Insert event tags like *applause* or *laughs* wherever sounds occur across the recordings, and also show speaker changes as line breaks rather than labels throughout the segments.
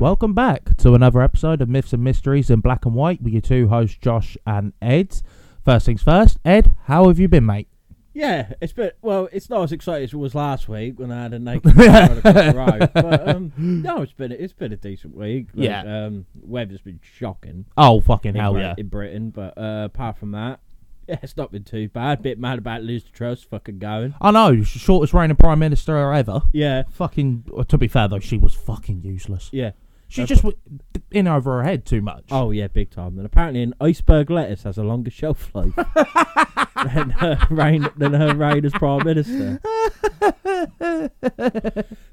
Welcome back to another episode of Myths and Mysteries in Black and White with your two hosts, Josh and Ed. First things first, Ed, how have you been, mate?
Yeah, it's been well. It's not as exciting as it was last week when I
*laughs*
had a naked ride across the road. But um, no, it's been it's been a decent week. Like,
Yeah.
um, weather's been shocking
Oh, fucking
in,
hell
Brit-
yeah.
in Britain, but uh, apart from that, *laughs* yeah, it's not been too bad. Bit mad about lose the trust, fucking going.
I know, sh- shortest reigning Prime Minister ever.
Yeah,
Fucking, well, to be fair though, she was fucking useless.
yeah.
She
That's
just w- in over her head too much.
Oh yeah, big time. And apparently, an iceberg lettuce has a longer shelf life than her reign than her reign as prime minister. but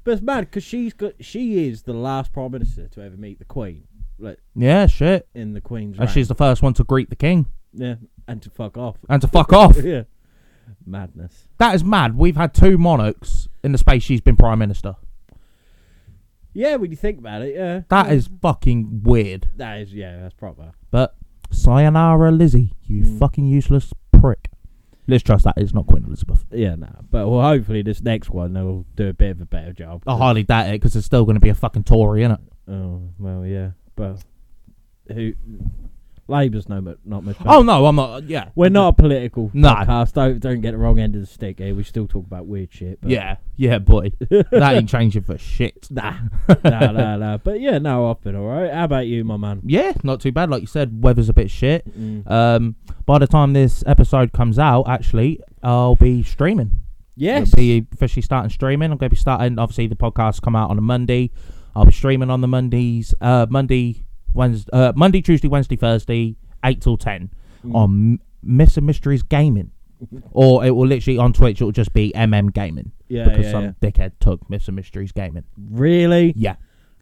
it's mad because she's got she is the last prime minister to ever meet the queen, like
Yeah, shit.
in the queen's.
And
reign.
Oh, she's the first one to greet the king
yeah, and to fuck off. *laughs*
and to fuck off.
yeah, madness.
That is mad. We've had two monarchs in the space she's been prime minister.
Yeah, when you think about it, yeah,
That is fucking weird.
that is yeah, that's proper.
But sayonara, Lizzie, you fucking useless prick. Let's trust that is not Queen Elizabeth.
Yeah, no. But well, hopefully this next one they'll do a bit of a better job.
I highly doubt it because there's still going to be a fucking Tory in it.
Oh well, yeah, but who? Labour's no, but not much.
Oh no, I'm not. Yeah,
we're not a political
No.
podcast. Don't don't get the wrong end of the stick here. We still talk about weird shit.
*laughs*
But
Yeah, yeah, boy. that ain't changing for shit. *laughs*
nah, nah, nah, nah. But yeah, no, I've been all right. How about you, my man?
Yeah, not too bad. Like you said, weather's a bit shit.
Mm.
Um, by the time this episode comes out, actually, I'll be streaming.
Yes.
I'll be officially starting streaming. I'm going to be starting. Obviously, the podcast come out on a Monday. I'll be streaming on the Mondays, uh, Monday, Wednesday, uh, Monday, Tuesday, Wednesday, Thursday, eight till ten
Mm.
on M- Myths and Mysteries
*laughs*
Gaming, or it will literally on Twitch. It will just be MM Gaming.
Yeah,
because
yeah,
some
yeah.
dickhead took Myths and Mysteries
*laughs*
Gaming.
Really?
Yeah.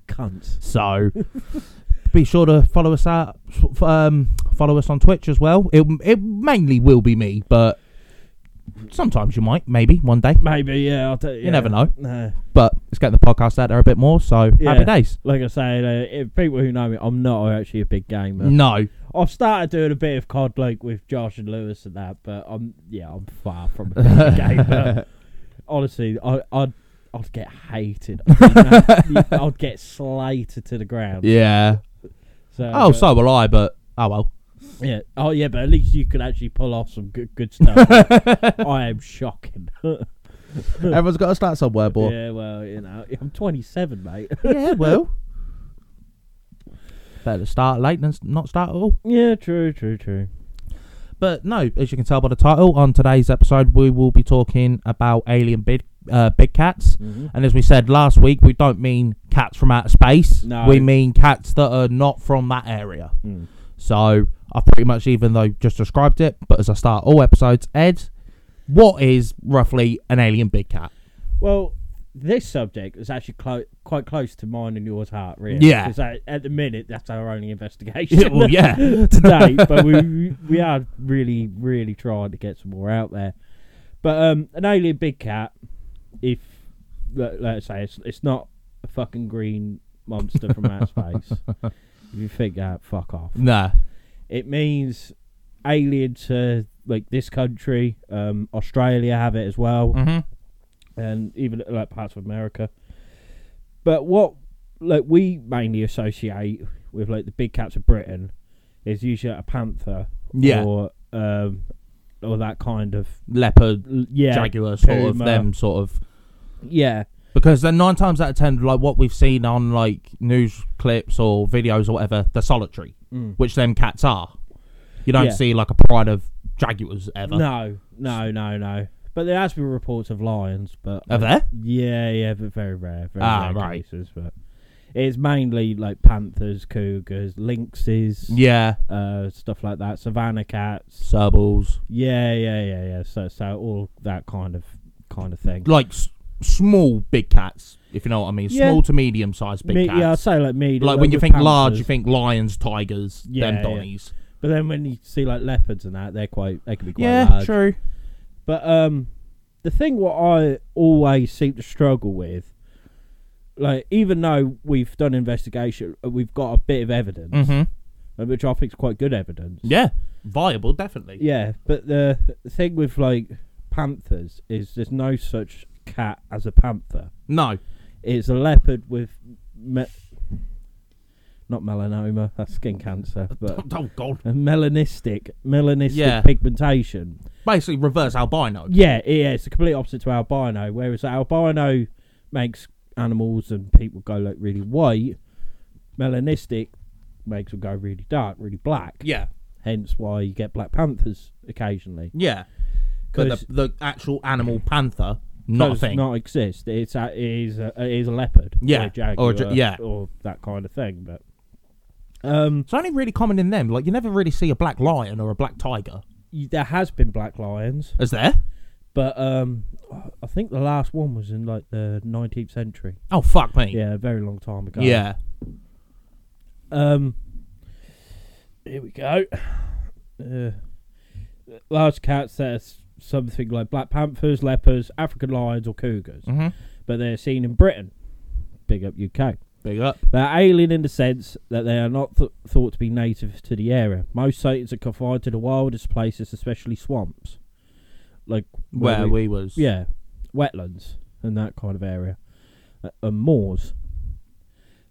Cunts.
So be sure to follow us out. f- Um, follow us on Twitch as well. It it mainly will be me, but sometimes you might, maybe one day.
Maybe. Yeah. I'll tell you.
never know.
Nah.
But it's getting the podcast out there a bit more. So
Yeah.
happy days.
Like I say, like, if people who know me, I'm not actually a big gamer.
No,
I've started doing a bit of COD like with Josh and Lewis and that, but I'm yeah, I'm far from
*laughs*
a big gamer. Honestly, I I'd, I'd get hated.
*laughs*
I'd get slated to the ground.
yeah.
So,
Oh,
but-
so will I. But oh well.
yeah. Oh yeah, but at least you could actually pull off some good
*laughs*
good stuff. I am shocking.
*laughs*
*laughs*
Everyone's got to start somewhere, boy.
yeah, well, you know, I'm 27, mate. *laughs*
Yeah, *laughs* well. Better start late than s- not start at all.
yeah, true, true, true.
But no, as you can tell by the title, on today's episode we will be talking about alien big uh, big cats. And as we said last week, we don't mean cats from outer space.
No.
We mean cats that are not from that area.
Mm.
So I've pretty much even though just described it, but as I start all episodes, Ed, what is roughly an alien big
*laughs*
cat?
Well, this subject is actually clo- quite close to mine and yours heart, really.
Yeah.
'Cause I- at the minute, that's our only investigation
Yeah, well, yeah.
*laughs* today. but we we are really, really trying to get some more out there. But um, an alien big cat, if let, let's say it's it's not a fucking green monster from
*laughs*
outer space. If you think that, fuck off.
Nah.
It means alien to like this country. Um, Australia have it as well
Mm-hmm.
and even like parts of America. But what like we mainly associate with like the big cats of Britain is usually a panther,
Yeah.
or um, or that kind of
Leopard,
l- yeah,
jaguar, sort of
puma.
them sort of
yeah,
Because then nine times out of ten, like what we've seen on like news clips or videos or whatever, they're solitary,
Mm.
which them cats are. You don't
Yeah.
see like a pride of jaguars ever.
no, no, no, no. But there has been reports of lions, but
Are there?
yeah, yeah, but very rare, very
Ah,
rare
right.
cases, but. It's mainly like panthers, cougars, lynxes,
Yeah.
uh, stuff like that, savannah cats,
Servals.
Yeah, yeah, yeah, yeah. So, so all that kind of kind of thing.
Like s- small big cats, if you know what I mean.
Yeah.
Small to medium sized big
me,
cats.
yeah, I say like me.
like, when you
with
think
panthers.
large, you think lions, tigers,
Yeah,
them
yeah.
donnies.
But then when you see like leopards and that, they're quite. They can be quite
Yeah,
large.
true.
But um, the thing what I always seem to struggle with, like even though we've done investigation, uh, we've got a bit of evidence,
Mm-hmm.
uh, which I think is quite good evidence.
Yeah, viable, definitely.
Yeah, but the thing with like panthers is there's no such cat as a panther.
No,
It's a leopard with me- not melanoma, that's skin cancer, but
*laughs* oh god,
a melanistic, melanistic
Yeah.
pigmentation.
basically reverse albino.
Yeah, it- yeah, it's the complete opposite to albino. Whereas albino makes animals and people go like really white, melanistic makes them go really dark, really black.
Yeah,
Hence why you get black panthers occasionally.
yeah. But
'Cause-
the, the actual animal panther, not a
does
thing.
not exist. It's a, it is a, it is a leopard.
Yeah, or
or a
a
jaguar,
ja- yeah.
or that kind of thing. But um,
It's only really common in them. Like you never really see a black lion or a black tiger.
y- there has been black lions,
Is there?
but um, I- I think the last one was in like the 19th century.
Oh fuck me.
Yeah, a very long time ago.
Yeah.
Um, here we go. Uh, large cats that are s- something like black panthers, leopards, African lions, or cougars,
Mm-hmm.
but they're seen in Britain. Big up UK.
Big up.
They're alien in the sense that they are not th- thought to be native to the area. Most sightings are confined to the wildest places, especially swamps, like
Where, we, was.
yeah, wetlands and that kind of area, uh, and moors.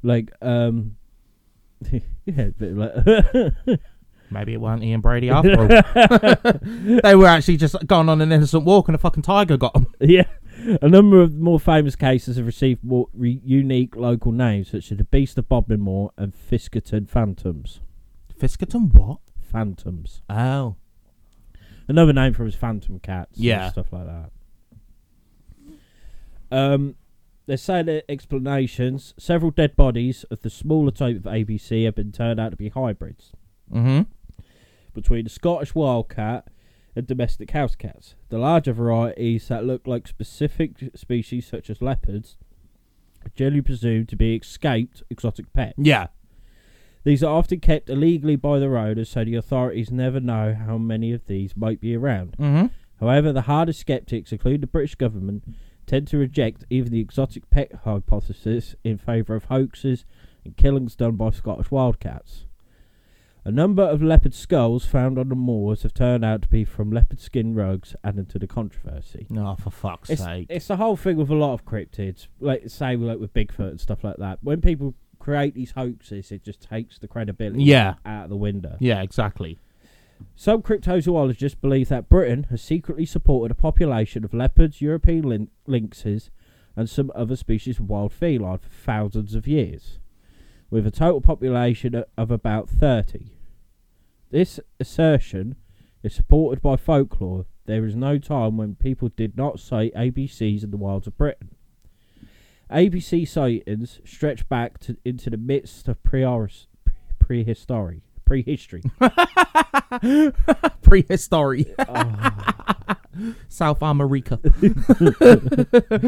Like um, *laughs* yeah, a bit like *laughs*
Maybe it weren't Ian Brady after all. *laughs* they were actually just going on an innocent walk and a fucking tiger got them.
yeah. A number of more famous cases have received more re- unique local names, such as the Beast of Bodmin Moor and Fiskerton Phantoms.
Fiskerton what?
Phantoms.
Oh.
Another name for his phantom cats.
Yeah.
And stuff like that. Um, they say their explanations. Several dead bodies of the smaller type of ABC have been turned out to be hybrids
Mm-hmm.
between the Scottish wildcat and domestic house cats. The larger varieties that look like specific species, such as leopards, are generally presumed to be escaped exotic pets.
Yeah.
These are often kept illegally by their owners, so the authorities never know how many of these might be around.
Mm-hmm.
However, the hardest skeptics, including the British government, tend to reject even the exotic pet hypothesis in favour of hoaxes and killings done by Scottish wildcats. A number of leopard skulls found on the moors have turned out to be from leopard skin rugs, adding to the controversy.
No, for fuck's
It's,
sake.
it's the whole thing with a lot of cryptids, like say like with Bigfoot and stuff like that. When people create these hoaxes, it just takes the credibility
Yeah.
out of the window.
Yeah, exactly.
Some cryptozoologists believe that Britain has secretly supported a population of leopards, European lyn- lynxes, and some other species of wild feline for thousands of years, with a total population o- of about 30. This assertion is supported by folklore. There is no time when people did not sight ABCs in the wilds of Britain. ABC sightings stretch back to, into the midst of prehistory, prehistory, prehistory.
*laughs* Prehistory. South America.
*laughs*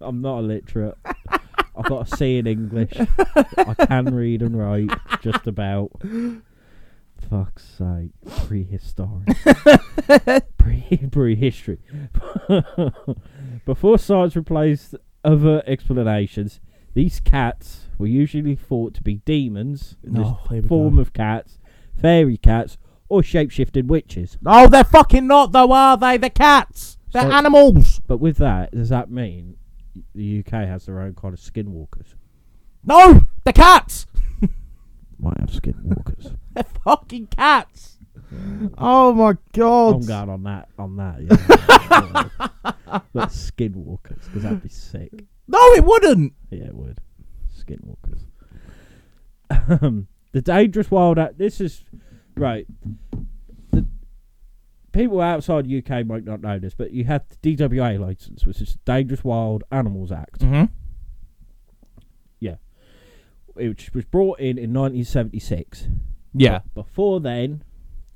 I'm not illiterate. I've got a C in English. I can read and write just about. Fuck's sake. Prehistoric. Pre- prehistory. *laughs* Before science replaced other explanations, these cats were usually thought to be demons, in this
Oh, here we
form
go.
of cats, fairy cats, or shapeshifted witches.
Oh, they're fucking not though, are they? They're cats. They're
So-
animals.
But with that, does that mean the UK has their own kind of skinwalkers?
No, they're cats.
Might have skinwalkers.
They're fucking cats. Oh my god.
I'm going on that. On that. Yeah. but skinwalkers, because that'd be sick.
No, it wouldn't.
Yeah, it would. Skinwalkers. Um, the dangerous wild. Act, this is right. The people outside the UK might not know this, but you had the DWA license, which is Dangerous Wild Animals Act.
Mm-hmm.
which was brought in in 1976.
Yeah.
But before then,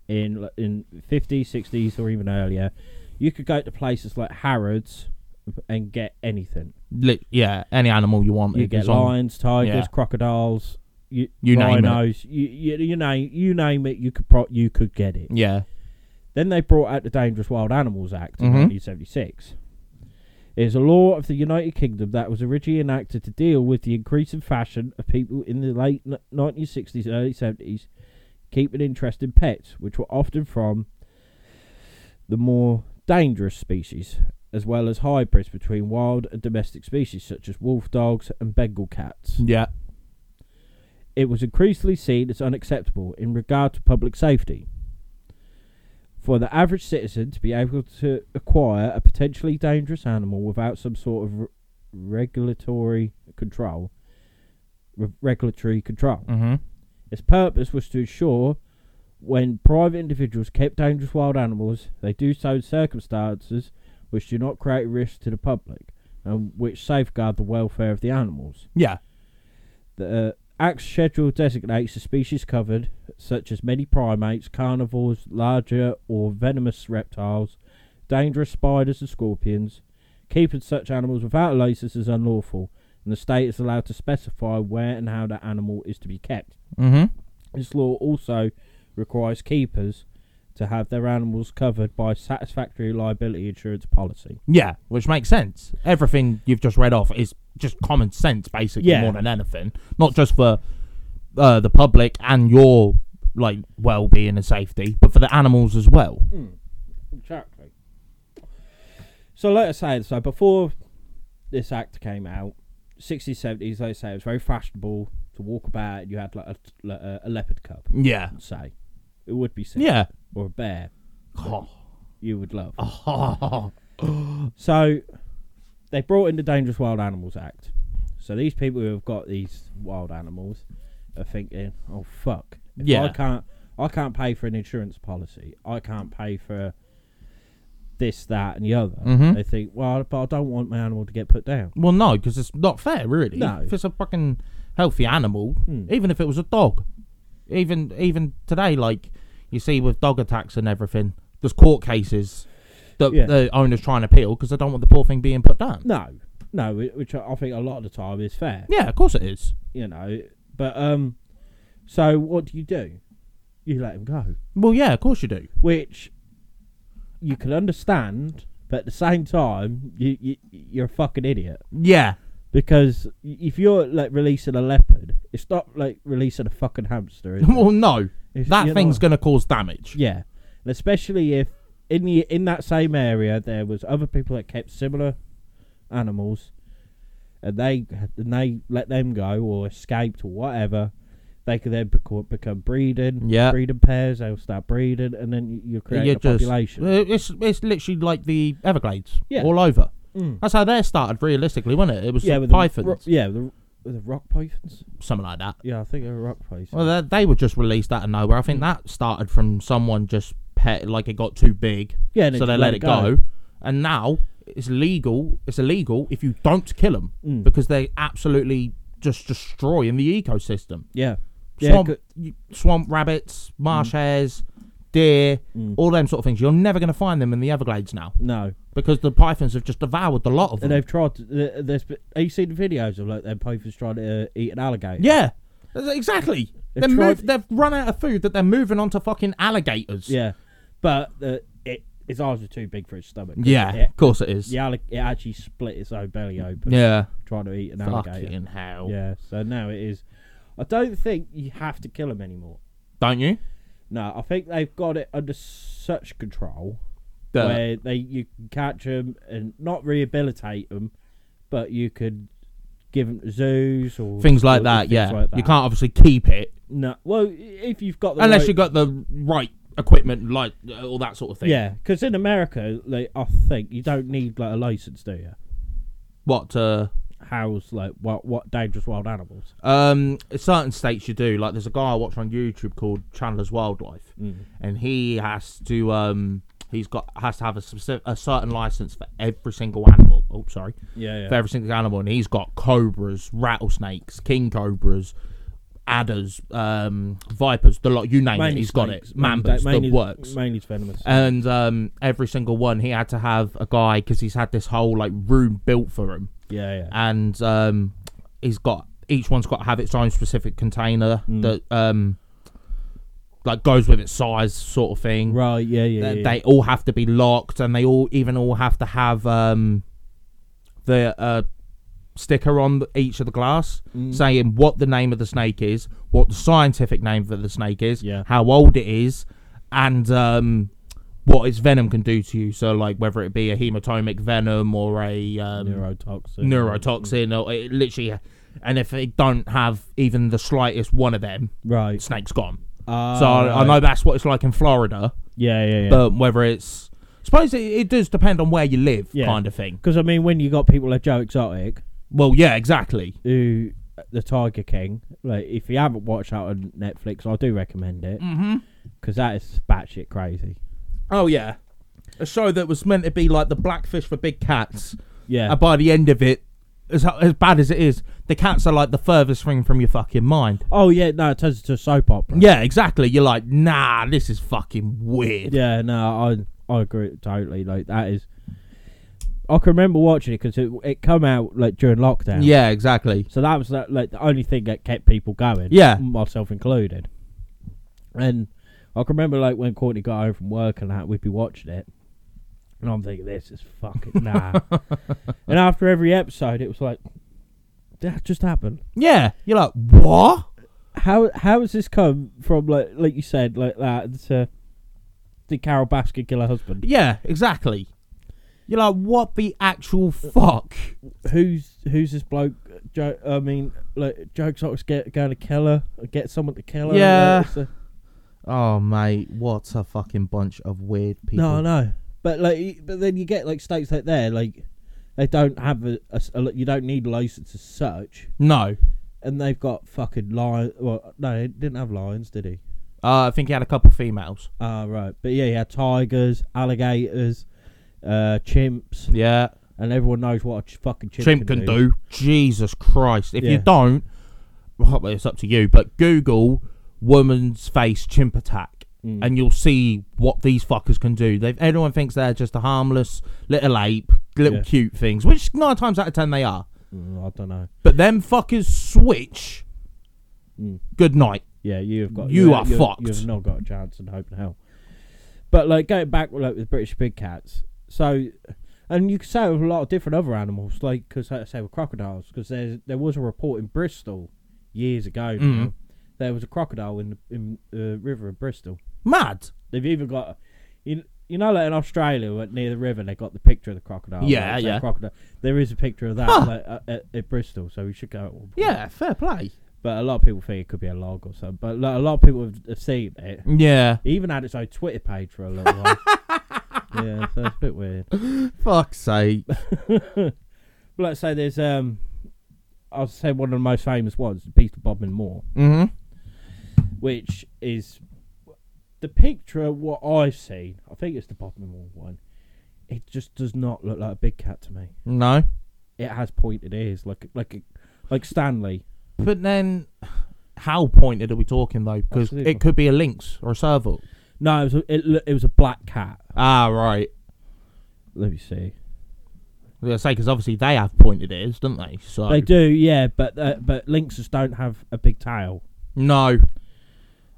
in like, in 50s, 60s, or even earlier, you could go to places like Harrods and get anything.
Li- yeah. Any animal you want.
You
it
get
is on-
lions, tigers,
yeah.
crocodiles, you,
You name it.
rhinos, you, you you name you name it. You could pro- you could get it.
Yeah.
Then they brought out the Dangerous Wild Animals Act in
Mhm.
1976. It is a law of the United Kingdom that was originally enacted to deal with the increasing fashion of people in the late n- 1960s, early 70s keeping interest in pets, which were often from the more dangerous species, as well as hybrids between wild and domestic species such as wolf dogs and Bengal cats
Yeah.
it was increasingly seen as unacceptable in regard to public safety. For the average citizen to be able to acquire a potentially dangerous animal without some sort of re- regulatory control, re- regulatory control.
Mm-hmm.
Its purpose was to ensure when private individuals kept dangerous wild animals, they do so in circumstances which do not create risk to the public and which safeguard the welfare of the animals.
Yeah.
The uh, Act's schedule designates the species covered, such as many primates, carnivores, larger or venomous reptiles, dangerous spiders and scorpions. Keeping such animals without a license is unlawful, and the state is allowed to specify where and how that animal is to be kept.
Mm-hmm.
This law also requires keepers to have their animals covered by satisfactory liability insurance policy.
Yeah, which makes sense. Everything you've just read off is just common sense, basically,
Yeah.
more than anything. Not just for uh, the public and your like well-being and safety, but for the animals as well.
Mm. Exactly. So let us say so before this act came out, sixties, seventies, let's say it was very fashionable to walk about. and You had like a, like a, a leopard cub,
Yeah.
say, it would be sick,
Yeah. *laughs*
or a bear,
Oh.
you would love. So they brought in the Dangerous Wild Animals Act. So these people who have got these wild animals are thinking, "Oh fuck, if
Yeah.
I can't, I can't pay for an insurance policy. I can't pay for this, that, and the other."
Mhm.
They think, "Well, but I don't want my animal to get put down."
Well, no, because it's not fair, really.
No.
If it's a fucking healthy animal,
Mm.
even if it was a dog, even even today, like you see with dog attacks and everything, there's court cases that
Yeah.
the owner's trying to appeal because they don't want the poor thing being put down.
No, no, whi- which I I think a lot of the time is fair,
Yeah, of course it is.
you know. But um, so what do you do? You let him go,
Well, yeah, of course you do.
which you can understand, but at the same time, you, you you're a fucking idiot.
Yeah,
Because if you're like releasing a leopard, it's not like releasing a fucking hamster. Is it?
*laughs* well, no,
It's-
that
you're
thing's
not-
gonna cause damage.
yeah, and especially if in the in that same area there was other people that kept similar animals, and they and they let them go or escaped or whatever. They could then become, become breeding,
Yeah.
breeding pairs. They'll start breeding, and then you're creating
You
a
just-
population.
Uh, It's it's literally like the Everglades,
Yeah.
all over.
Mm.
That's how they started, realistically, wasn't it? It was
yeah,
yeah,
with
pythons,
The, ro- yeah, with the, with the rock pythons.
something like that.
Yeah, I think they were rock pythons.
Well, they, they were just released out of nowhere. I
Mm.
think that started from someone just pet, like it got too big,
yeah, and
so
just
they let it go. And now it's legal. It's illegal if you don't kill them
Mm.
because they absolutely just destroying the ecosystem.
Yeah, yeah,
Swamp,
co-
y- swamp rabbits, marsh hares, deer,
Mm.
all them sort of things. You're never going to find them in the Everglades now
no.
because the pythons have just devoured the lot of
And
them.
they've tried to. th- There's, been- have you seen the videos of like them pythons trying to uh, eat an alligator?
Yeah, that's- exactly.
They've
They've, moved,
tried-
they've run out of food that they're moving on to fucking alligators.
yeah. But uh, it its eyes are too big for its stomach. 'cause
Yeah,
it,
of course it is.
the alli- it actually split its own belly open
Yeah.
trying to eat an alligator.
Fucking hell.
Yeah, so now it is. I don't think you have to kill them anymore.
Don't you?
No, I think they've got it under such control
That-
where they you can catch them and not rehabilitate them, but you could give them to zoos or
things like
or
that,
things
yeah.
like
You
that.
can't obviously keep it
No, well, i- if you've got the
unless
right-
you've got the right equipment, like uh, all that sort of thing.
yeah, because in America, like I think you don't need like a license, do you?
What, uh,
House like what what dangerous wild animals?
Um, certain states you do. Like there's a guy I watch on YouTube called Chandler's Wildlife,
Mm.
and he has to um he's got has to have a specific a certain license for every single animal. Oh, sorry,
Yeah, yeah.
for every single animal, and he's got cobras, rattlesnakes, king cobras. Adders, um, vipers, the lot you name it, he's got it. Mambas, the works.
Mainly it's venomous.
and um, every single one he had to have a guy because he's had this whole like room built for him,
yeah, yeah.
and um,
Mm.
he's got each one's got to have its own specific container that um, like goes with its size sort of thing.
Right. Yeah. Yeah.
They-
yeah.
They all have to be locked, and they all even all have to have um the uh sticker on each of the glass
Mm.
saying what the name of the snake is, what the scientific name for the snake is,
Yeah.
how old it is, and um what its venom can do to you. So like whether it be a hematomic venom or a um,
neurotoxin.
neurotoxin, or it literally, and if it don't have even the slightest one of them,
Right.
snake's gone.
Uh,
So I, I know that's what it's like in Florida,
Yeah. Yeah. Yeah.
but whether it's, suppose it, it does depend on where you live,
Yeah.
kind of thing.
Because I mean, when you got people like Joe Exotic,
Well, yeah, exactly.
who uh, the Tiger King, like if you haven't watched that on Netflix, I do recommend it
Mm-hmm.
because that is batshit crazy.
Oh yeah, a show that was meant to be like the Blackfish for big cats,
Yeah.
and by the end of it, as as bad as it is, the cats are like the furthest thing from your fucking mind.
oh yeah. No, it turns into a soap opera.
Yeah, exactly. You're like, nah, this is fucking weird.
Yeah, no, I I agree totally. Like that is, I can remember watching it because it it come out like during lockdown.
yeah exactly.
So that was like, like the only thing that kept people going.
Yeah.
myself included. And I can remember like when Courtney got home from work and that we'd be watching it, and I'm thinking this is
*laughs*
fucking nah. and after every episode, it was like that just happened.
Yeah, you're like, what?
How how has this come from like like you said like that to did Carol Baskin kill her husband?
Yeah, exactly. You're like, what the actual fuck?
who's who's this bloke? Joe, I mean, like Joe Exotic's get, going to kill her, get someone to kill her.
Yeah.
like, it's a-
Oh mate, what a fucking bunch of weird people.
no, no. But like, you- but then you get like states like there, like they don't have a, a s- a li- you don't need a license to search,
no.
and they've got fucking lions. Well, no, he didn't have lions, did he?
Uh, I think he had a couple females.
Ah, right. But yeah, he had tigers, alligators, uh, chimps,
Yeah,
and everyone knows what a ch- fucking chimp,
chimp can do. Jesus Christ! If
Yeah.
you don't, well, it's up to you. But Google woman's face chimp attack,
Mm.
and you'll see what these fuckers can do. They everyone thinks they're just a harmless little ape, little
Yeah.
cute things, which nine times out of ten they are.
Mm, I don't know.
But them fuckers switch.
Mm.
Good night.
Yeah, you've got
You are
you're-
fucked.
You've not got a chance in hope and hell. But like going back like with British big cats, so and you could say it with a lot of different other animals, like because like I say with crocodiles, because there there was a report in Bristol years ago.
Mm.
now, there was a crocodile in the in the river in Bristol.
Mad.
They've even got you you know like in Australia like, near the river they got the picture of the crocodile. like,
Yeah,
say
yeah.
Crocodile. There is a picture of that
Huh.
like, at, at, at Bristol, so we should go. At one point.
Yeah, fair play.
but a lot of people think it could be a log or something. But like, a lot of people have, have seen it.
Yeah.
He even had its own Twitter page for a little while. yeah, so it's a bit weird. But
Fuck's sake.
let's say there's um, I'll say one of the most famous ones, the Beast of Bodmin Moor,
hmm
which is the picture. of What I've seen, I think it's the Bodmin Moor one. It just does not look like a big cat to me.
No.
It has pointed ears, like like a, like Stanley.
But then, how pointed are we talking though? Because
Absolutely.
it could be a lynx or a serval.
No, it was a, it, lo- it was a black cat.
Ah, right.
Let me see.
I was gonna say because obviously they have pointed ears, don't they? So
They do, yeah, but uh, but lynxes don't have a big tail.
no.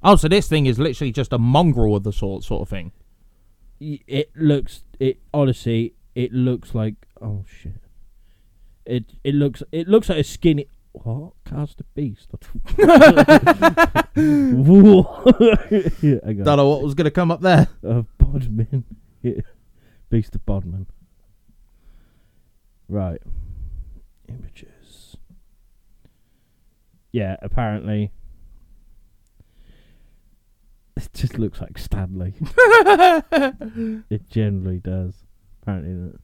Oh, so this thing is literally just a mongrel of the sort, sort of thing.
Y- It looks, it honestly, it looks like oh shit. It it looks it looks like a skinny what cast a beast. *laughs* Whoa. yeah, *laughs* hang
Don't
on.
know what was gonna come up there.
Uh, *laughs* Bodmin, yeah. beast of Bodmin. Right, images. Yeah, apparently. It just looks like Stanley. It generally does. Apparently, not.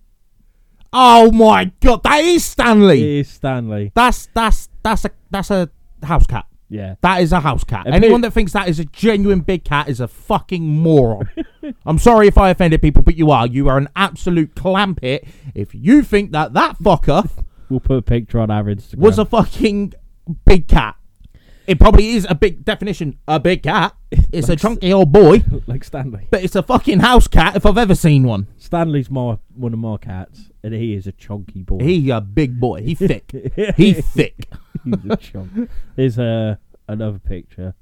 Oh my god, that is
it
Stanley.
is Stanley.
That's that's that's a that's a house cat.
Yeah,
That is a house cat.
A
Anyone
bit-
that thinks that is a genuine big cat is a fucking
*laughs*
moron. I'm sorry if I offended people, but you are. You are an absolute clampet if you think that that
*laughs*
fucker
we'll put a picture on our Instagram.
was a fucking big cat. It probably is a big definition. A big
*laughs*
cat. It's a
Like-
chunky old boy,
*laughs* like Stanley?
but it's a fucking house cat if I've ever seen one.
Stanley's my one of my cats, and he is a chunky boy.
He a big boy.
*laughs*
He thick. he thick.
He's a chunk. Here's uh, another picture.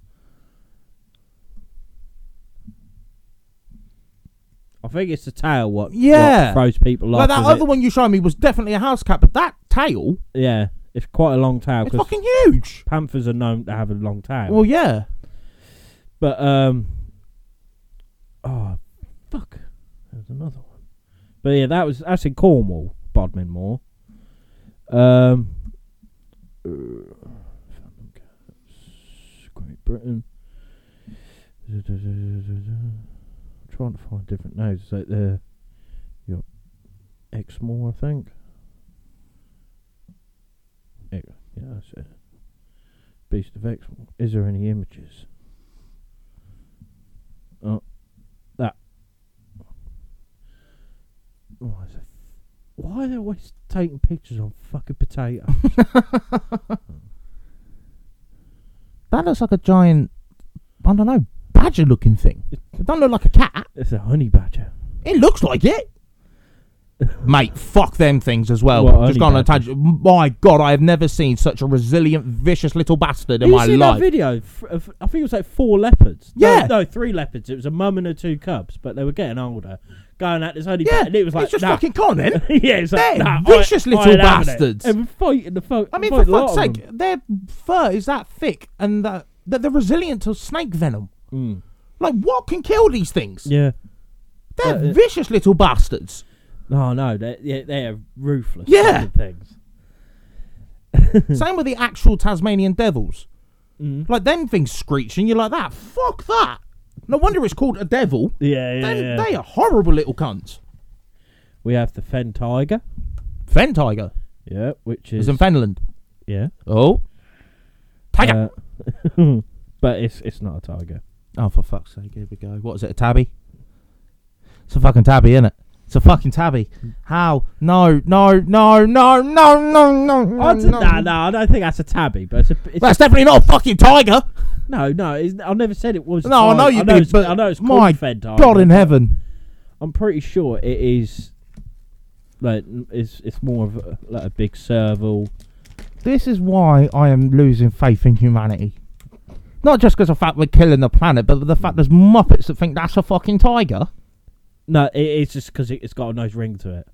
I think it's the tail what
Yeah.
what throws people off.
Like that
is
other
it?
one you showed me was definitely a house cat, but that tail
yeah, it's quite a long tail
it's
because
fucking huge.
panthers are known to have a long tail.
Well, yeah.
But um, oh fuck, there's another one. But yeah, that was that's in Cornwall, Bodmin Moor. Um, uh, Great Britain. trying to find different names. It's like the you got Exmoor, I think. Ex- Yeah, that's it. Beast of Exmoor. Is there any images? Oh, I said, Why are they always taking pictures on fucking potato? *laughs*
That looks like a giant, I don't know, badger looking thing. It doesn't look like a cat.
it's a honey badger.
It looks like
*laughs*
it. Mate, fuck them things as well.
What,
Just gone on a
honey
tangent. My God, I have never seen such a resilient, vicious little bastard in
you
my
seen
life.
that video? F- of- I think it was like four leopards.
Yeah.
No, no, three leopards. It was a mum and her two cubs, but they were getting older. Going at this honey
yeah,
badger. And it was like,
it's just
nah. *laughs*
fucking con then.
yeah, it's like,
They're
nah,
vicious
I,
little
I ain't having it.
bastards.
And we're fighting the fuck.
I mean, for
fighting a lot
fuck's
of
sake, their fur is that thick and that, that they're resilient to snake venom.
them.
Like, what can kill these things?
Mm. Yeah.
They're
Uh, uh,
vicious little bastards.
No, no, they're, yeah, they're ruthless.
Yeah.
fucking Things. Hmm.
Same with the actual Tasmanian devils.
Mm.
Like, them things screeching, you're like, that, fuck that. No wonder it's called a devil.
Yeah, yeah,
Them-
yeah.
They are horrible little cunts.
We have the fen tiger.
Fen tiger
Yeah, which
is
is
in Fenland.
yeah.
Oh. Tiger.
Uh, *laughs* but it's it's not a tiger.
oh, for fuck's sake, here we go. What is it, a tabby? It's a fucking tabby, isn't it? It's a fucking tabby. How? No, no, no, no, no, no, no, no.
I don't,
Mm, no.
nah, nah, I don't think that's a tabby, but it's a. It's
That's definitely not a fucking tiger.
no, no, it's, I never said it was. a
No, I
tiger.
know you
I know
did,
it's,
but
I know it's
my
called fed tiger.
God in heaven.
I'm pretty sure it is. Like n- it's it's more of a, like a big serval.
This is why I am losing faith in humanity. Not just because of the fact we're killing the planet, but the fact there's muppets that think that's a fucking tiger.
No, it, it's just because it, it's got a nice ring to it.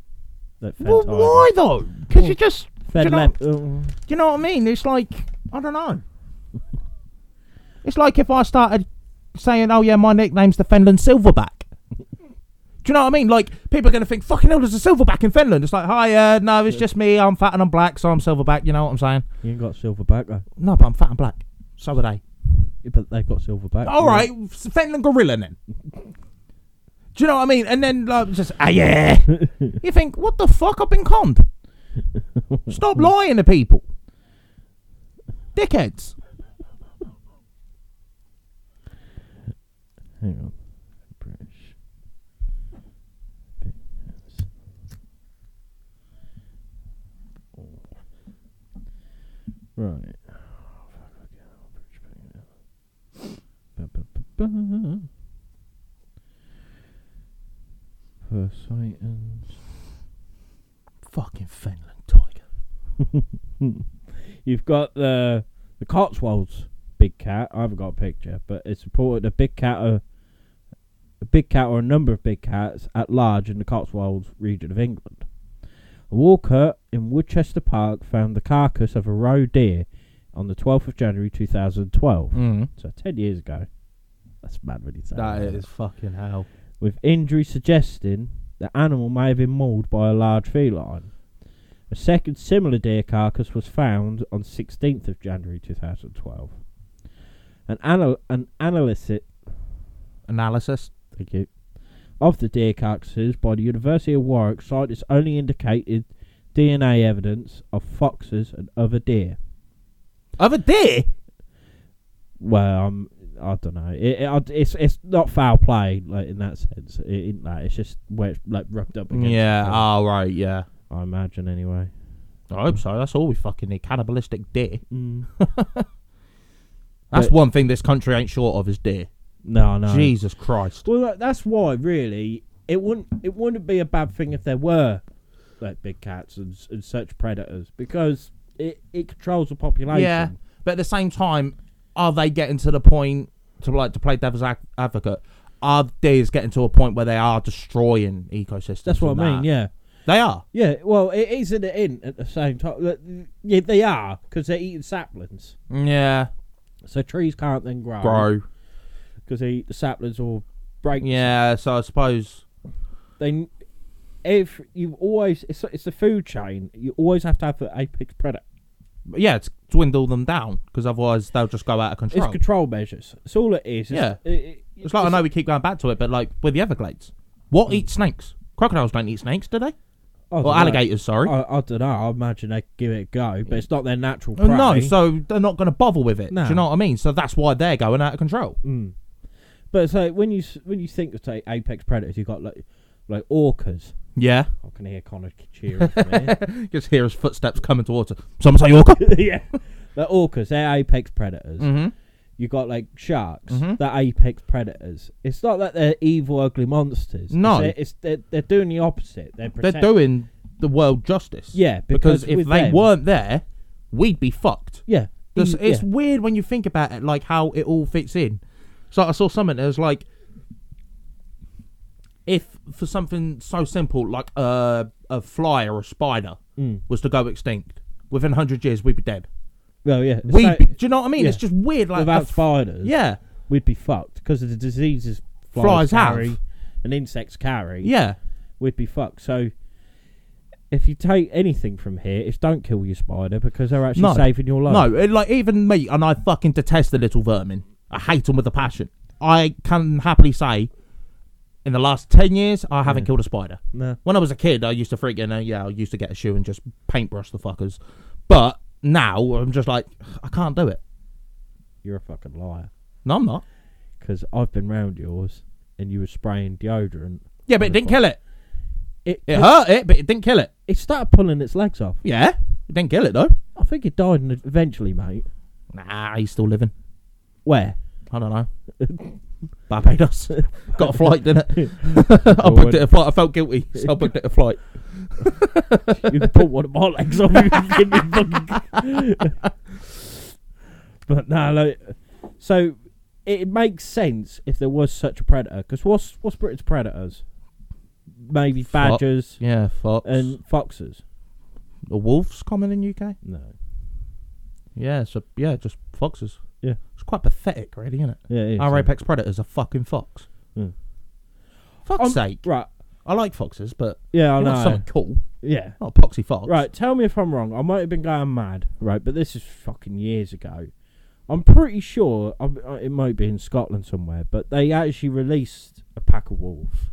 That fed
Well,
tiger.
why though? Because you just
Fed
Do you know-
lep- uh,
Do you know what I mean? It's like I don't know. it's like if I started saying, "Oh yeah, my nickname's the Fenland Silverback." Do you know what I mean? Like people are gonna think, "Fucking hell, there's a Silverback in Finland." It's like, "Hi, uh, no, it's just me. I'm fat and I'm black, so I'm Silverback." You know what I'm saying?
you ain't got silver back though.
No, but I'm fat and black. So are they.
Yeah, But they've got silver back.
All right, s- Fenland Gorilla then. Do you know what I mean? And then like, just ah yeah. *laughs* you think what the fuck? I've been conned. Stop lying to people, dickheads.
Hang on. British. Big hands. Right. Oh, fuck, okay, I'll British big hands. Ba, ba, ba, ba. Perseidons.
Fucking Finland tiger.
You've got the the Cotswolds big cat. I haven't got a picture, but it's reported a big cat or a big cat or a number of big cats at large in the Cotswolds region of England. A walker in Woodchester Park found the carcass of a roe deer on the 12th of January 2012.
Mm.
So 10 years ago. That's mad when you say
That
that.
is fucking hell.
With injuries suggesting the animal may have been mauled by a large feline. A second similar deer carcass was found on 16th of January 2012. An, anal- an analysis
Analysis.
thank you, of the deer carcasses by the University of Warwick scientists only indicated DNA evidence of foxes and other deer.
Of a deer.
Well, um, I don't know. It, it, I- it's it's not foul play like in that sense. It, ain't that it's just where it's like rubbed up against.
Yeah.
itself,
All right. Yeah.
I imagine anyway.
I hope so. That's all we fucking need. Cannibalistic deer.
Mm. *laughs*
That's
But-
one thing this country ain't short of is deer.
No, no.
Jesus Christ.
Well, that, that's why really it wouldn't it wouldn't be a bad thing if there were like big cats and, s- and such predators because it, it controls the population.
Yeah. But at the same time, are they getting to the point to like to play devil's ac- advocate? are there's getting to a point where they are destroying ecosystems.
That's what
and
I mean.
that.
Yeah.
They are.
Yeah, well, it is and it isn't at the same time. Look, Yeah, they are because they're eating saplings,
Yeah.
so trees can't then grow.
Grow.
because they eat the saplings or break.
Yeah. So I suppose.
They if you always it's it's the food chain. You always have to have the apex predator.
Yeah, it's dwindle them down because otherwise they'll just go out of control.
It's control measures. It's all it is. It's-
Yeah.
it- it-
It's like I know we keep going back to it, but like with the Everglades, what eats snakes? Crocodiles don't eat snakes, do they?
I dunno.
Or alligators, sorry.
I, I don't know. I imagine they give it a go, but it's not their natural.
Oh,
Prey.
no, so they're not going to bother with it.
No.
Do you know what I mean? So that's why they're going out of control.
Mm. But so when you s- when you think of say apex predators, you have got like like orcas.
Yeah,
I can hear Connor cheering. From here.
*laughs* just hear his footsteps coming towards us. Someone say orca.
*laughs* yeah. They're orcas, they're apex predators.
mm-hmm.
You got like sharks,
Mhm.
they're apex predators. It's not that they're evil, ugly monsters.
No.
it's, it's they're, they're doing the opposite. They're,
They're
protect-
doing the world justice.
yeah
because, if
with
they
them-
weren't there, we'd be fucked.
yeah,
It's,
e-
it's
yeah.
weird when you think about it, like how it all fits in. So I saw something that was like, if for something so simple like a a fly or a spider
Mm.
was to go extinct within hundred years, we'd be dead.
well, yeah,
We,
so
would do you know what I mean?
yeah.
It's just weird, like
without
a f-
spiders,
yeah,
we'd be fucked because of the diseases
Flies have.
carry and insects carry.
yeah,
we'd be fucked. So. If you take anything from here, it's don't kill your spider because they're actually
No.
saving your life.
no, it, like even me, and I fucking detest the little vermin. I hate them with a passion. I can happily say, in the last ten years, I haven't killed a spider.
No.
When I was a kid, I used to freaking uh, yeah, I used to get a shoe and just paintbrush the fuckers. But now I'm just like, I can't do it.
You're a fucking liar.
No, I'm not.
because I've been round yours and you were spraying deodorant.
Yeah, but it didn't kill it.
It
It
it,
hurt it, but it didn't kill it.
it started pulling its legs off.
Yeah, it didn't kill it though.
I think it died in- eventually, mate.
Nah, he's still living.
Where?
I don't know. *laughs* Barbados *laughs* got a flight, didn't it? *laughs* I
Oh,
booked
when-
it a flight. I felt guilty, so I booked it a flight.
you can pull one of my legs off. if you give me
*laughs*
fucking- but no, like, so it makes sense if there was such a predator. Because what's what's Britain's predators? Maybe
Fox.
badgers
Yeah, fox.
and foxes.
the wolves common in UK.
No.
Yeah, so yeah, just foxes.
Yeah.
it's quite pathetic, really, isn't it?
Yeah. it is,
Our
yeah.
apex predator's a fucking fox.
Yeah.
Fuck's
Um,
sake!
Right.
I like foxes, but
Yeah, I
you want
know.
something cool,
Yeah.
not a poxy fox.
Right, tell me if I'm wrong. I might have been going mad, right? But this is fucking years ago. I'm pretty sure i I- it might be in Scotland somewhere, but they actually released a pack of wolves.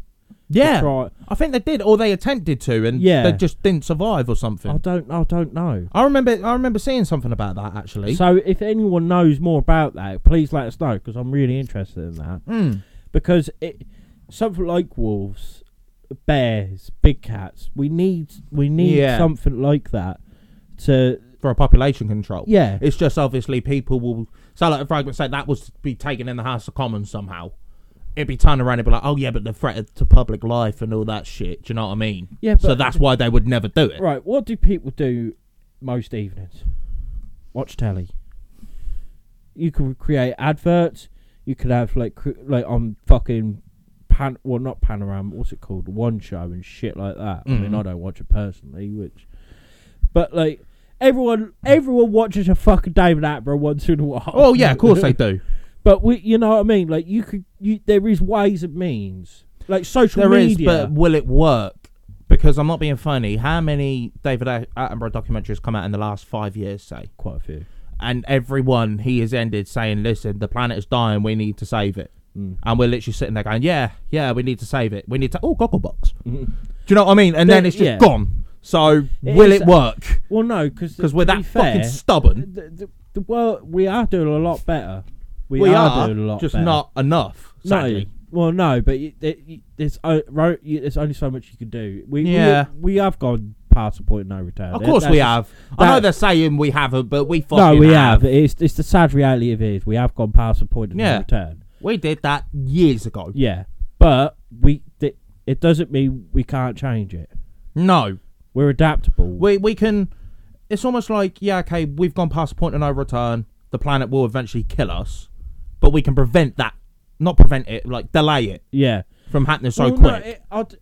to
Yeah,
try-
I think they did, or they attempted to, and
Yeah.
they just didn't survive or something.
I don't. I don't know.
I remember, I remember seeing something about that actually.
So if anyone knows more about that, please let us know because I'm really interested in that.
Mm.
Because it something like wolves, bears, big cats. We need. We need
Yeah.
something like that to.
For a population control,
Yeah.
it's just obviously people will. So, like, if I said that was to be taken in the House of Commons somehow, it'd be turned around and be like, "Oh yeah, but the threat to public life and all that shit." Do you know what I mean?
Yeah,
so
but-
that's why they would never do it.
*laughs* Right, what do people do most evenings? Watch telly. You can create adverts. You could have like cr- like on fucking pan well not panorama. What's it called? One show and shit like that. I mean,
Mhm.
I don't watch it personally, which, but like everyone everyone watches a fucking David Attenborough once in a while.
Oh yeah, of course they do.
*laughs* but we, you know what I mean. Like you could, you there is ways and means. Like social
There is,
media.
but will it work? Because I'm not being funny. How many David A- Attenborough documentaries come out in the last five years, say?
quite a few.
And everyone he has ended saying, "Listen, the planet is dying. We need to save it."
Mm.
And we're literally sitting there going, "Yeah, yeah, we need to save it. We need to." Oh,
*laughs*
Gogglebox. Do
Mhm.
you know what I mean? And then
There-
it's just
yeah.
gone. So will
is-
it work?
Well, no, because
Because we're that fucking
the,
stubborn.
the, the world we are doing a lot better. We,
We are
doing a lot
just
better.
not enough.
no.
Sadly.
Well, no, but you, there, you, there's o- ro- you, there's only so much you can do. We we-
Yeah.
we, have gone past the point of no return.
Of
That-
course
that's
we
just-
have. I know
that-
they're saying we haven't, but we fucking
No, we
have.
have. It's it's the sad reality of it is we have gone past the point of
Yeah.
no return.
We did that years ago.
Yeah, but we th- it doesn't mean we can't change it.
No,
We're adaptable.
we we can. It's almost like yeah, okay, we've gone past the point of no return. The planet will eventually kill us, but we can prevent that not prevent it, like delay it
yeah.
from happening so
Well, no,
quick.
it- I d-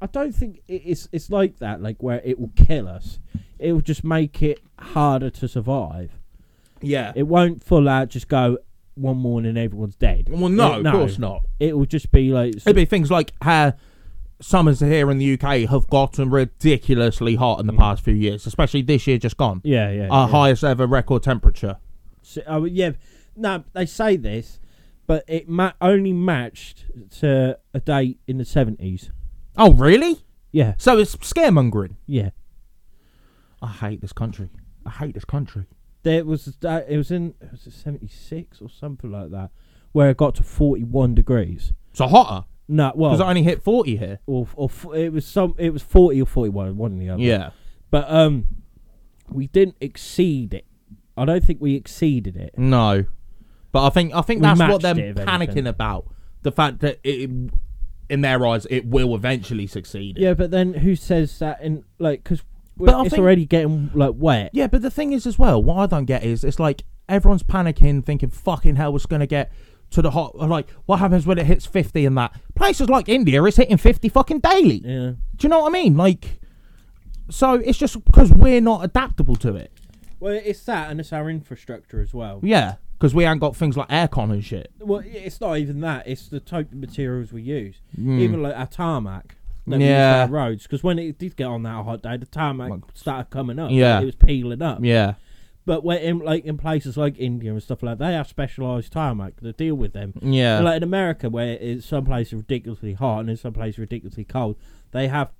I don't think it- it's it's like that. Like where it will kill us. It will just make it harder to survive.
yeah.
It won't full out just go one morning everyone's dead.
well, no,
It-
of course not.
It will just be like
It'd be things like how summers here in the UK have gotten ridiculously hot in the past few years, especially this year just gone.
yeah, yeah,
Our
yeah.
highest ever record temperature.
So, oh, yeah, no, they say this, but it ma- only matched to a date in the seventies.
Oh, really?
Yeah,
So it's scaremongering.
yeah.
I hate this country. I hate this country.
There was uh, it was in was it seventy six or something like that, where it got to forty one degrees.
So hotter
No,
because
well,
I only hit forty here.
or, or f- it was some it was forty or forty one, one or the other.
Yeah.
but um, we didn't exceed it. I don't think we exceeded it.
No, but I think I think
We
that's what
matched
they're
it, if
panicking
anything.
about. The fact that it, in their eyes, it will eventually succeed.
Yeah, but then who says that? In like, because
But I
it's
think-
already getting like wet.
Yeah, but the thing is as well, what I don't get is it's like everyone's panicking, thinking fucking hell, it's gonna get to the hot. Like, what happens when it hits fifty and that? Places like India is hitting fifty fucking daily.
yeah.
Do you know what I mean? Like, so it's just because we're not adaptable to it.
Well, it's that, and it's our infrastructure as well.
Yeah, because we ain't got things like aircon and shit.
Well, i- it's not even that; it's the type of materials we use. Even like our tarmac, that
Yeah.
we use for our roads. Because when it did get on that hot day, the tarmac started coming up.
Yeah.
it was peeling up.
Yeah,
But when in like in places like India and stuff like that, they have specialized tarmac that deal with them.
Mm, yeah,
And, like in America, where it's some places ridiculously hot and in some places ridiculously cold, they have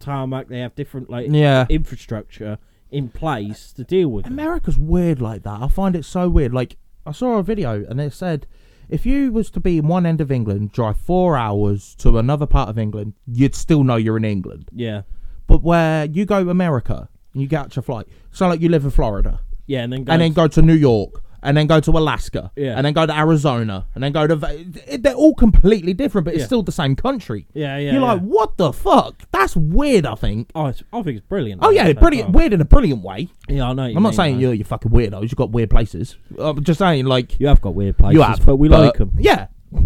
tarmac. They have different like
yeah.
infrastructure in place to deal with. them.
America's weird like that. I find it so weird. Like I saw a video and it said if you was to be in one end of England, drive four hours to another part of England, you'd still know you're in England.
Yeah,
But where you go America and you catch a flight, so like you live in Florida
yeah, and then go
and then go to New York and then go to Alaska
Yeah.
and then go to Arizona and then go to Va- it- they're all completely different, but it's
Yeah.
still the same country.
Yeah, yeah.
You're
yeah.
like, what the fuck? That's weird. I think.
Oh, it's, I think it's brilliant.
Oh yeah,
That's
brilliant.
far.
Weird in a brilliant way.
Yeah, I know.
I'm not saying you're you fucking weirdos. You've got weird places. I'm just saying, like
You have got weird places,
you have,
but we like 'em. *laughs*
Yeah, *laughs*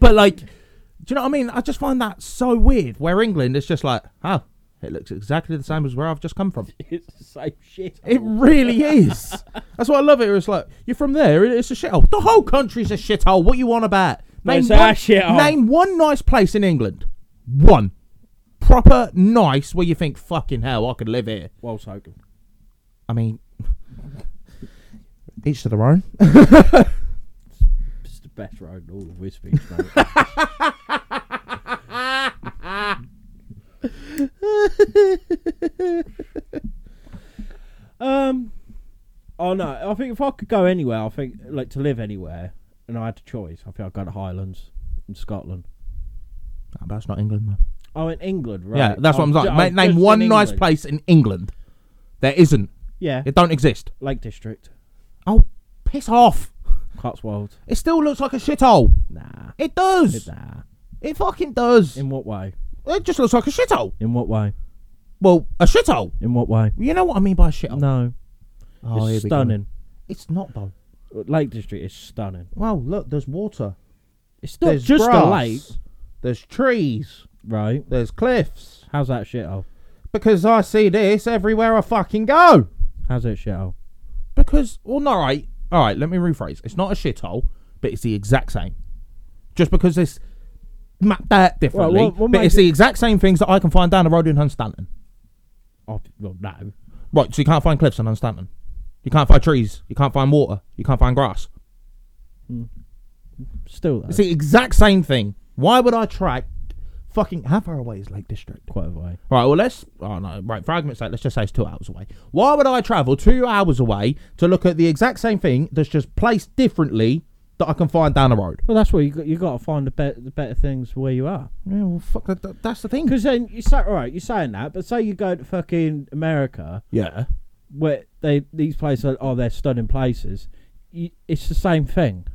but like, do you know what I mean? I just find that so weird. Where England is just like, oh, it looks exactly the same as where I've just come from.
It's the same shit.
It really is.
*laughs*
That's what I love. It was like you're from there. It's a shithole. The whole country's a shithole. What you want about?
it's our shithole.
name one nice place in England. One proper nice where you think fucking hell I could live here.
well spoken.
I mean, *laughs* each to their own. *laughs*
It's the best road in all of Wisbeach,
*laughs*
mate. um, oh no, I think if I could go anywhere, I think like to live anywhere, and I had a choice, I think I'd go to Highlands in Scotland.
Ah, but that's not England, though.
Oh, in England, right?
Yeah, that's what I'm
ju-
saying. Mate,
I'm
name
just
one
in
nice
England.
place in England. There isn't.
Yeah,
It don't exist.
Lake District,
Oh, piss off.
Cotswolds.
It still looks like a shithole.
Nah,
It does. It,
nah.
fucking does.
In what way?
It just looks like a shithole.
In what way?
Well, a shithole.
In what way?
You know what I mean by a shithole?
No,
Oh, here
it's
we go.
stunning.
It's not, though.
Lake District is stunning.
Well, look, there's water.
It's not
There's
just
grass.
a lake,
There's trees.
right?
There's cliffs.
How's that shithole?
Because I see this everywhere I fucking go.
How's it shithole?
Because, well, no, all right, all right. Let me rephrase. It's not a shithole, but it's the exact same. Just because it's mapped out differently,
what- what
but
makes
it's the exact same things that I can find down the road in Hunstanton.
Oh, well, no.
Right, so you can't find cliffs in Hunstanton. You can't find trees. You can't find water. You can't find grass.
Still, though.
It's the exact same thing. Why would I track fucking how far away is Lake District?
quite a way.
Right, well, let's. Oh, no. Right, for argument's sake, let's just say it's two hours away. Why would I travel two hours away to look at the exact same thing that's just placed differently that I can find down the road?
Well, that's where you got, you got to find the, be- the better things where you are.
Yeah, well, fuck, that, that- that's the thing.
Because then you say, all right, you're saying that, but say you go to fucking America,
Yeah.
where they these places are, oh, they're stunning places. You, it's the same thing.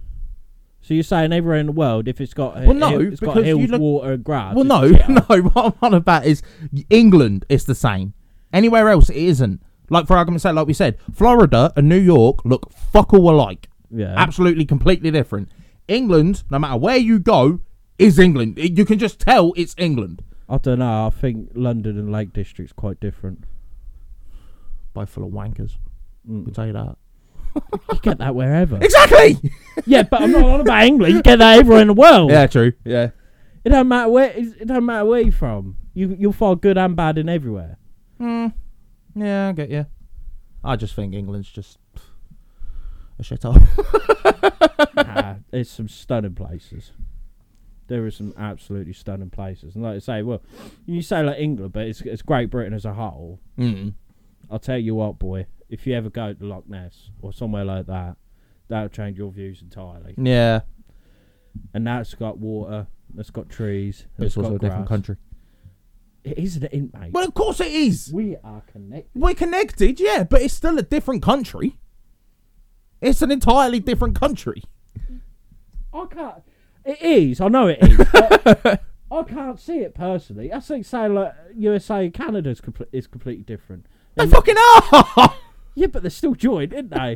So you're saying everywhere in the world, if it's got
Well, no,
it's got
because you
hills,
look-
water, and grass.
Well,
it's
no, *laughs*
shithole.
no. What I'm on about is England is the same. Anywhere else, it isn't. Like, for argument's sake, like we said, Florida and New York look fuck all alike.
Yeah.
Absolutely, completely different. England, no matter where you go, is England. It- You can just tell it's England
I don't know. I think London and Lake District's quite different.
by full of wankers.
Mm.
We'll tell you that.
You get
*laughs*
that wherever.
Exactly.
yeah, but I'm not on about England. You get that everywhere in the world.
yeah, true. Yeah.
It don't matter where. It don't matter where you're from. You you'll find good and bad in everywhere.
Mm. Yeah, I get you. I just think England's just a shithole.
nah, it's some stunning places. There are some absolutely stunning places, and like I say, well, you say like England, but it's it's Great Britain as a whole.
mm.
I'll tell you what, boy, if you ever go to Loch Ness or somewhere like that, that'll change your views entirely.
*laughs* Yeah.
And that's got water, that's got trees,
But it's
that's
also
got
a different
grass.
country.
It is an inmate.
Well, of course it is.
We are connected.
We're connected, yeah, but it's still a different country. It's an entirely different country.
I can't. It is. I know it is.
*laughs*
but I can't see it personally. I think say like USA and Canada is, comple- is completely different.
They fucking are.
Yeah, but they're still joined, didn't they?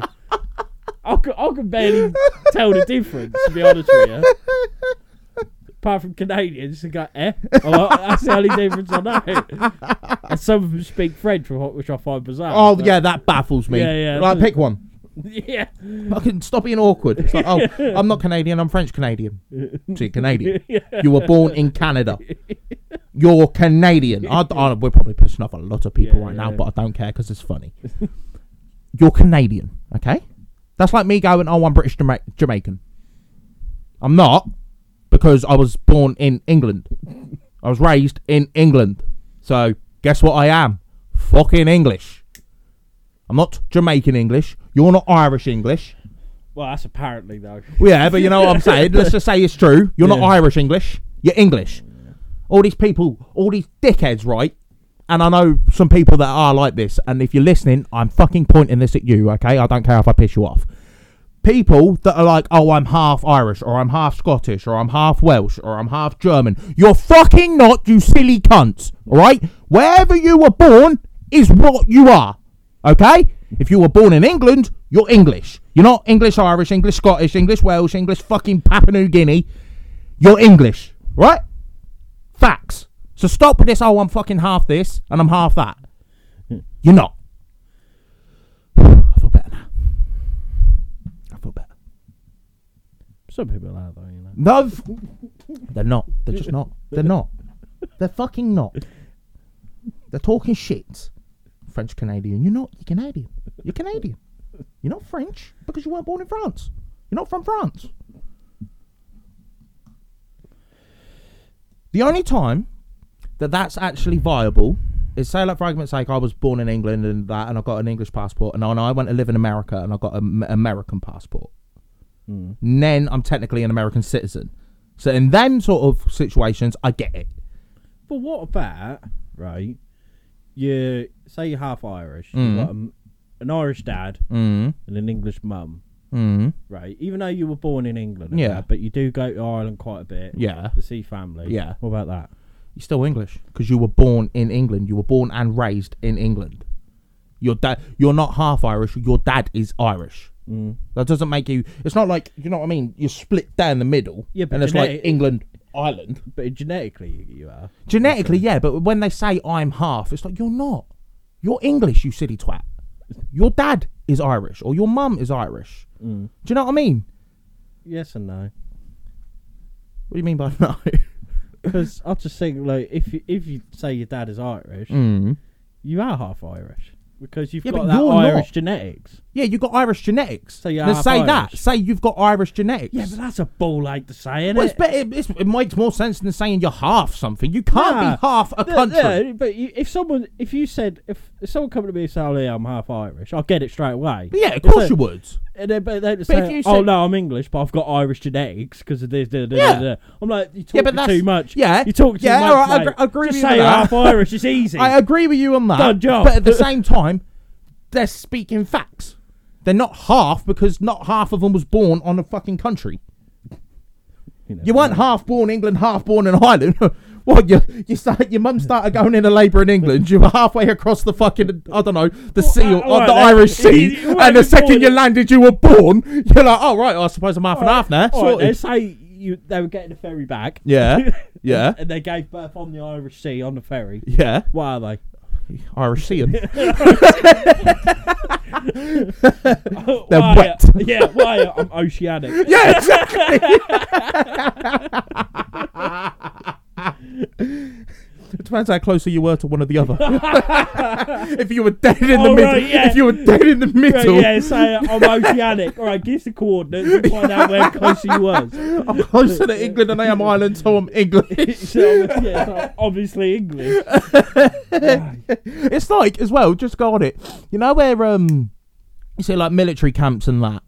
I could, I could barely tell the difference, to be honest with you. Apart from Canadians who go, eh? Oh, that's the only difference I know. And some of them speak French, wh- which I find bizarre.
Oh
but-
yeah, that baffles me.
Yeah, yeah.
Like, pick one.
*laughs* Yeah.
*laughs* Fucking stop being awkward. It's
*laughs*
like, oh, I'm not Canadian. I'm French Canadian. So you're
*laughs*
Canadian. You were born in Canada. You're Canadian. I, I- we're probably pissing off a lot of people
Yeah,
right
yeah,
now,
yeah.
but I don't care because it's funny. *laughs* you're Canadian, okay? That's like me going, oh, I'm British Jama- Jamaican. I'm not because I was born in England. I was raised in England. So guess what I am? Fucking English. I'm not Jamaican English. You're not Irish English.
Well, that's apparently, though.
Well, Yeah, but you know what I'm saying. Let's just say it's true. You're not
Yeah.
Irish English. You're English. All these people, all these dickheads, right? And I know some people that are like this. And if you're listening, I'm fucking pointing this at you, okay? I don't care if I piss you off. People that are like, oh, I'm half Irish, or I'm half Scottish, or I'm half Welsh, or I'm half German. You're fucking not, you silly cunts, all right? Wherever you were born is what you are, okay? If you were born in England, you're English. You're not English, Irish, English, Scottish, English, Welsh, English, fucking Papua New Guinea. You're English, right? Facts. So stop with this, oh, I'm fucking half this and I'm half that. You're not. *sighs* I feel better now. I feel better.
Some people are, though, you know.
No, f- they're not. They're just not. They're not. They're fucking not. They're talking shit. French Canadian. You're not. You're Canadian. You're Canadian. You're not French because you weren't born in France. You're not from France. The only time that that's actually viable is say like for argument's sake I was born in England and that and I got an English passport and then I went to live in America and I got an American passport and then I'm technically an American citizen. So in them sort of situations, I get it.
But what about, right? You say you're half Irish,
Mm.
you've got a, an Irish dad
Mm.
and an English mum,
Mm.
right? Even though you were born in England, and
Yeah.
that, but you do go to Ireland quite a bit.
Yeah.
to see family.
Yeah.
What about that?
You're still English because you were born in England. You were born and raised in England. Your dad, you're not half Irish. Your dad is Irish.
Mm.
That doesn't make you. It's not like you know what I mean. You're split down the middle.
Yeah, but
and it's like
genetic-
England, Ireland.
But genetically, you, you are.
Genetically, yeah, but when they say I'm half, it's like you're not. You're English, you silly twat. Your dad is Irish or your mum is Irish.
Mm.
Do you know what I mean?
Yes and no.
What do you mean by *laughs* no?
Because I just think, like, if you, if you say your dad is Irish,
mm.
you are half Irish because you've
Yeah,
got
but
that
you're
Irish
not.
genetics.
Yeah, you've got Irish genetics.
So you're
Let's
half
say that.
Irish.
Say you've got Irish genetics.
Yeah, but that's a ball ache to say, isn't
well, it's
it?
better, it's, it makes more sense than saying you're half something. You can't
Nah.
be half a
No,
country.
no, but you, if someone, if you said, if, if someone come to me and said, "Oh, yeah, I'm half Irish," I'll get it straight away.
But yeah, of
If
course
they-
you would.
And then, but then
if
say,
you
"Oh
said-
no, I'm English, but I've got Irish genetics because of this." Da, da,
Yeah.
da, da. I'm like, you talk
Yeah, but that's-
too much.
yeah,
you talk too
yeah,
much.
alright, I
mate.
agree- I agree
Just
with
say
you
you're
there.
half Irish. It's easy.
*laughs* I agree with you on that.
Done job.
But at the same time, they're speaking facts. They're not half because not half of them was born on a fucking country.
you, know,
You weren't half born England, half born in Ireland. *laughs* What you you start your mum started going into labour in England. You were halfway across the fucking I don't know the sea
uh,
or
alright
the
then.
Irish
You-
Sea,
you weren't
and the
even
second
born
you
yet.
landed, you were born. *laughs* You're like, oh right, I suppose I'm half and half now.
All right,
Sorted.
let's say you, they were getting a ferry back.
Yeah,
*laughs*
yeah,
And they gave birth on the Irish Sea on the ferry.
yeah.
Why are they? *laughs*
Irish Sea.
They're
wet.
*laughs* Yeah, why? are- I'm
*laughs*
oceanic.
yeah, exactly.
*laughs*
*laughs* It depends how close you were to one or the
*laughs*
other. *laughs* if you were dead in the
Oh,
middle,
right, yeah.
if you were dead in the
*laughs* Right,
middle,
yeah, so uh, I'm oceanic. All right, give us the coordinates and find out where close you was.
I'm closer to England than I am Ireland, so I'm English.
*laughs* So, yeah, so obviously English.
*laughs* It's like as well, just go on it. You know where um you see like military camps and that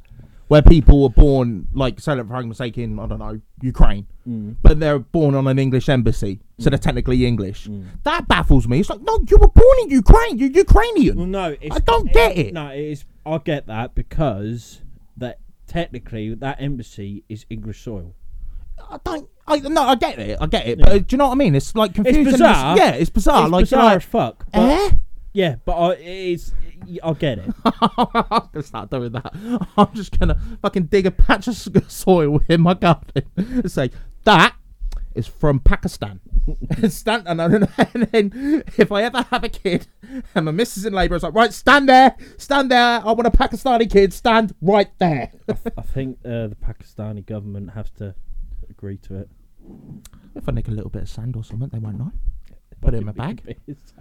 where people were born like say like, for argument's sake in I don't know, Ukraine. But they're born on an English embassy, so they're technically English. That baffles me. It's like, no, you were born in Ukraine, you're Ukrainian.
Well, no, it's,
I don't get it.
No, it is. I get that because that technically that embassy is English soil.
I don't I no, I get it, I get it. But uh, do you know what I mean? It's like confusing.
bizarre.
yeah, it's bizarre.
it's
like
bizarre
you're
as fuck. But
like, eh?
Yeah, but I, it's I get it.
*laughs* I'm gonna start doing that. *laughs* I'm just gonna fucking dig a patch of s- *laughs* soil in my garden *laughs* and say that is from Pakistan. *laughs* stand and *laughs* then, and then if I ever have a kid and my missus in labour, it's like right, stand there, stand there. I want a Pakistani kid. Stand right there.
I think uh, the Pakistani government has to agree to it.
if I nick a little bit of sand or something, they won't know. Put it in my bag.
*laughs* It's-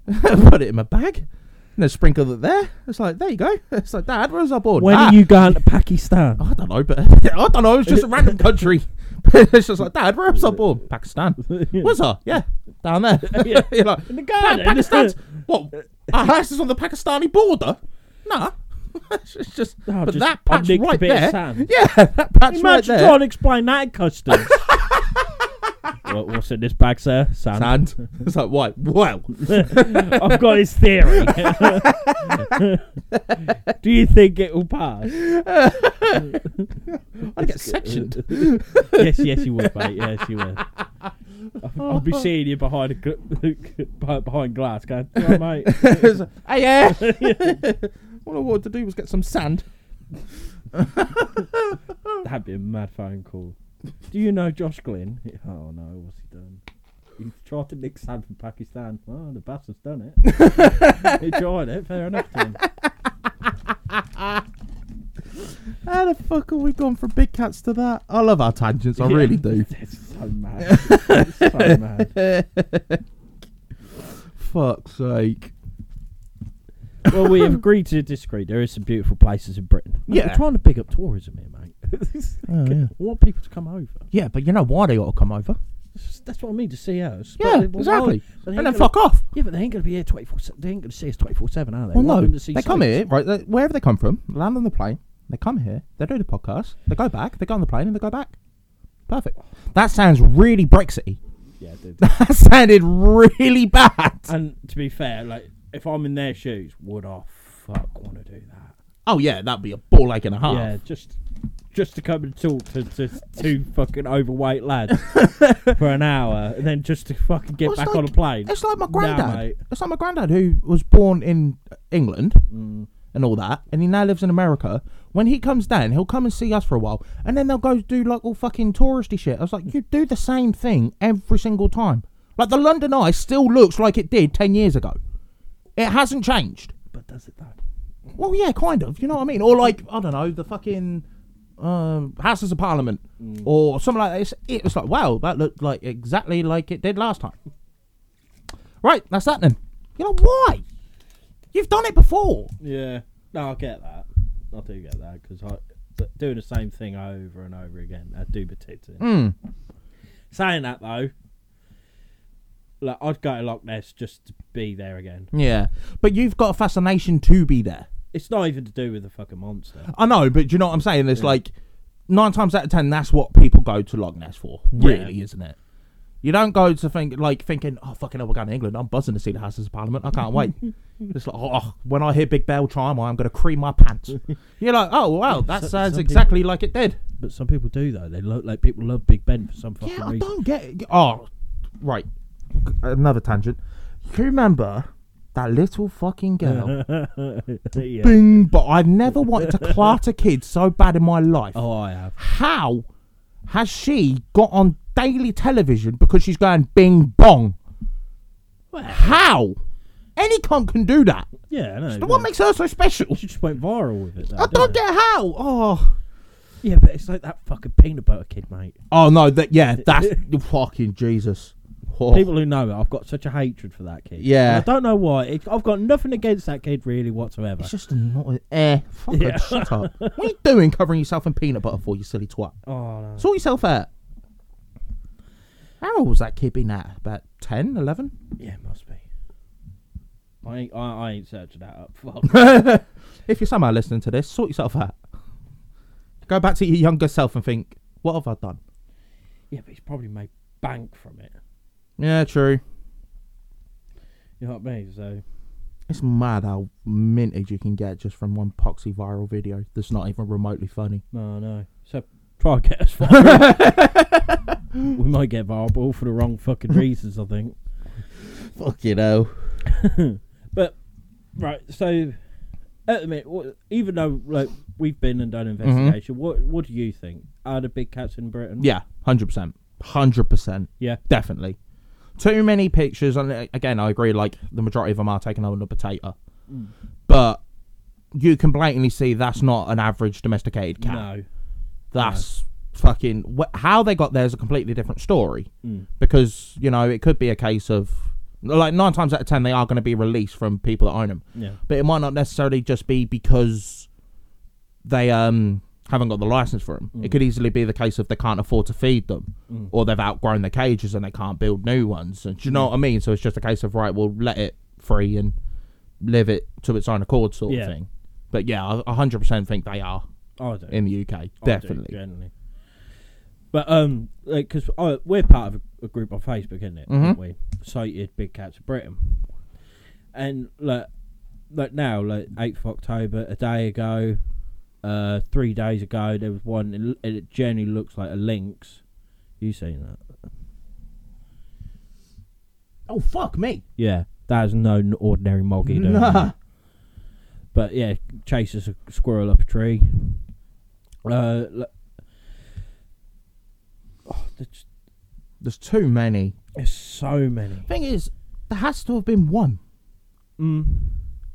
*laughs* Put it in my bag. And then sprinkle it there. It's like there you go. *laughs* It's like Dad, where's our board?
when
Ah.
are you going to Pakistan?
I don't know, but *laughs* I don't know.
*laughs*
It's just a random country. *laughs* it's just like, Dad, where was I born? Pakistan.
*laughs*
Was I? Yeah, down there.
Yeah.
*laughs* You're like,
In the
"Pa-
garden." *laughs*
Pakistan's what? Our house is on the Pakistani border. Nah. *laughs* it's just, but
No, Oh, just-
that
I
patch
nicked a
right
bit of
there.
sand.
*laughs* Yeah, that patch
Imagine
right there.
trying to explain that in customs.
*laughs*
what, what's in this bag, sir? Sand.
Sand. It's like, why? Well,
*laughs* I've got
*laughs*
his theory. Do you think it
*laughs*
will pass?
I get sectioned.
*laughs*
*laughs*
yes, yes, you would, mate. Yes, you would. I'll be seeing you behind a gl- *laughs* behind glass, going, "Do you all right, mate.
*laughs* It's like, hey,
*laughs*
yeah. *laughs* All I wanted to do was get some sand.
That'd be a mad phone call. Do you know Josh Glynn? *laughs* Oh no, what's he done? He tried to nick sand from Pakistan. Oh, the bastard's done
*laughs*
it. he tried it. Fair enough to him.
How the fuck have we gone from big cats to that? I love our tangents. I really do.
It's so mad. It's so
*laughs*
mad.
Fuck's sake.
Well, we have agreed to disagree. There is some beautiful places in Britain. Mate,
Yeah.
we're trying to pick up tourism here, mate.
Oh, yeah.
I want people to come over.
Yeah, but you know why they ought to come over.
That's- That's what I mean to see us. But
Yeah,
they- but
exactly.
why- but they
And
ain't
then
gonna-
fuck off.
Yeah, but they ain't gonna be here twenty four. They ain't gonna see us twenty four seven, are they?
Well,
Why
no,
wouldn't see
they come
sights?
here, right? They, wherever they come from, land on the plane. They come here. They do the podcast. They go back. They go on the plane and they go back. Perfect. That sounds really Brexity. *laughs*
Yeah, dude.
That sounded really bad.
and to be fair, like if I'm in their shoes, would I fuck want to do that?
Oh yeah, that'd be a ball ache and a half.
Yeah, just just to come and talk to, to two fucking
*laughs*
overweight lads for an hour, and then just to fucking get
Well, it's
back
like-
on a plane.
It's like my
Nah,
granddad.
mate.
it's like my granddad who was born in England
Mm.
and all that, and he now lives in America. When he comes down, he'll come and see us for a while, and then they'll go do like all fucking touristy shit. I was like, you do the same thing every single time. Like the London Eye still looks like it did ten years ago. It hasn't changed.
But does it though?
Well, yeah, kind of. You know what I mean? Or like I don't know, the fucking um, Houses of Parliament or something like that. It's, it was like, wow, that looked like exactly like it did last time. Right, that's that then. You know why? You've done it before.
Yeah. No, I get that. I do get that because I but doing the same thing over and over again. I do particularly.
Mm.
Saying that though, like I'd go to Loch Ness just to be there again.
Yeah, but you've got a fascination to be there.
It's not even to do with the fucking monster.
I know, but do you know what I'm saying? It's like nine times out of ten, that's what people go to Loch Ness for,
Yeah.
really, isn't it? You don't go to think like thinking, oh fucking hell, we're going to England. I'm buzzing to see the Houses of Parliament. I
*laughs*
can't wait. it's like, oh, when I hear Big Bell chime, I'm going to cream my pants. *laughs* You're like, oh wow, that
so-
sounds
some
exactly like it did.
But some people do though. They look like people love Big Ben for some fucking
Yeah, I
reason.
don't get. It. Oh, Right. Another tangent. You remember that little fucking
*laughs*
girl?
yeah.
Bing, but I've never wanted to clarter kids so bad in my life.
Oh, I have.
How has she got on daily television because she's going bing bong? How? Any cunt can do that.
Yeah, I know.
But what
but
makes her so special?
She just went viral with it. Though,
I
didn't
don't get how. Oh,
it? Yeah, but it's like that fucking peanut butter kid, mate.
oh no. That yeah. *laughs* That's fucking Jesus. Oh.
People who know it, I've got such a hatred for that kid.
Yeah.
And I don't know why. It, I've got nothing against that kid really whatsoever.
It's just annoying. Eh, fuck it, shut *laughs* up. What are you doing covering yourself in peanut butter for, you silly twat?
Oh, no.
Sort yourself out. How old was that kid being at? About 10, 11?
Yeah, it must be. I ain't, I, I ain't searching that up.
*laughs*
Fuck.
If you're somehow listening to this, sort yourself out. Go back to your younger self and think, what have I done?
yeah, but he's probably made bank from it.
Yeah, true.
You know what I mean? So,
It's mad how mintage you can get just from one poxy viral video that's not even remotely funny.
no, no. So, try and get us
*laughs*
viral. we might get viral for the wrong fucking reasons, I think.
Fuck you know.
But, right, so, at the minute, what, even though, like, we've been and done
Mm-hmm.
investigation, what what do you think? Are the big cats in Britain?
Yeah, 100%. 100%.
Yeah.
definitely. Too many pictures, and uh, again, I agree. Like the majority of them are taken on a potato, but you can blatantly see that's not an average domesticated cat.
No.
that's fucking wh- how they got there is a completely different story because you know it could be a case of like nine times out of ten they are going to be released from people that own them,
Yeah.
but it might not necessarily just be because they um haven't got the license for them. It could easily be the case of they can't afford to feed them, or they've outgrown their cages and they can't build new ones. And do you know what I mean? So it's just a case of right, we'll let it free and live it to its own accord, sort
Yeah.
of thing. But yeah, I- I hundred percent think they are
I do.
in the UK,
Oh, I do,
definitely.
generally. But um, because we're part of a, a group on Facebook, isn't
Mm-hmm.
it? Aren't we cited Big Cats of Britain, and like, like now, like eighth of October, a day ago, uh, three days ago, there was one, and it- and it generally looks like a lynx. You seen that?
Oh fuck me!
Yeah, that is no n- ordinary moggy. doing
Nah.
that. But yeah, chases a squirrel up a tree. Uh, like, oh, there's
There's too many.
There's so many.
Thing is, there has to have been one.
Mm.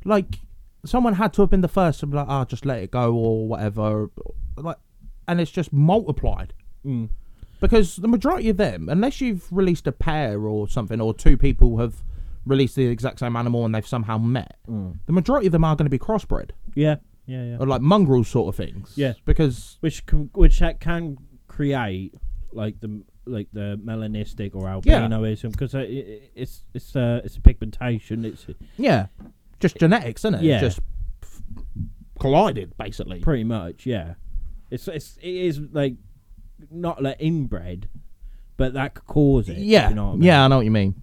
like someone had to have been the first to be like, oh, just let it go or whatever. Like, and it's just multiplied
Mm.
because the majority of them, unless you've released a pair or something, or two people have released the exact same animal and they've somehow met,
Mm.
the majority of them are going to be crossbred
Yeah, yeah, yeah.
or like mongrel sort of things.
Yeah.
because
Which can, which that can create like the like the melanistic or
Yeah.
albinoism because it, it, it's it's uh, it's a pigmentation. It's
yeah, just genetics, isn't it?
Yeah.
just f- collided basically.
pretty much yeah. It's it's it is like not like inbred, but that could cause it. if
yeah,
you know what I mean.
yeah, I know what you mean.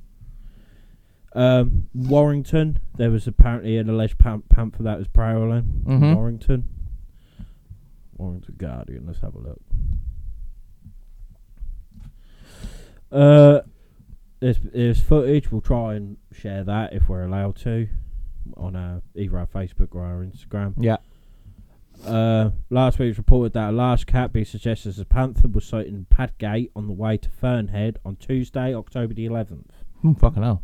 Um, Warrington, there was apparently an alleged pan- panther that was prowling.
Mhm.
Warrington. Warrington Guardian, let's have a look. Uh, there's, there's footage, we'll try and share that if we're allowed to on our, either our Facebook or our Instagram.
Yeah,
Uh, last week it was reported that a large cat being suggested as a panther was sighted in Padgate on the way to Fernhead on Tuesday, October the 11th.
Hmm, fucking hell.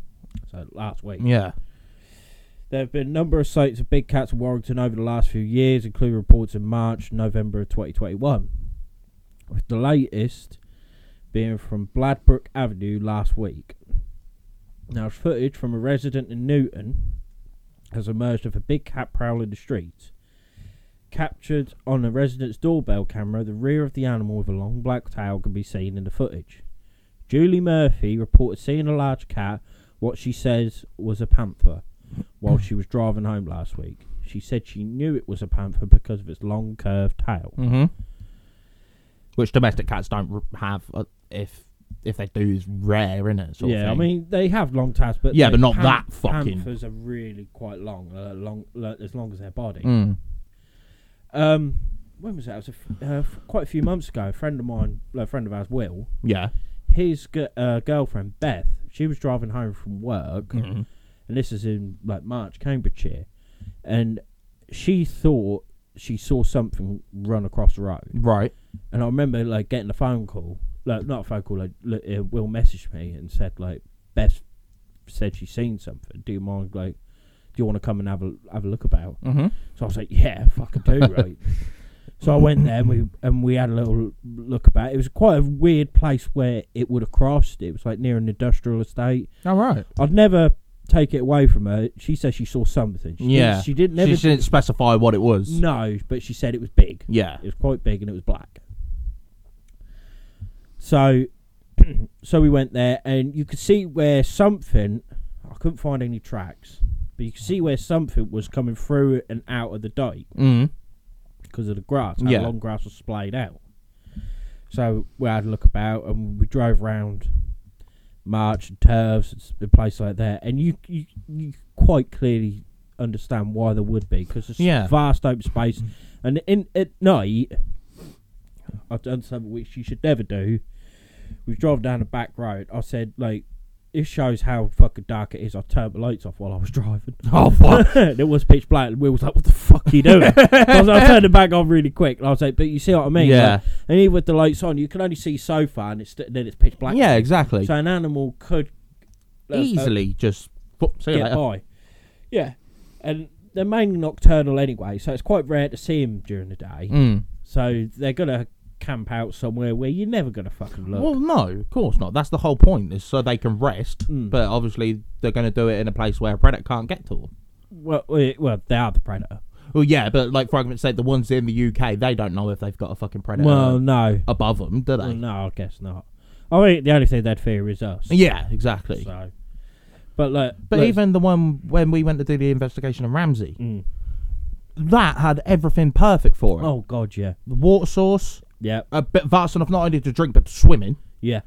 So last week.
Yeah,
There have been a number of sites of big cats in Warrington over the last few years, including reports in March and November of 2021, with the latest being from Bladbrook Avenue last week. Now, footage from a resident in Newton has emerged of a big cat prowling the street. Captured on a resident's doorbell camera, the rear of the animal with a long black tail can be seen in the footage. Julie Murphy reported seeing a large cat, what she says was a panther, while she was driving home last week. She said she knew it was a panther because of its long curved tail.
hmm Which domestic cats don't r- have, uh, if if they do, is rare, in it? Sort of
yeah, I
thing.
mean they have long tails, but
Yeah,
they-
but not
pan-
that fucking-
Panthers are really quite long, uh, long like, as long as their body.
Mm.
Um, when was that? It was a f- uh, f- quite a few months ago. A friend of mine, like, a friend of ours, Will,
yeah,
his g- uh, girlfriend Beth, she was driving home from work,
Mhm.
and this is in like March, Cambridgeshire, and she thought she saw something run across the road,
Right.
and I remember like getting a phone call, like not a phone call, like li- uh, Will messaged me and said like Beth said she's seen something. Do you mind like, do you want to come and have a have a look about?
Mm-hmm.
So I was like, yeah, fucking do right. so I went there and we and we had a little look about. It was quite a weird place where it would have crossed. It was like near an industrial estate.
All right.
I'd never take it away from her. She says she saw something. She didn't-
Yeah.
she didn't never.
she just didn't specify what it was.
no, but she said it was big.
Yeah.
It was quite big and it was black. So, *clears throat* so we went there and you could see where something. I couldn't find any tracks, but you could see where something was coming through and out of the dike
Mm.
because of the grass, how
Yeah.
long grass was splayed out. So we had a look about and we drove round March and Turves and s- a place like that, and you you, you quite clearly understand why there would be because it's
Yeah.
vast open space, and in at night, I've done something which you should never do. We've driven down a back road. I said like. It shows how fucking dark it is. I turned the lights off while I was driving.
Oh, fuck.
*laughs* and it was pitch black, and Will was like, "What the fuck are
*laughs*
you doing?" I, was, I turned it back on really quick, and I was like, "But you see what I mean?"
Yeah.
Like, and even with the lights on, you can only see so far, and it's and then it's pitch black.
yeah. Exactly.
So an animal could uh, uh,
Easily just. Oh, see you
get
later.
by. Yeah, and they're mainly nocturnal anyway, so it's quite rare to see them during the day.
Mm.
So they're gonna camp out somewhere where you're never gonna fucking look.
Well, no, of course not. That's the whole point, is so they can rest.
Mm.
But obviously, they're going to do it in a place where a predator can't get to them.
Well, well, well, they are the predator.
Well, yeah, but like for argument's sake, the ones in the UK, they don't know if they've got a fucking predator Oh,
Well, no,
above them, do they?
well, no, I guess not. I mean, the only thing they'd fear is us.
Yeah, exactly.
Mm. So, but like,
but
look-
even the one when we went to do the investigation of Ramsey,
Mm.
that had everything perfect for it.
oh god, yeah,
The water source,
yeah,
a bit vast enough not only to drink but to swim in,
yeah,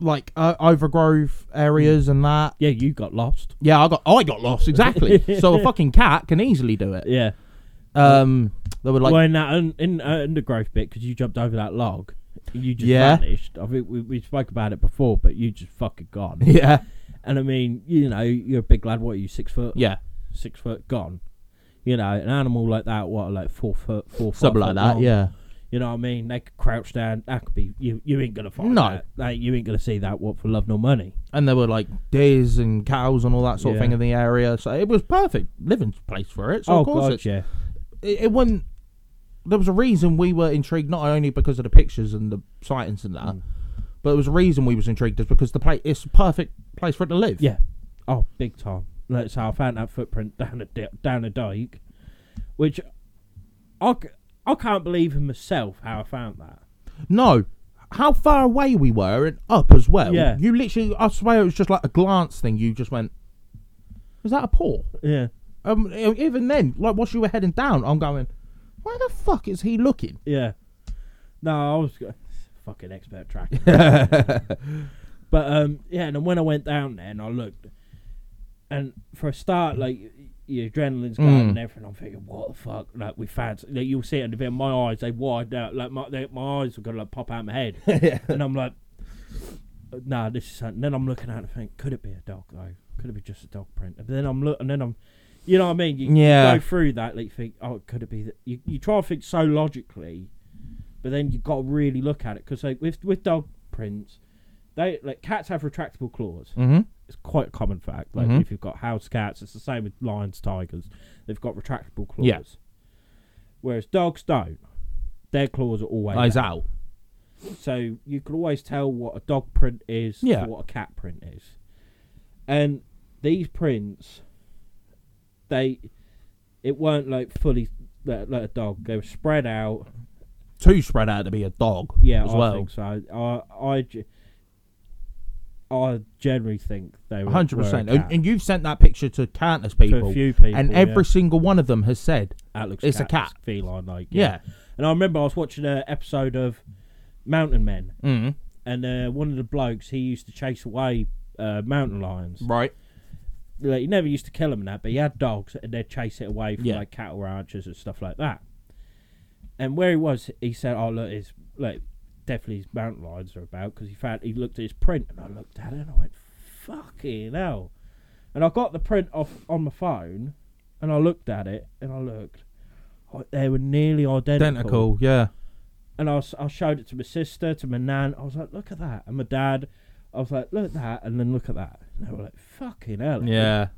like uh, overgrowth
Mm.
areas and that.
yeah. You got lost.
Yeah, I got I got lost
*laughs*
exactly. so a fucking cat can easily do it.
Yeah.
Um, they were like,
well, in that un- in uh, undergrowth bit, because you jumped over that log, you just
Yeah.
vanished. I think we, we spoke about it before, but you just fucking gone.
*laughs* yeah,
and I mean, you know, you're a big lad. What are you? Six foot?
yeah,
Six foot gone. You know, an animal like that, what like four foot, four
something like
five foot
that.
long,
Yeah,
You know what I mean? They could crouch down. That could be you. You ain't gonna find
No.
that. Like, you ain't gonna see that. What for love nor money?
and there were like deers and cows and all that sort of
Yeah.
thing in the area. So it was perfect living place for it. So
oh
of course
god,
it,
yeah.
it, it wasn't. There was a reason we were intrigued, not only because of the pictures and the sightings and that,
Mm.
but it was a reason we was intrigued is because the place it's a perfect place for it to live.
Yeah. Oh, big time. Like, so I found that footprint *laughs* down a di- down a dike, which I, c- I can't believe in myself how I found that.
No, how far away we were and up as well.
Yeah.
You literally, I swear, it was just like a glance thing. You just went, "Was that a paw?"
Yeah.
Um, e- even then, like whilst you were heading down, I'm going, "Where the fuck is he looking?"
Yeah. No, I was go- fucking
*laughs*
expert tracking. but um, yeah, and then when I went down there and I looked, and for a start, like y- your adrenaline's going
Mm.
and everything. I'm thinking, what the fuck? Like we found. s- Like, you'll see it in the video. My eyes, they wide out. Like my they, my eyes were gonna like pop out of
*laughs*
my head. And I'm like, nah, this is. Something. Then I'm looking at it and think, could it be a dog though? Could it be just a dog print? And then I'm look, and then I'm, you know what I mean? You
Yeah.
go through that, like you think, oh, could it be that? You, you try to think so logically, but then you got to really look at it because like with with dog prints, they like cats have retractable claws.
Mm-hmm.
It's quite a common fact. Like
Mhm.
if you've got house cats, it's the same with lions, tigers. They've got retractable claws.
Yeah.
Whereas dogs don't. Their claws are always
Eyes
out.
out.
So you can always tell what a dog print is to
Yeah.
what a cat print is. And these prints, they, it weren't like fully like, like a dog. They were spread out.
Too spread out to be a dog.
Yeah,
as
I
well.
think so. I, I, ge- I generally think they were
Hundred
were a
percent.
cat.
And and you've sent that picture to countless people,
to a few people,
and
yeah.
every single one of them has said,
That looks
it's a
cat's
cat.
feline like
"Yeah."
And I remember I was watching an episode of Mountain Men,
Mm.
and uh, one of the blokes he used to chase away uh, mountain lions.
Right.
like, he never used to kill them and that, but he had dogs and they'd chase it away from
Yeah.
like cattle ranchers and stuff like that. And where he was, he said, "Oh look, it's like definitely his mountain lions are about because he found he looked at his print and I looked at it and I went, "Fucking hell!" And I got the print off on my phone and I looked at it and I looked, I- they were nearly
Identical, yeah.
and I, was, I showed it to my sister, to my nan. I was like, look at that. And my dad, I was like, look at that. And then look at that. And they were like, fucking hell.
Yeah.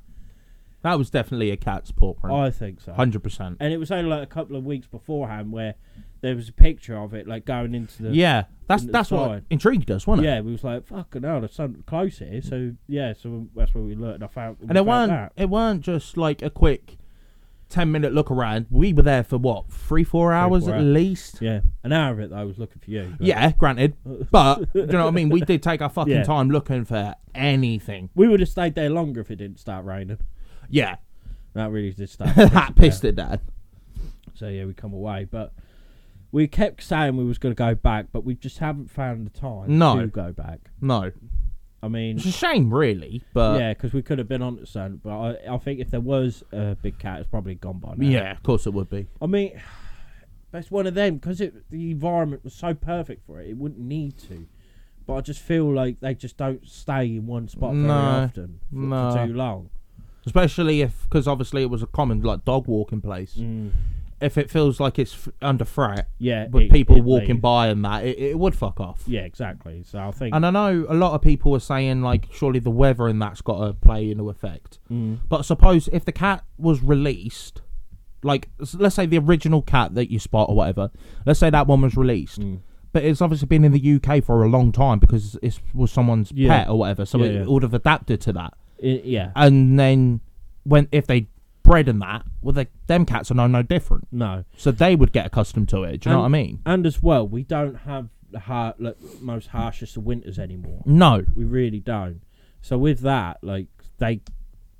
That was definitely a cat's paw print.
I think so.
100%.
And it was only like a couple of weeks beforehand where there was a picture of it, like going into the.
Yeah. That's
in the
that's what
side.
intrigued us, wasn't it?
Yeah, we was like, fucking hell, there's something close here. So, yeah, so that's where we learned. I found. we
And it
found
weren't
That.
it weren't just like a quick ten minute look around. We were there for what, three, four hours
four
at
hours.
least?
Yeah. An hour of it, though, I was looking for you. but-
Yeah, granted. But do you know what I mean? We did
*laughs*
take our fucking
Yeah.
time looking for anything.
We would have stayed there longer if it didn't start raining.
Yeah.
That really did
*laughs*
start.
that pissed it down.
So yeah, we come away, but we kept saying we was going to go back, but we just haven't found the time
No.
to go back.
No. *laughs*
I mean,
It's a shame really, but yeah,
yeah, because we could have been on to something, but I, I think if there was a big cat, it's probably gone by now.
of course it would be.
I mean, but it's one of them because the environment was so perfect for it, it wouldn't need to. But I just feel like they just don't stay in one spot very
No.
often for, for
No.
too long.
Especially if, because obviously it was a common like dog walking place. If it feels like it's f- under threat
Yeah,
with
it-
people
it
walking
leaves.
by and that, it, it would fuck off.
Yeah, exactly. So I think
And I know a lot of people were saying like, surely the weather and that's got to play into effect.
Mm.
But suppose if the cat was released, like s- let's say the original cat that you spot or whatever, let's say that one was released,
Mm.
but it's obviously been in the UK for a long time because it was someone's
Yeah.
pet or whatever, so
Yeah,
it
yeah.
would have adapted to that.
it- yeah,
And then when if they bred in that, well, they, them cats are no no different,
no.
so they would get accustomed to it. Do you know what I mean?
And as well, we don't have the har like, most harshest of winters anymore.
No,
We really don't. So with that, like they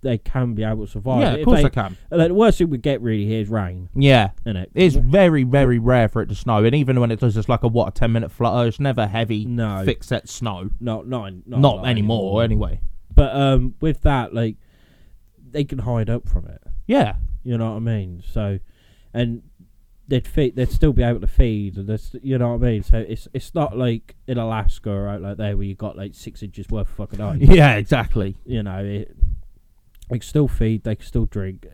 they can be able to survive.
yeah, of
If
course
they,
I can.
Like, the worst thing we get really here is rain,
Yeah,
isn't it?
It's very, very rare for it to snow, and even when it does, it's like a what a ten minute flutter. It's never heavy,
No.
fix set snow.
not not in- not,
Not
like-
anymore, anyway.
But um, with that, like they can hide up from it.
Yeah, *laughs*
You know what I mean? So, and they'd feed, they'd still be able to feed, and that's you know what I mean. So it's it's not like in Alaska or out like there where you got like six inches worth of
*laughs*
fucking ice.
yeah, exactly.
you know, it, they can still feed, they can still drink.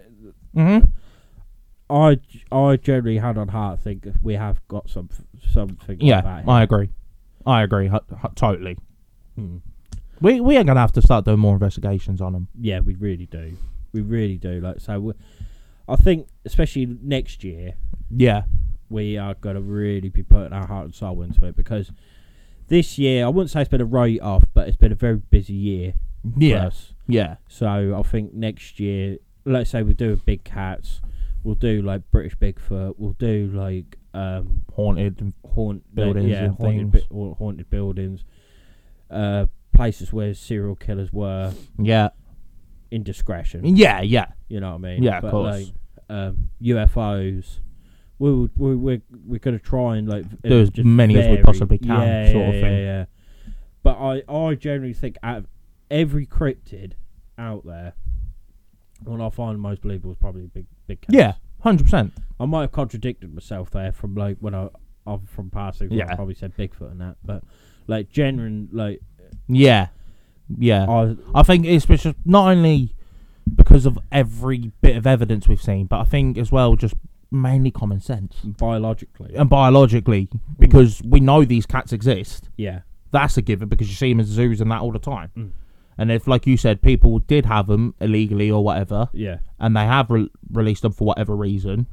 Mm-hmm.
I, I generally, hand on heart, think we have got some something. like
Yeah,
that
I agree. I agree hu- hu- totally.
Hmm.
We we are gonna have to start doing more investigations on them.
yeah, we really do, we really do. Like so, we, I think especially next year
Yeah,
we are going to really be putting our heart and soul into it because this year I wouldn't say it's been a write off, but it's been a very busy year. for
yeah,
us.
yeah,
So I think next year, let's say we do big cats, we'll do like British Bigfoot, we'll do like um,
haunted.
haunt
Buildings
yeah,
and
haunted,
things.
bu- or haunted buildings, uh, places where serial killers were
Yeah,
indiscretion.
yeah, yeah,
You know what I mean?
Yeah, of course.
Like, um, UFOs. We would, we we're we're gonna try and like v-
Do as
just
many as we
vary.
possibly can,
Yeah,
sort
yeah,
of
yeah,
thing.
yeah. But I I generally think out of every cryptid out there, what I find most believable is probably big big cats.
yeah. Hundred percent.
I might have contradicted myself there from like when I I'm from past things. Yeah. I
Yeah.
probably said Bigfoot and that, but like genuine like
Yeah, yeah.
I
I think it's it's just not only because of every bit of evidence we've seen, but I think as well just mainly common sense
biologically.
and biologically
Mm.
because we know these cats exist.
Yeah.
That's a given because you see them in zoos and that all the time.
Mm.
And if, like you said, people did have them illegally or whatever,
Yeah.
and they have re- released them for whatever reason,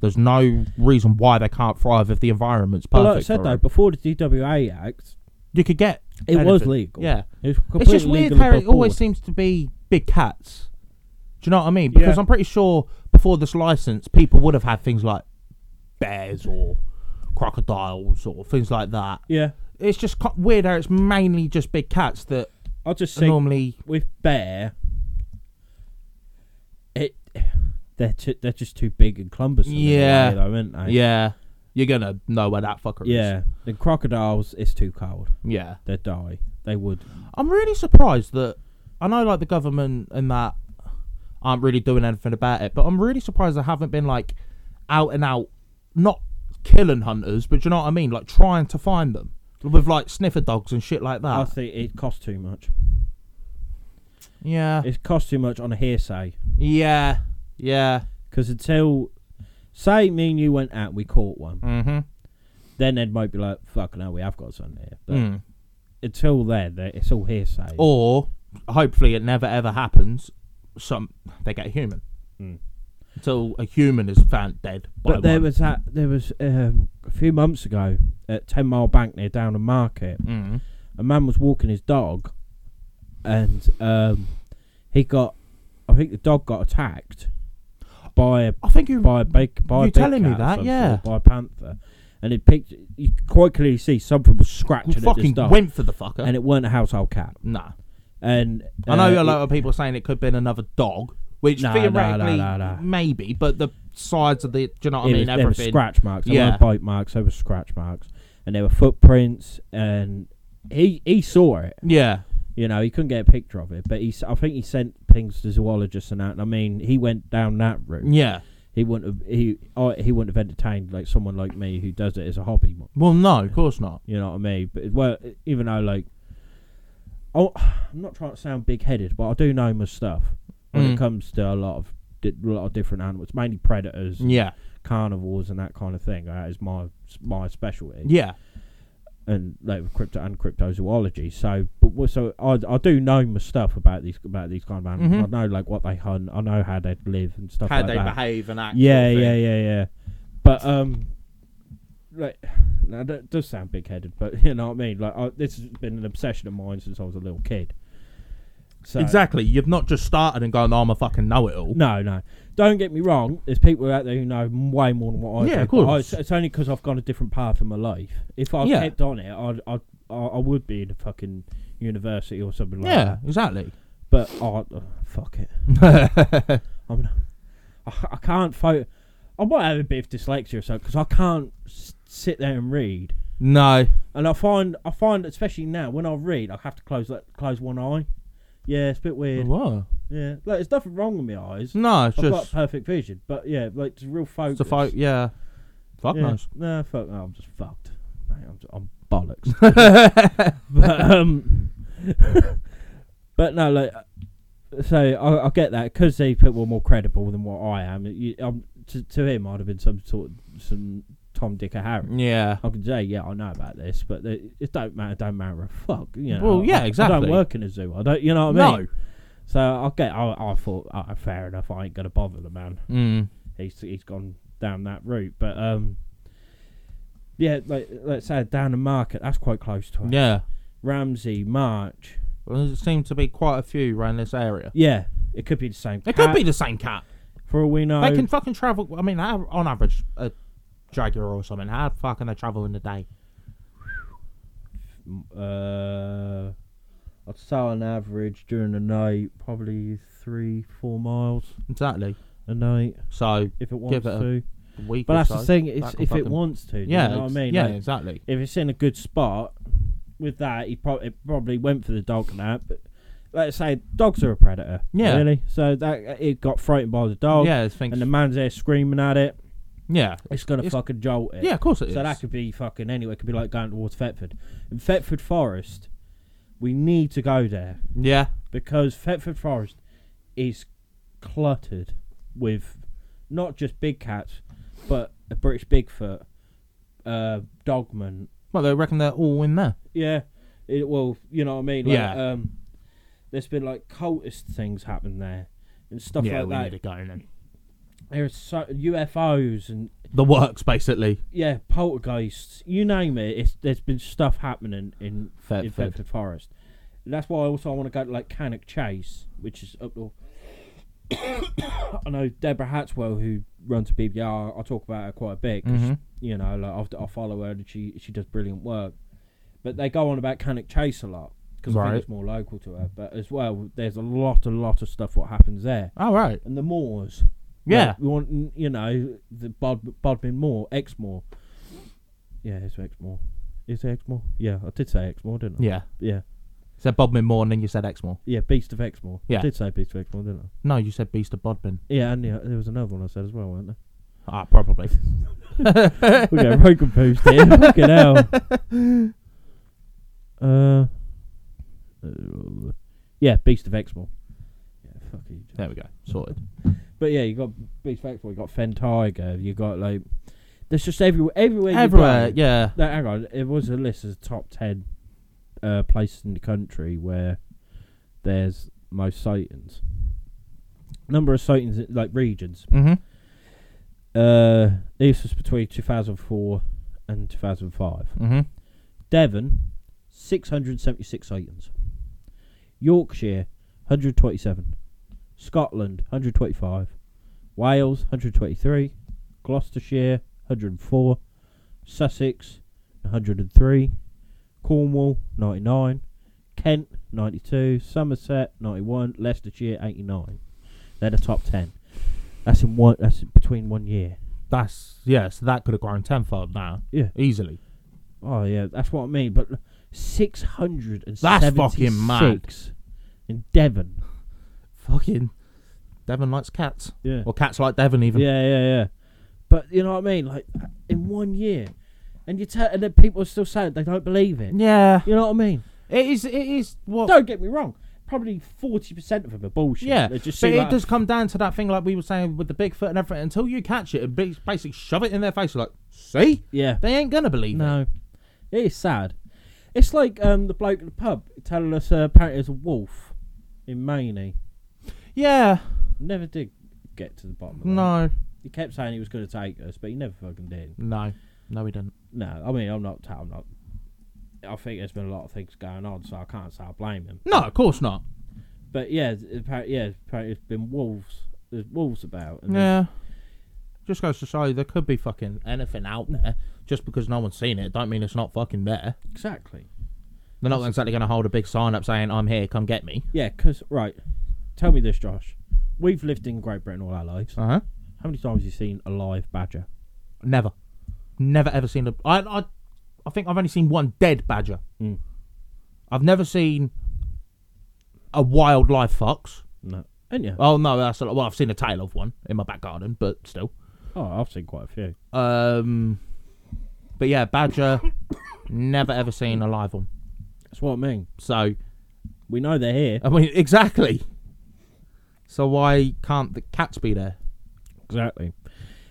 there's no reason why they can't thrive if the environment's
But
perfect.
like I said
for
though,
'em.
before the DWA Act,
you could get
it was
anything.
legal.
Yeah,
It was
It's
completely
just weird
legal
how it
above
always
board.
seems to be big cats. Do you know what I mean? Because
Yeah.
I'm pretty sure before this license, people would have had things like bears or crocodiles or things like that.
Yeah.
It's just co- weird how it's mainly just big cats that
I just
are
think
normally.
with bear, it they're too, they're just too big and cumbersome. in a way
Yeah.
though, aren't they?
Yeah, you're gonna know where that fucker is.
Yeah. The crocodiles, it's too cold.
Yeah,
They die. They would.
I'm really surprised that I know like the government and that aren't really doing anything about it, but I'm really surprised they haven't been like out and out not killing hunters, but do you know what I mean, like trying to find them. with like sniffer dogs and shit like
I
that.
think it costs too much.
yeah,
It costs too much on a hearsay
yeah, yeah.
because until, say, me and you went out, we caught one,
Mm-hmm.
then they might be like, "Fucking hell, we have got something here."
Hmm.
But until then, they- it's all hearsay.
Or hopefully it never ever happens. Some they get a human
Mm.
until a human is found dead. By
But there
one.
was that. There was um, a few months ago at Ten Mile Bank near Down and Market.
Mm.
a man was walking his dog, and um, he got, I think the dog got attacked by a
I think you.
by a big by a
You're
big
telling me
cat of
that,
some
yeah.
sort, by a panther, and it picked. You could quite clearly see something was
you
scratching at this
fucking
dog,
went for the fucker.
and it weren't a household cat.
nah,
And
I know
uh,
a lot of people are saying it could have been another dog, which
Nah, nah, nah,
theoretically
nah, nah.
maybe, but the sides of the, do you know
It,
what I
it
mean?
was, there were
Everything.
scratch marks. There
Yeah.
were bite marks. There were scratch marks, and there were footprints. And he he saw it.
Yeah,
You know, he couldn't get a picture of it, but he, s- I think he sent things to zoologists and that. And I mean, he went down that route.
yeah.
He wouldn't have, he, I, he wouldn't have entertained like someone like me who does it as a hobby. mo-
Well, no, of course not.
You know what I mean? But well, e, even though like, oh, *sighs* I'm not trying to sound big headed, but I do know my stuff when
Mm.
it comes to a lot of di- a lot of different animals, mainly predators,
Yeah,
carnivores, and that kind of thing. That is my my specialty
yeah,
and like with crypto and cryptozoology. So, but wha- so I, I do know my stuff about these about these kind of animals.
Mhm.
I know like what they hunt. I know how they live and stuff
how
like
they
that.
behave and act.
yeah,
sort of
yeah,
thing.
yeah, yeah. But um, like *sighs* now that does sound big headed, but *laughs* you know what I mean. Like I, this has been an obsession of mine since I was a little kid. So
Exactly. You've not just started and gone, "Oh, I'm a fucking know-it-all."
No, no. Don't get me wrong. There's people out there who know m- way more than what I
Yeah,
do.
of
but I-
course.
it's, it's only because I've gone a different path in my life. If I
Yeah.
kept on it, I'd, I'd, I I would be in a fucking university or something like
Yeah,
that.
exactly.
But I oh, fuck
*laughs*
it. I'm. I, I can't photo. I might have a bit of dyslexia or something because I can't s- sit there and read.
no.
And I find I find especially now when I read, I have to close that close one eye. Yeah, it's a bit weird.
What?
Yeah, like there's nothing wrong with my eyes.
No, it's
I've got
just
perfect vision, but yeah, like it's real
it's
focus.
a fight. Yeah. Fuck
yeah.
knows.
Nah, fuck. No, I'm just fucked. Mate, I'm, I'm bollocks.
*laughs*
but um, *laughs* but no, like, uh, so I, I get that because these people are more credible than what I am. You, um, to, to him, I'd have been some sort of some Tom, Dick, or Harry.
Yeah.
I could say, yeah, I know about this, but it, it don't matter. Don't matter a fuck. You know,
Well, yeah,
I- I, I
exactly.
don't work in a zoo. I don't. You know what I
No.
mean? So I get. I, I thought, oh, fair enough. I ain't gonna bother the man
Mm.
he's he's gone down that route. But um, yeah, like let's say down the market, that's quite close to it.
Yeah.
Ramsey, March,
Well, there seem to be quite a few around this area.
yeah, it could be the same.
It could
cat,
be the same cat.
for all we know.
They can fucking travel. I mean, how- on average, a jaguar or something. How the fuck can they travel in a day?
Uh, I'd say on average during the night, probably three, four miles
Exactly.
a night
So
if it wants
it a
to.
a week.
But
or
that's
so,
the thing, it's,
that can
if it
fucking-
wants to. do
Yeah.
you know what I
ex-
mean.
Yeah.
Like,
exactly.
if it's in a good spot with that, he probably it probably went for the dog and that. But let's say dogs are a predator.
Yeah.
Really. So that it got frightened by the dog.
yeah. It's things.
oh, And the man's there screaming at it.
yeah.
It's gonna
It's-
fucking jolt it.
Yeah. Of course it
So
is.
that could be fucking anywhere. It could be like going towards Thetford. And Thetford Forest, we need to go there
yeah.
because Thetford Forest is cluttered with not just big cats, but a British Bigfoot, uh, Dogman,
Well, they reckon they're all in there.
Yeah. It, well, you know what I mean. Like,
Yeah.
Um, there's been like cultist things happen there and stuff
yeah. we
like
need
that.
to go then.
There's so, UFOs and
The works basically.
yeah, poltergeists. You name it. It's, there's been stuff happening in in
Thetford.
Thetford Forest. And that's why I also want to go to like Cannock Chase, which is up north. *coughs* I know Deborah Hatswell, who runs a BBR. I talk about her quite a bit. 'cause
Mhm.
You know, like I, I follow her and she she does brilliant work. But they go on about Cannock Chase a lot because I
Right.
think it's more local to her. But as well, there's a lot, a lot of stuff what happens there
All Oh, right.
and the moors.
Yeah.
Like, we want you know the Bod Bodmin Moor, Exmoor. Yeah, it's Exmoor. Is it Exmoor? Yeah, I did say Exmoor, didn't I?
Yeah.
Yeah.
You said Bodmin Moor and then you said Exmoor.
Yeah, Beast of Exmoor.
Yeah.
I did say Beast of Exmoor, didn't I?
No, you said Beast of Bodmin.
Yeah, and yeah, there was another one I said as well, weren't there?
Ah, probably. *laughs*
We're getting very confused here. Fucking hell. Uh, uh, yeah, Beast of Exmoor. Yeah, fuck you.
There we go. Sorted.
But yeah, you got Beast of Exmoor. You got Fen Tiger. You got like, there's just everywhere. Everywhere.
Everywhere,
You go.
yeah.
No, hang on. It was a list of the top ten uh, places in the country where there's most sightings. Number of sightings, like regions.
Mm-hmm.
Uh, this was between 2004 and 2005.
Mm-hmm.
Devon, 676 sightings. Yorkshire, 127. Scotland, 125. Wales, 123. Gloucestershire, 104. Sussex, 103. Cornwall, 99. Kent, 92. Somerset, 91. Leicestershire, 89. They're the top 10. That's in one. That's between one year.
That's yeah. So that could have grown tenfold now.
Yeah.
easily.
Oh yeah, that's what I mean. But six hundred and
That's fucking mad.
seventy-six in Devon.
Fucking Devon likes cats,
Yeah.
or cats like Devon even.
Yeah, yeah, yeah. But you know what I mean? Like in one year, and you tell, and then people are still saying they don't believe it.
Yeah.
You know what I mean?
It is. It is what.
Don't get me wrong. Probably forty percent of them are bullshit.
yeah,
They just
but
see
it
like,
does come down to that thing, like we were saying with the Bigfoot and everything. Until you catch it and ba- basically shove it in their face, you're like, see,
Yeah.
they ain't gonna believe it.
No, it is sad. It's like um the bloke at the pub telling us uh, apparently there's a wolf in Maney.
Yeah,
Never did get to the bottom of that.
no,
He kept saying he was going to take us, but he never fucking did.
no, no, we didn't.
No, I mean I'm not. I'm not. I think there's been a lot of things going on, so I can't say I blame him.
No, of course not.
But yeah, apparently, yeah, apparently there's been wolves. There's wolves about. And
Yeah, just goes to show there could be fucking anything out there. Just because no one's seen it, don't mean it's not fucking there.
Exactly.
They're not exactly gonna hold a big sign up saying, "I'm here, come get me."
Yeah, because right. Tell me this, Josh. We've lived in Great Britain all our lives.
Uh huh.
How many times have you seen a live badger?
Never, never ever seen a. I I, I think I've only seen one dead badger.
Mm.
I've never seen a wildlife fox.
No. And yeah.
Oh no, that's a, well, I've seen a tail of one in my back garden, but still.
Oh, I've seen quite a few.
Um, but yeah, badger, never ever seen a live one.
That's what I mean.
So
We know they're here.
I mean, exactly. So why can't the cats be there?
Exactly.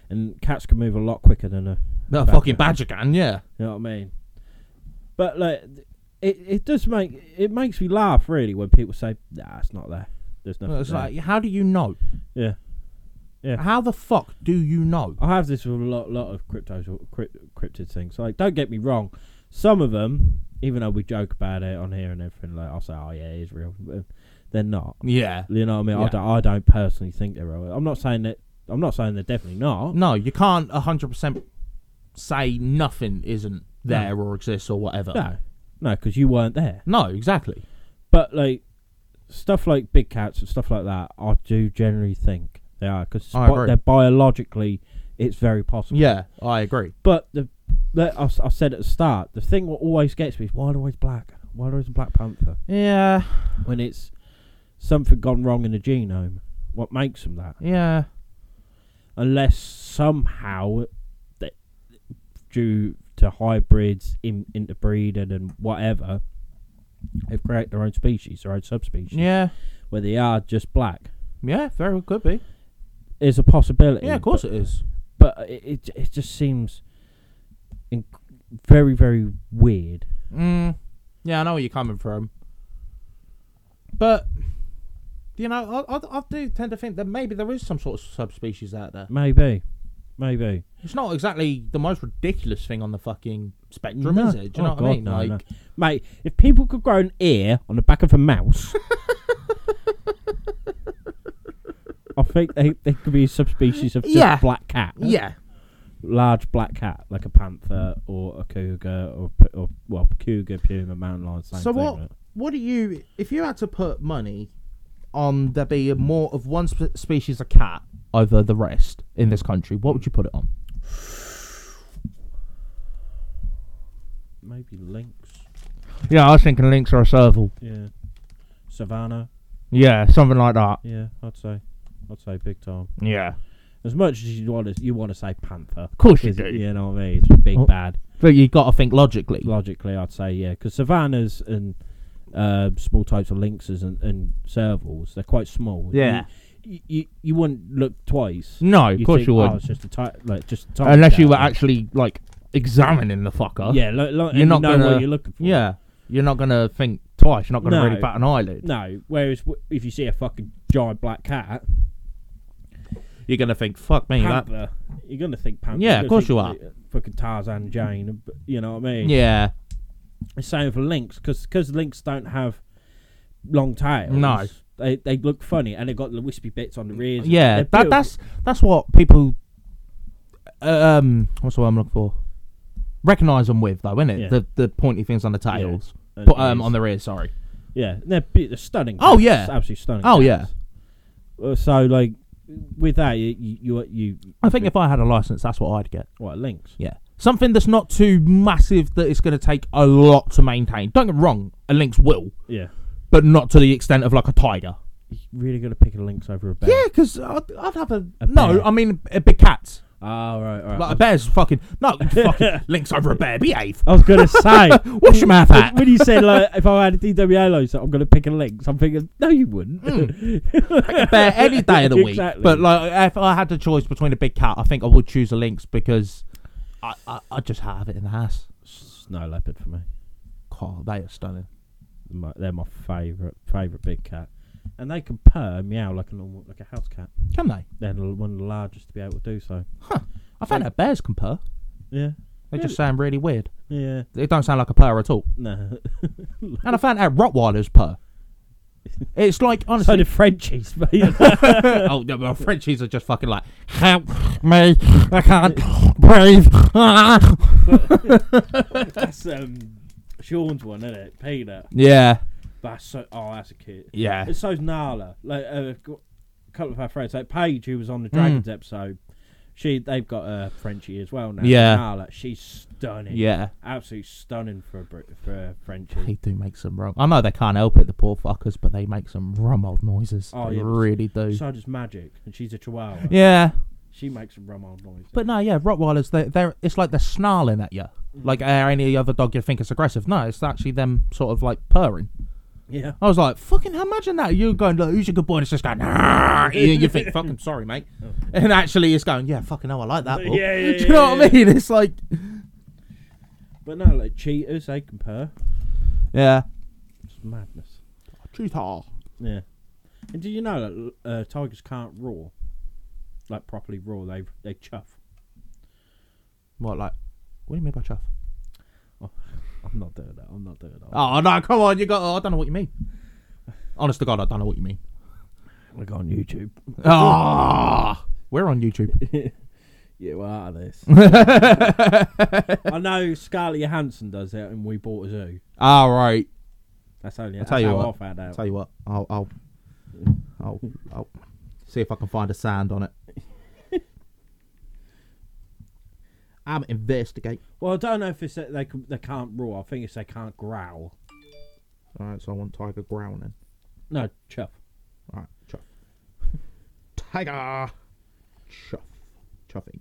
And cats can move a lot quicker than a
The
Badger.
fucking badger can, yeah.
You know what I mean? But like, th- it it does make it makes me laugh really when people say, "Nah, it's not there. There's nothing."
It's
there."
like, how do you know?
yeah, Yeah.
How the fuck do you know?
I have this with a lot lot of cryptos or crypt, cryptid things. Like, don't get me wrong, some of them, even though we joke about it on here and everything, like I'll say, "Oh yeah, it is real," but they're not.
Yeah.
You know what I mean?
Yeah.
I, don't, I don't personally think they're real. I'm not saying that. I'm not saying they're definitely not.
No, you can't 100% say nothing isn't there or exists or whatever.
No, no, because you weren't there.
No, exactly.
But like stuff like big cats and stuff like that, I do generally think they are because
I agree.
they're biologically, it's very possible.
Yeah, I agree.
But the, the I, s- I said at the start, the thing what always gets me is why are they always black? Why are they always a black panther?
Yeah,
When it's something gone wrong in the genome, what makes them that?
yeah.
Unless somehow, that due to hybrids, in, interbreeding, and whatever, they've created their own species, their own subspecies,
Yeah,
where they are just black.
yeah, very well could be.
is a possibility.
Yeah, of course it is.
But it it, it just seems in- very very weird.
Mm, yeah, I know where you're coming from. But, you know, I, I, I do tend to think that maybe there is some sort of subspecies out there.
Maybe, maybe.
It's not exactly the most ridiculous thing on the fucking spectrum, is it? Do you know what
Oh, God,
I mean?
no,
like,
no. mate, if people could grow an ear on the back of
*laughs*
a mouse, I think they, they could be a subspecies of just
Yeah.
black cat.
yeah,
large black cat like a panther or a cougar or p- or well cougar, puma, mountain lion. Same
So
thing,
what-
right?
what do you if you had to put money on there being more of one spe- species of cat over the rest in this country what would you put it on
Maybe lynx.
yeah i was thinking lynx or a serval
Yeah. Savannah.
yeah something like that
Yeah, I'd say, I'd say big time.
yeah
As much as you want to, you want to say panther.
of course you
is it-
do
You know what I mean? It's big
Oh.
bad.
But you've got to think logically.
Logically, I'd say yeah, because savannas and uh, small types of lynxes and, and servals, they're quite small.
Yeah.
you, you, you wouldn't look twice.
No, of course
think,
you
Oh,
wouldn't.
it's just a type, like just a tiger
Unless you were
cat."
actually like examining the fucker.
Yeah, lo- lo- and
You're
you
not
know
gonna-
what you're looking for.
Yeah. You're not gonna think twice. You're not gonna
No.
really bat an eyelid.
No, whereas w- if you see a fucking giant black cat,
You're gonna think, fuck me, that.
panther, you're gonna think panther.
Yeah,
you're
of course
gonna
you
think, uh, Fucking Tarzan Jane, b- you know what I mean?
Yeah.
It's same for lynx because lynx don't have long tails.
No.
They, they look funny and they've got the wispy bits on the rears.
Yeah.
They're
That,
beautiful.
that's that's what people um what's the word I'm looking for? Recognise them with though, isn't it?
Yeah.
The the pointy things on the tails.
And
But um
it's-
on the rear, sorry.
Yeah, and they're, be- they're stunning.
Oh,
cats,
yeah.
absolutely stunning.
Oh,
cats. Uh, So like with that, you you you, you
I think if I had a license that's what I'd get.
what lynx?
Yeah. Something that's not too massive that it's going to take a lot to maintain. Don't get me wrong, a lynx will,
Yeah,
but not to the extent of like a tiger.
you really gotta pick a lynx over a bear.
Yeah, because I'd, I'd have a,
A
no.
bear.
I mean, a big cat.
Oh right, right.
Like a bear's fucking
*laughs*
no. fucking lynx over a bear. Behave.
I
*laughs*
was gonna say.
Wash your mouth
When,
hat.
when you said like if I had a DWA license, I'm gonna pick a lynx. I'm thinking, no, you wouldn't.
Hmm. A bear any day of the week.
Exactly.
But like, if I had the choice between a big cat, I think I would choose a lynx because I I, I just have it in the house.
*laughs* Snow leopard for me.
God, they are stunning.
My, they're my favorite favorite big cat, and they can purr and meow like a normal like a house cat.
Can they?
They're the- one of the largest to be able to do so.
I found out bears can purr.
Yeah,
They just sound really weird.
yeah,
They don't sound like a purr at all.
*laughs* no.
And I found out Rottweilers purr. It's
*laughs*
like
so
honestly,
the Frenchies, but
oh, no, well, Frenchies are just fucking like help me, I
*laughs*
can't breathe.
*laughs*
*laughs*
that's um Sean's one, isn't it? Peanut.
yeah,
That's so. Oh, that's a kid.
yeah,
It's so's Nala. Like uh, got a couple of our friends, like Paige, who was on the Dragons episode. She, they've got a Frenchie as well now.
Yeah.
Nala, she's stunning.
yeah.
absolutely stunning for a Brit- for a
They
Frenchie.
do make some wrong. I know they can't help it, the poor fuckers, but they make some rum old noises.
Oh,
they
yeah, but-
really do.
So does Magic, and she's a Chihuahua. *laughs*
yeah,
She makes some rum old noise.
but no, yeah, Rottweilers. They, they're it's like they're snarling at you,
Mm.
like uh, any other dog you think is aggressive. No, it's actually them sort of like purring.
yeah,
I was like, fucking imagine that. You're going, look, who's your good boy? And it's just going,
*laughs*
"Arr." you, you think, fucking sorry, mate. And actually, it's going, yeah, fucking hell, I
*laughs*
like that.
Yeah,
Wolf.
Oh. yeah,
*laughs* Do you
yeah,
know what I
yeah.
mean? It's like,
but no, like cheaters, they can purr.
yeah.
It's madness.
Cheetah.
Yeah. And did you know that uh, tigers can't roar, like properly roar? They they chuff.
What, like, what do you mean by chuff?
I'm not doing that. I'm not doing that.
Oh, no, come on, you got, oh, I don't know what you mean. Honest to God, I don't know what you mean.
I go on YouTube.
Ah, we're on YouTube.
Yeah, well, out of *laughs* this. I know Scarlett Johansson does it, and we bought a zoo.
All right.
That's only.
I'll
That's
tell you
how
what.
I found out.
Tell you what, I'll, I'll, I'll, I'll see if I can find a sound on it. *laughs* I'm investigate.
Well, I don't know if it's that they can, they can't roar. I think it's they can't growl.
All right, so I want tiger growling.
No, chuff.
All right, chuff. Tiger, chuff, chuffing.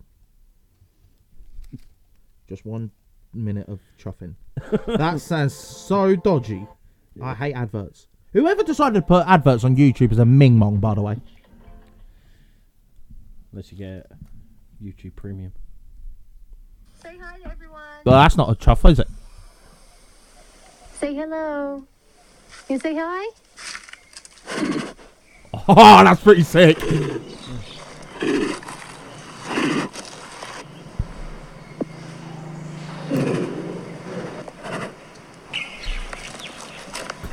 Just one minute of chuffing. that sounds so dodgy. I hate adverts. Whoever decided to put adverts on YouTube is a ming mong, by the way.
Unless you get YouTube Premium.
Say hi, everyone.
Well, that's not a chuff, is it?
Say hello. You say hi?
Oh, that's pretty sick.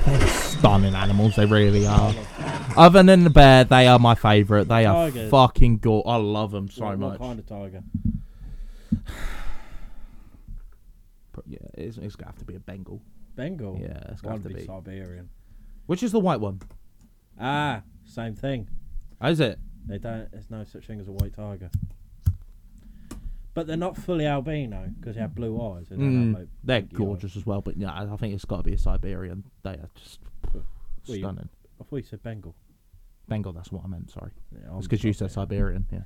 They're stunning animals, they really are. Other than the bear, they are my favourite. They are
Tigers.
fucking good. I love them so
What-
much.
What kind of tiger?
But Yeah, it's, it's gonna have to be a Bengal,
Bengal.
Yeah, it's gonna
Mine'd
have to be.
Siberian.
which is the white one. Oh,
Ah, same thing.
Is it?
They don't. There's no such thing as a white tiger. But they're not fully albino because they have blue eyes. They don't have, like,
Mm, Hmm, They're
pinky eyes.
gorgeous as well, but yeah, I I think it's got to be a Siberian. They are just
Well, you-
stunning.
I thought you said Bengal.
Bengal, that's what I meant. Sorry.
Yeah,
It's
I'm
because you
sorry.
said Siberian. Yeah.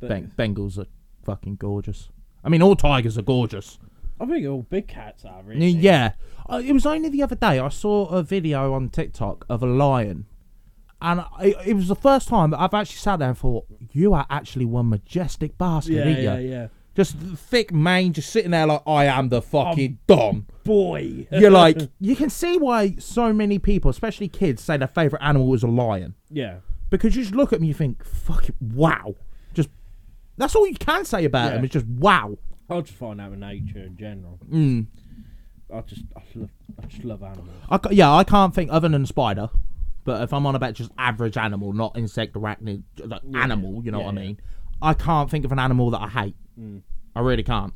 But-
Beng- Bengals are fucking gorgeous. I mean, all tigers are gorgeous.
I think all big cats are really.
Yeah. Uh, It was only the other day I saw a video on TikTok of a lion. And I, it was the first time that I've actually sat there and thought, you are actually one majestic bastard,
Yeah,
ain't
yeah,
you?
yeah.
Just th- thick mane, just sitting there like, I am the fucking Dom.
Boy.
You're like,
*laughs*
you can see why so many people, especially kids, say their favourite animal is a lion.
yeah.
Because you just look at them and you think, fucking wow. Just, that's all you can say about
Yeah.
them is just wow.
I just find out with nature in general.
Mm.
I just I love I just love animals.
I ca- yeah, I can't think other than spider. But if I'm on about just average animal, not insect, arachnid, j- like animal, you know
Yeah,
what I
yeah.
mean? I can't think of an animal that I hate. I really can't.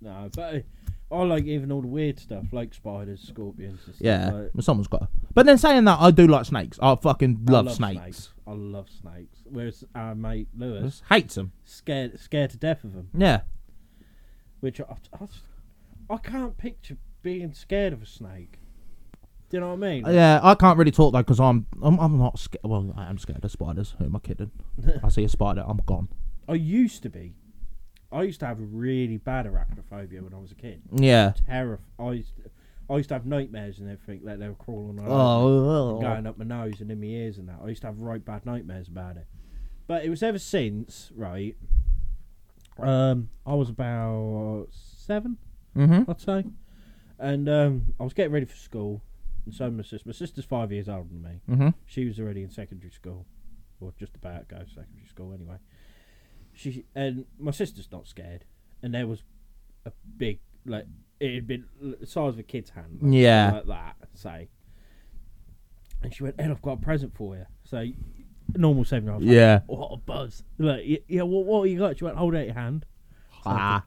No, but I, I like even all the weird stuff like spiders, scorpions, and stuff.
Yeah,
like-
well, someone's got. To. But then saying that, I do like snakes. I fucking
I
love, snakes.
I love snakes. Whereas our mate Lewis
Just hates them.
scared scared to death of them,
Yeah,
which I, I, just- I can't picture being scared of a snake. Do you know what I mean?
yeah. I can't really talk though because I'm, I'm, I'm not scared. Well, I am scared of spiders. Who am I kidding? I see a spider, I'm gone.
*laughs* I used to be. I used to have really bad arachnophobia when I was a kid.
Yeah.
Terrif. I used to, I used to have nightmares and everything that they were crawling all over me.
Oh, oh.
going up my nose and in my ears and that. I used to have right bad nightmares about it. But it was ever since, right? Um, I was about seven,
Mhm.
I'd say, and um, I was getting ready for school. And so my sister, my sister's five years older than me.
Mhm.
She was already in secondary school, or just about to go to secondary school anyway. She and my sister's not scared, and there was a big like it had been the size of a kid's hand, like,
Yeah.
like that, say. And she went, "Ed, I've got a present for you." So, normal seven year old.
Yeah.
What a buzz! Like, "Y- yeah, what what you got? She went, "Hold out your hand."
Ah,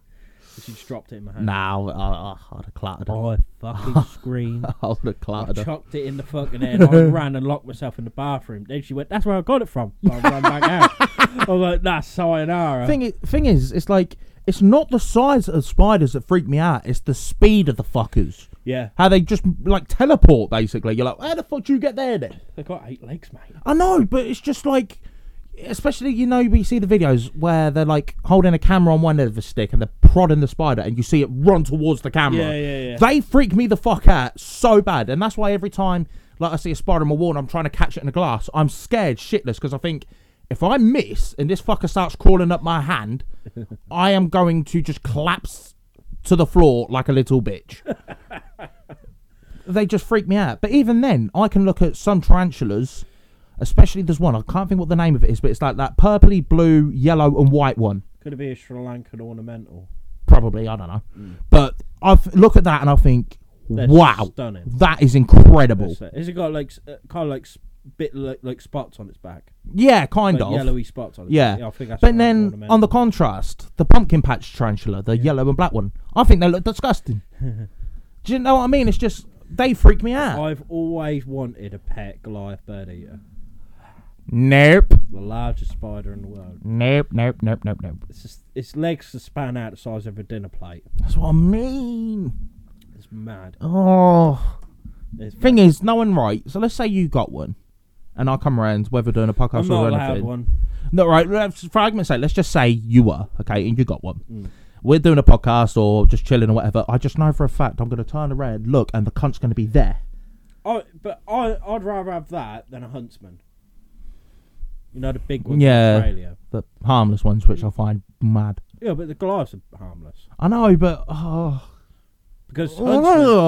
And she just dropped it in my hand.
now nah, I, I, I'd have clattered. *laughs* her.
I fucking screamed.
I would have
I
clattered. her.
chucked it in the fucking air. and I ran and locked myself in the bathroom. Then she went, "That's where I got it from." So I ran
*laughs*
back out. I was like, "That's
*laughs*
sayonara."
thing i- thing is, it's like it's not the size of spiders that freak me out. It's the speed of the fuckers.
yeah,
How they just like teleport basically. You're like, how the fuck do you get there then?
they got eight legs, mate.
I know, but it's just like, especially you know, we see the videos where they're like holding a camera on one end of a stick and they're prodding the spider, and you see it run towards the camera.
Yeah, yeah, yeah.
They freak me the fuck out so bad, and that's why every time like I see a spider on my wall and I'm trying to catch it in the glass, I'm scared shitless because I think if I miss and this fucker starts crawling up my
*laughs*
hand, I am going to just collapse to the floor like a little bitch they just freak me out. But even then, I can look at some tarantulas, especially there's one I can't think what the name of it is, but it's like that purpley, blue, yellow, and white one.
Could it be a Sri Lankan ornamental?
Probably I don't know, but I th- look at that and I think,
Mm. That's
wow,
stunning.
that is incredible.
That's it. Has it got like s- uh, kind of like s- bit like, like spots on its back?
Yeah, kind
uh, Like
of.
yellowy spots on its
Yeah.
back. I think that's
but
an
then
ornamental.
on the contrast, the pumpkin patch tarantula, the yellow and black one, I think they look
*laughs*
disgusting. Do you know what I mean? It's just they freak me out.
I've always wanted a pet Goliath bird eater,
nope,
the largest spider in the world.
nope, nope, nope, nope, nope.
It's just, its legs are span out the size of a dinner plate.
That's what I mean.
It's mad.
Oh.
It's
Thing
mad.
is, no one right. So let's say you got one, and I come around, whether doing a podcast
I'm
or
not allowed
anything.
one.
No, right. let's- For argument's sake, let's just say you were okay, and you got one.
Mm.
We're doing a podcast or just chilling or whatever. I just know for a fact I'm going to turn around, look, and the cunt's going to be there.
I, but I, I'd rather have that than a huntsman. You know the big one.
Yeah.
In Australia.
The harmless ones, which I find mad.
Yeah, but the Goliaths are harmless
I know, but oh,
because
Oh.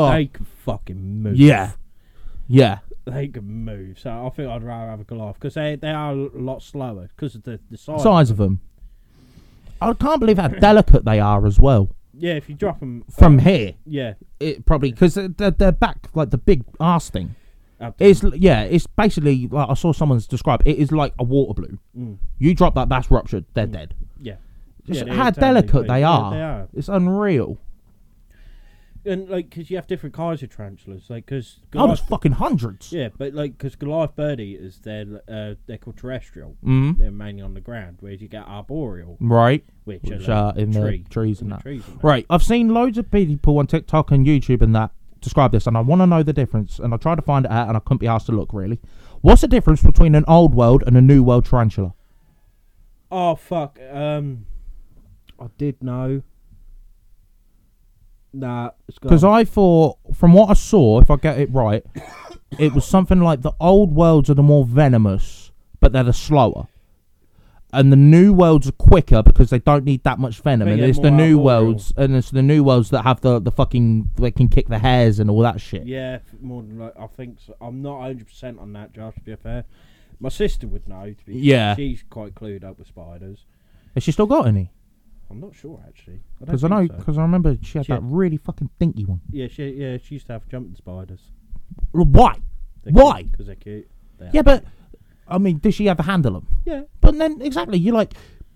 huntsmen, they can fucking move.
yeah, yeah,
they can move. So I think I'd rather have a Goliath because they they are a lot slower because of the, the size.
size of them. I can't believe how delicate they are as well.
Yeah, if you drop them
From here,
yeah,
it probably because they're, they're back like the big ass thing.
up to-
It's l- yeah, it's basically like I saw someone's describe. It is like a water balloon. You drop that, that's ruptured. They're dead.
yeah.
Just
Mm. Yeah,
how
they're totally
delicate
big.
they
Yeah,
are.
they are.
It's unreal.
And like, because you have different kinds of tarantulas, like because
Oh, there's fucking hundreds.
Yeah, but like because Goliath bird eaters, they're uh, they're called terrestrial.
Mhm.
They're mainly on the ground, whereas you get arboreal,
Right.
which,
Mm. Which
are,
are
like,
in
tree,
the trees
in
and
the
that.
trees and that.
Right. I've seen loads of people on TikTok and YouTube and that describe this, and I want to know the difference. And I tried to find it out, and I couldn't be asked to look really. What's the difference between an old world and a new world tarantula?
Oh fuck. Um, I did know. Nah, it's gone.
Because I thought, from what I saw, if I get it
*coughs*
right, it was something like the old worlds are the more venomous, but they're the slower. And the new worlds are quicker because they don't need that much venom.
They
And
get
it's the
more
new
arboreal.
worlds, and it's the new worlds that have the, the fucking they can kick the hairs and all that shit.
Yeah, f- more than like I think so. I'm not 100 percent on that, Josh. To be fair, my sister would know. To be
Yeah.
she's quite clued up with spiders.
Has she still got any?
I'm not sure actually.
Because I know,
think so.
because I remember she had
She-
that really fucking dinky one.
Yeah, she yeah she used to have jumping spiders.
Well, Why? Why?
Because they're cute. They
Yeah,
are
but
cute.
I mean, does she ever handle them?
yeah.
But then, exactly, you're like,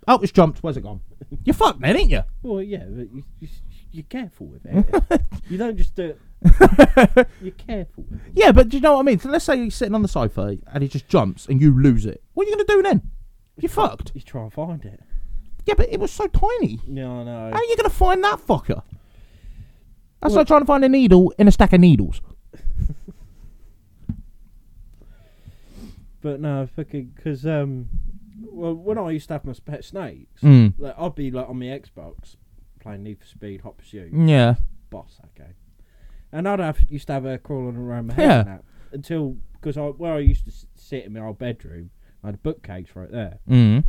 oh, it's jumped. Where's it gone? You're fucked, then, ain't you?
Well, yeah, but you, you, you're careful with it.
*laughs*
you don't just do it. you're careful. With it.
Yeah, but do you know what I mean? So let's say you're sitting on the sofa and it just jumps and you lose it. What are you going to do then? You're fucked.
You try and find it.
Yeah, but it was so tiny.
Yeah, I know.
How are you going to find that fucker? That's
Well-
like trying to find a needle in a stack of needles.
But no, fucking because um, well, when I used to have my pet snakes,
Mm.
like, I'd be like on my Xbox playing Need for Speed Hot Pursuit,
Yeah.
boss that game, and I'd have used to have her crawling around my head
Yeah.
and that, until because I where I used to s- sit in my old bedroom, I had a bookcase right there.
Mm.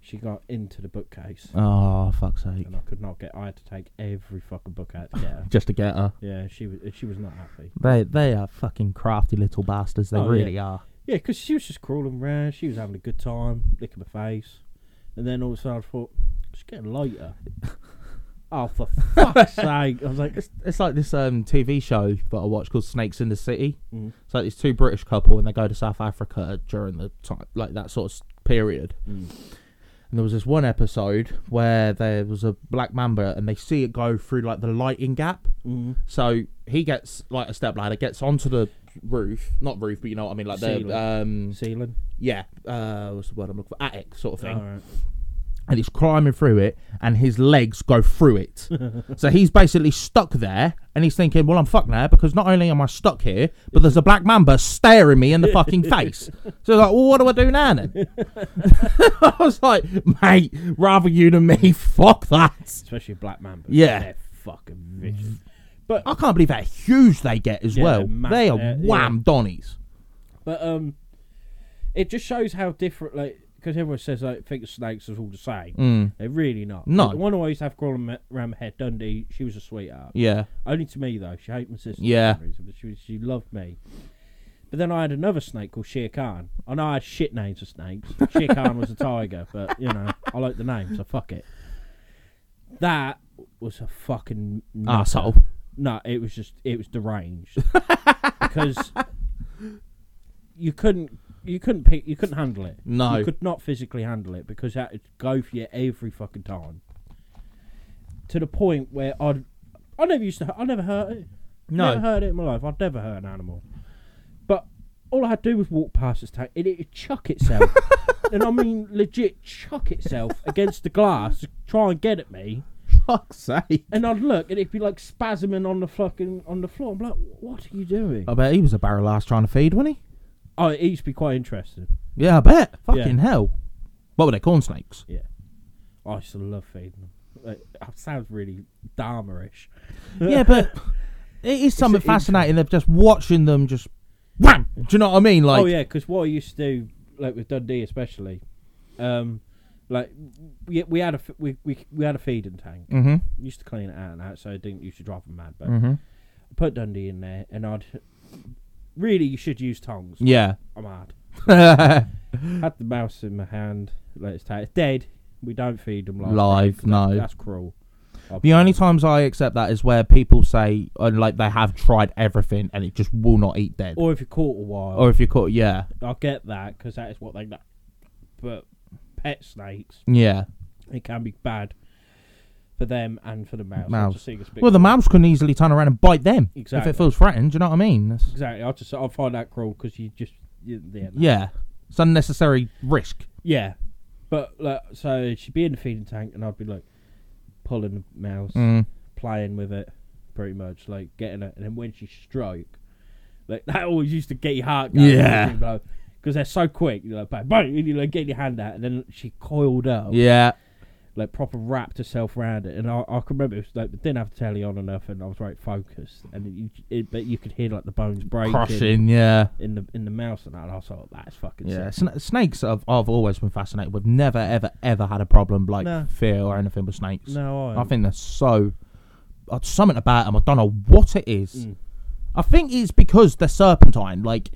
She got into the bookcase,
Oh, fuck's sake.
and I could not get. I had to take every fucking book out to get her.
Just to get her.
Yeah, she was she was not happy.
They they are fucking crafty little bastards. They
Oh, yeah.
really are.
Yeah, because she was just crawling around. She was having a good time, licking my face, and then all of a sudden I thought she's
*laughs*
getting lighter. oh, for fuck's sake! I was like,
It's, it's like this um, TV show that I watch called Snakes in the City.
Mm.
It's like these two British couple and they go to South Africa during the time, like that sort of s- period.
Mm.
And there was this one episode where there was a black mamba and they see it go through like the lighting gap.
mm,
So he gets like a step ladder, gets onto the roof, not roof, but you know what I mean, like
Ceiling.
the um,
ceiling.
yeah, uh, what's the word I'm looking for? Attic sort of thing
All right.
and he's climbing through it, and his legs go through
*laughs*
it. so he's basically stuck there, and he's thinking, "Well, I'm fucked now because not only am I stuck here, but there's a black mamba staring me in the
*laughs*
fucking face." So he's like, "Well, what do I do now?" Then *laughs* I was like, "Mate, rather you than me. Fuck that."
Especially black mamba.
Yeah.
they're fucking vicious.
I can't believe how huge they get as
Yeah,
well.
massive,
They are
yeah, yeah.
wham donnies.
But um, it just shows how different. Like, because everyone says like thinks snakes is all the same.
Mm.
They're really not.
No.
The one I used to have crawling ma- around my head, Dundee. She was a sweetheart.
Yeah,
Only to me though. She hated my sister
Yeah.
for some reason, but she was- she loved me. But then I had another snake called Shere Khan. I know I had shit names for snakes. Shere Khan was a tiger, but you know I like the name, so fuck it. That was a fucking nutter.
asshole.
No, it was just it
*laughs*
was deranged because you couldn't you couldn't pick, you couldn't handle it.
No.
you could not physically handle it because that would go for you every fucking time. To the point where I'd I never used to I never hurt it.
No.
*laughs* never hurt it in my life. I'd never hurt an animal, but all I had to do was walk past its tank and it'd
*laughs*
chuck itself, and I mean legit chuck itself against the glass to try and get at me.
Fuck's sake.
And I'd look, and it'd be like spasming on the fucking on the floor. I'm like, what are you doing?
I bet he was a barrel ass trying to feed, wasn't he?
oh, it used to be quite interesting.
Yeah, I bet. Fucking
Yeah.
hell. What were they? Corn snakes.
Yeah, I used to love feeding them. Like, that sounds really Dharma-ish. *laughs*
yeah, but it is something
an intro.
fascinating of just watching them just wham. Do you know what I mean? Like,
oh yeah, because what I used to do, like with Dundee especially, um, like we, we had a f- we, we we had a feeding tank.
Mhm.
Used to clean it out and out, so I didn't used to drive them mad. But
Mhm.
I put Dundee in there, and I'd really you should use tongs.
yeah,
I'm hard.
live,
had the mouse in my hand. Let's take it's dead. We don't feed them live.
no.
That's cruel. I'll be
the only
honest.
times I accept that is where people say, uh, like, they have tried everything and it just will not eat dead. Or,
or if you caught a while,
if you caught, yeah,
I'll get that because that is what they like. But pet snakes,
yeah.
it can be bad for them and for the mouse. I
Mouse.
just think it's a bit
Well, the
cruel.
mouse can easily turn around and bite them
Exactly.
if it feels threatened. Do you know what I mean? That's-
Exactly. I just I find that cruel because you just you, yeah, no.
yeah, it's unnecessary risk.
yeah. But like, so she'd be in the feeding tank and I'd be like pulling the mouse.
Mm.
playing with it, pretty much, like getting it. And then when she stroke, like that always used to get your heart going.
Yeah.
Oh, Because they're so quick, you're like, bang, bang, and you like get your hand out, and then she coiled up,
Yeah,
like proper wrapped herself around it, and I, I can remember it was like we didn't have the telly on enough, and I was right focused, and you, it, but you could hear like the bones breaking
Crushing, yeah.
in the in the mouse and that, and I was like, that's fucking
Yeah,
yeah.
Sna- snakes. I've, I've always been fascinated with. Never, ever, ever had a problem like
No.
fear or anything with snakes.
No, I,
I think they're so. uh, something about them. I don't know what it is.
Mm.
I think it's because they're serpentine. Like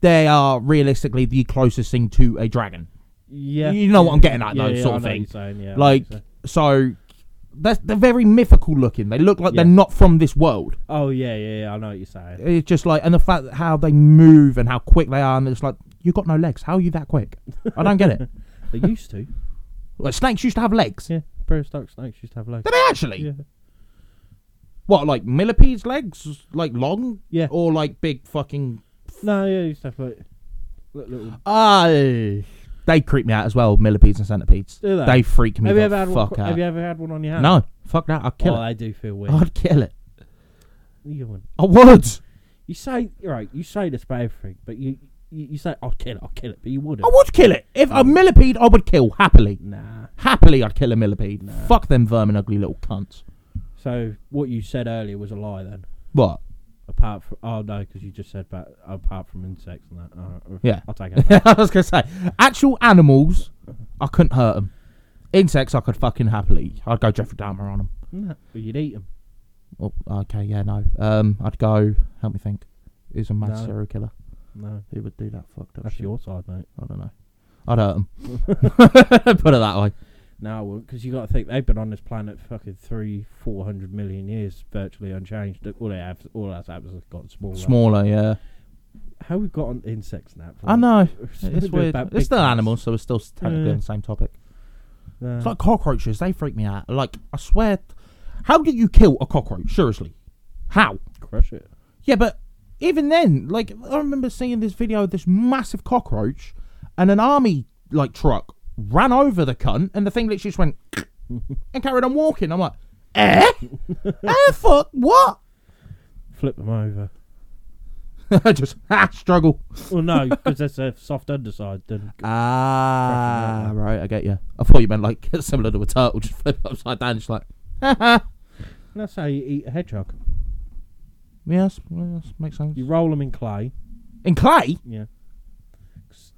they are realistically the closest thing to a dragon.
yeah,
you know what I'm getting at,
yeah,
though,
yeah,
sort
I
of
know what
thing.
you're saying, yeah, I know what
like
you're saying.
so, they're, they're very mythical looking. They look like they're
Yeah.
not from this world.
oh yeah, yeah, yeah, I know what you're saying.
It's just like and the fact that how they move and how quick they are, and it's like you got no legs. How are you that quick? I don't get
*laughs*
it.
They used to,
Like, snakes used to have legs.
yeah, prehistoric snakes used to have legs.
Do they actually?
Yeah,
What, like millipedes' legs? Like long?
Yeah.
Or like big fucking.
no, yeah, used to have like li- little.
Ah. they creep me out as well, millipedes and centipedes.
Do they?
They freak me
Have
the
you ever had one?
fuck
cro-
out.
Have you ever had one on your hand?
no, fuck that. I'd kill
oh,
it.
they do feel weird.
I'd kill it.
You wouldn't.
I would.
You say right, you say this about everything, but you you, you say I'll kill it, I'll kill it, but you wouldn't.
I would kill it. If a millipede, I would kill happily.
Nah.
Happily, I'd kill a millipede. Fuck them vermin, ugly little cunts.
So what you said earlier was a lie then.
What? *laughs*
Apart from oh no, because you just said about apart from insects and that. Alright,
Yeah.
I'll take it.
*laughs*
back.
I was gonna say, actual animals, I couldn't hurt them. Insects, I could fucking happily. I'd go Jeffrey Dahmer on them.
Nah, but you'd eat them.
Oh, okay, yeah, no. Um, I'd go. Help me think. Who's a mad
No.
serial killer?
No,
Who would do that fucked up
that's
shit?
your side, mate.
I don't know. I'd hurt them. *laughs* Put it that way.
No, I wouldn't, because you got to think they've been on this planet fucking three, four hundred million years, virtually unchanged. All they have, all that's happened has got smaller.
Smaller, yeah.
How we got on insects now?
I know.
*laughs* It's,
It's weird. It's still animals, so we're still technically
Yeah.
on the same topic.
No.
It's like cockroaches. They freak me out. Like I swear, how do you kill a cockroach? Seriously, how?
crush it.
Yeah, but even then, like I remember seeing this video of this massive cockroach, and an army like truck ran over the cunt, and the thing literally
*laughs*
just went and carried on walking. I'm like, eh, eh, fuck, what? *laughs*
Flip them over.
just ah, struggle.
Well, no, because that's a soft underside. Then *laughs*
Ah, right, I get you. I thought you meant like *laughs* similar to a turtle, just flip upside down, just like,
that's how you eat a hedgehog.
yes, yes, makes sense.
You roll them in clay,
In clay,
yeah,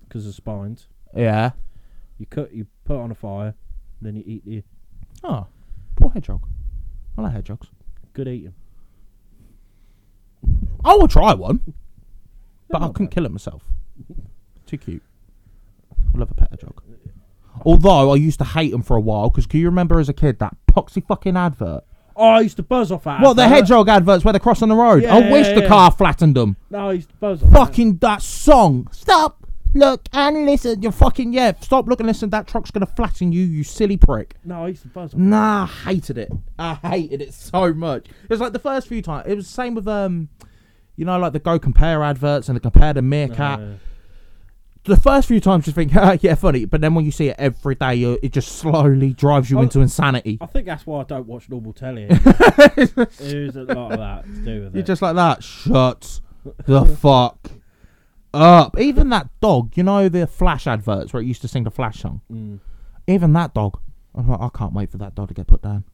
because of spines.
yeah.
You cut, you put on a fire, then you eat the
Oh, poor hedgehog. I like hedgehogs.
good eating.
I would try one, but I
not
couldn't kill it myself. Too cute. I love a pet hedgehog. Although I used to hate them for a while, because can you remember as a kid that poxy fucking advert?
Oh, I used to buzz off that.
Well, the
advert.
hedgehog adverts where they're crossing the road.
Yeah,
I wish
yeah,
the
yeah.
car flattened them.
No, I used to buzz off.
Fucking that song. Stop, look, and listen. You're fucking, yeah, stop, look, and listen. That truck's going to flatten you, you silly prick.
That. No, I used to buzz off.
Nah, I hated it. I hated it so much. It was like the first few times. It was the same with um, you know, like the go compare adverts and the compare to meerkat.
No.
The first few times you think, *laughs* "Ah, yeah, funny, but then when you see it every day, you- it just slowly drives you
Oh.
into insanity.
I think that's why I don't watch normal *laughs* telly. There's a lot of that to do with
You're
it.
just like that. Shut the fuck up. Even that dog, you know, the Flash adverts where it used to sing the Flash song.
Mm.
Even that dog, I'm like, I can't wait for that dog to get put down.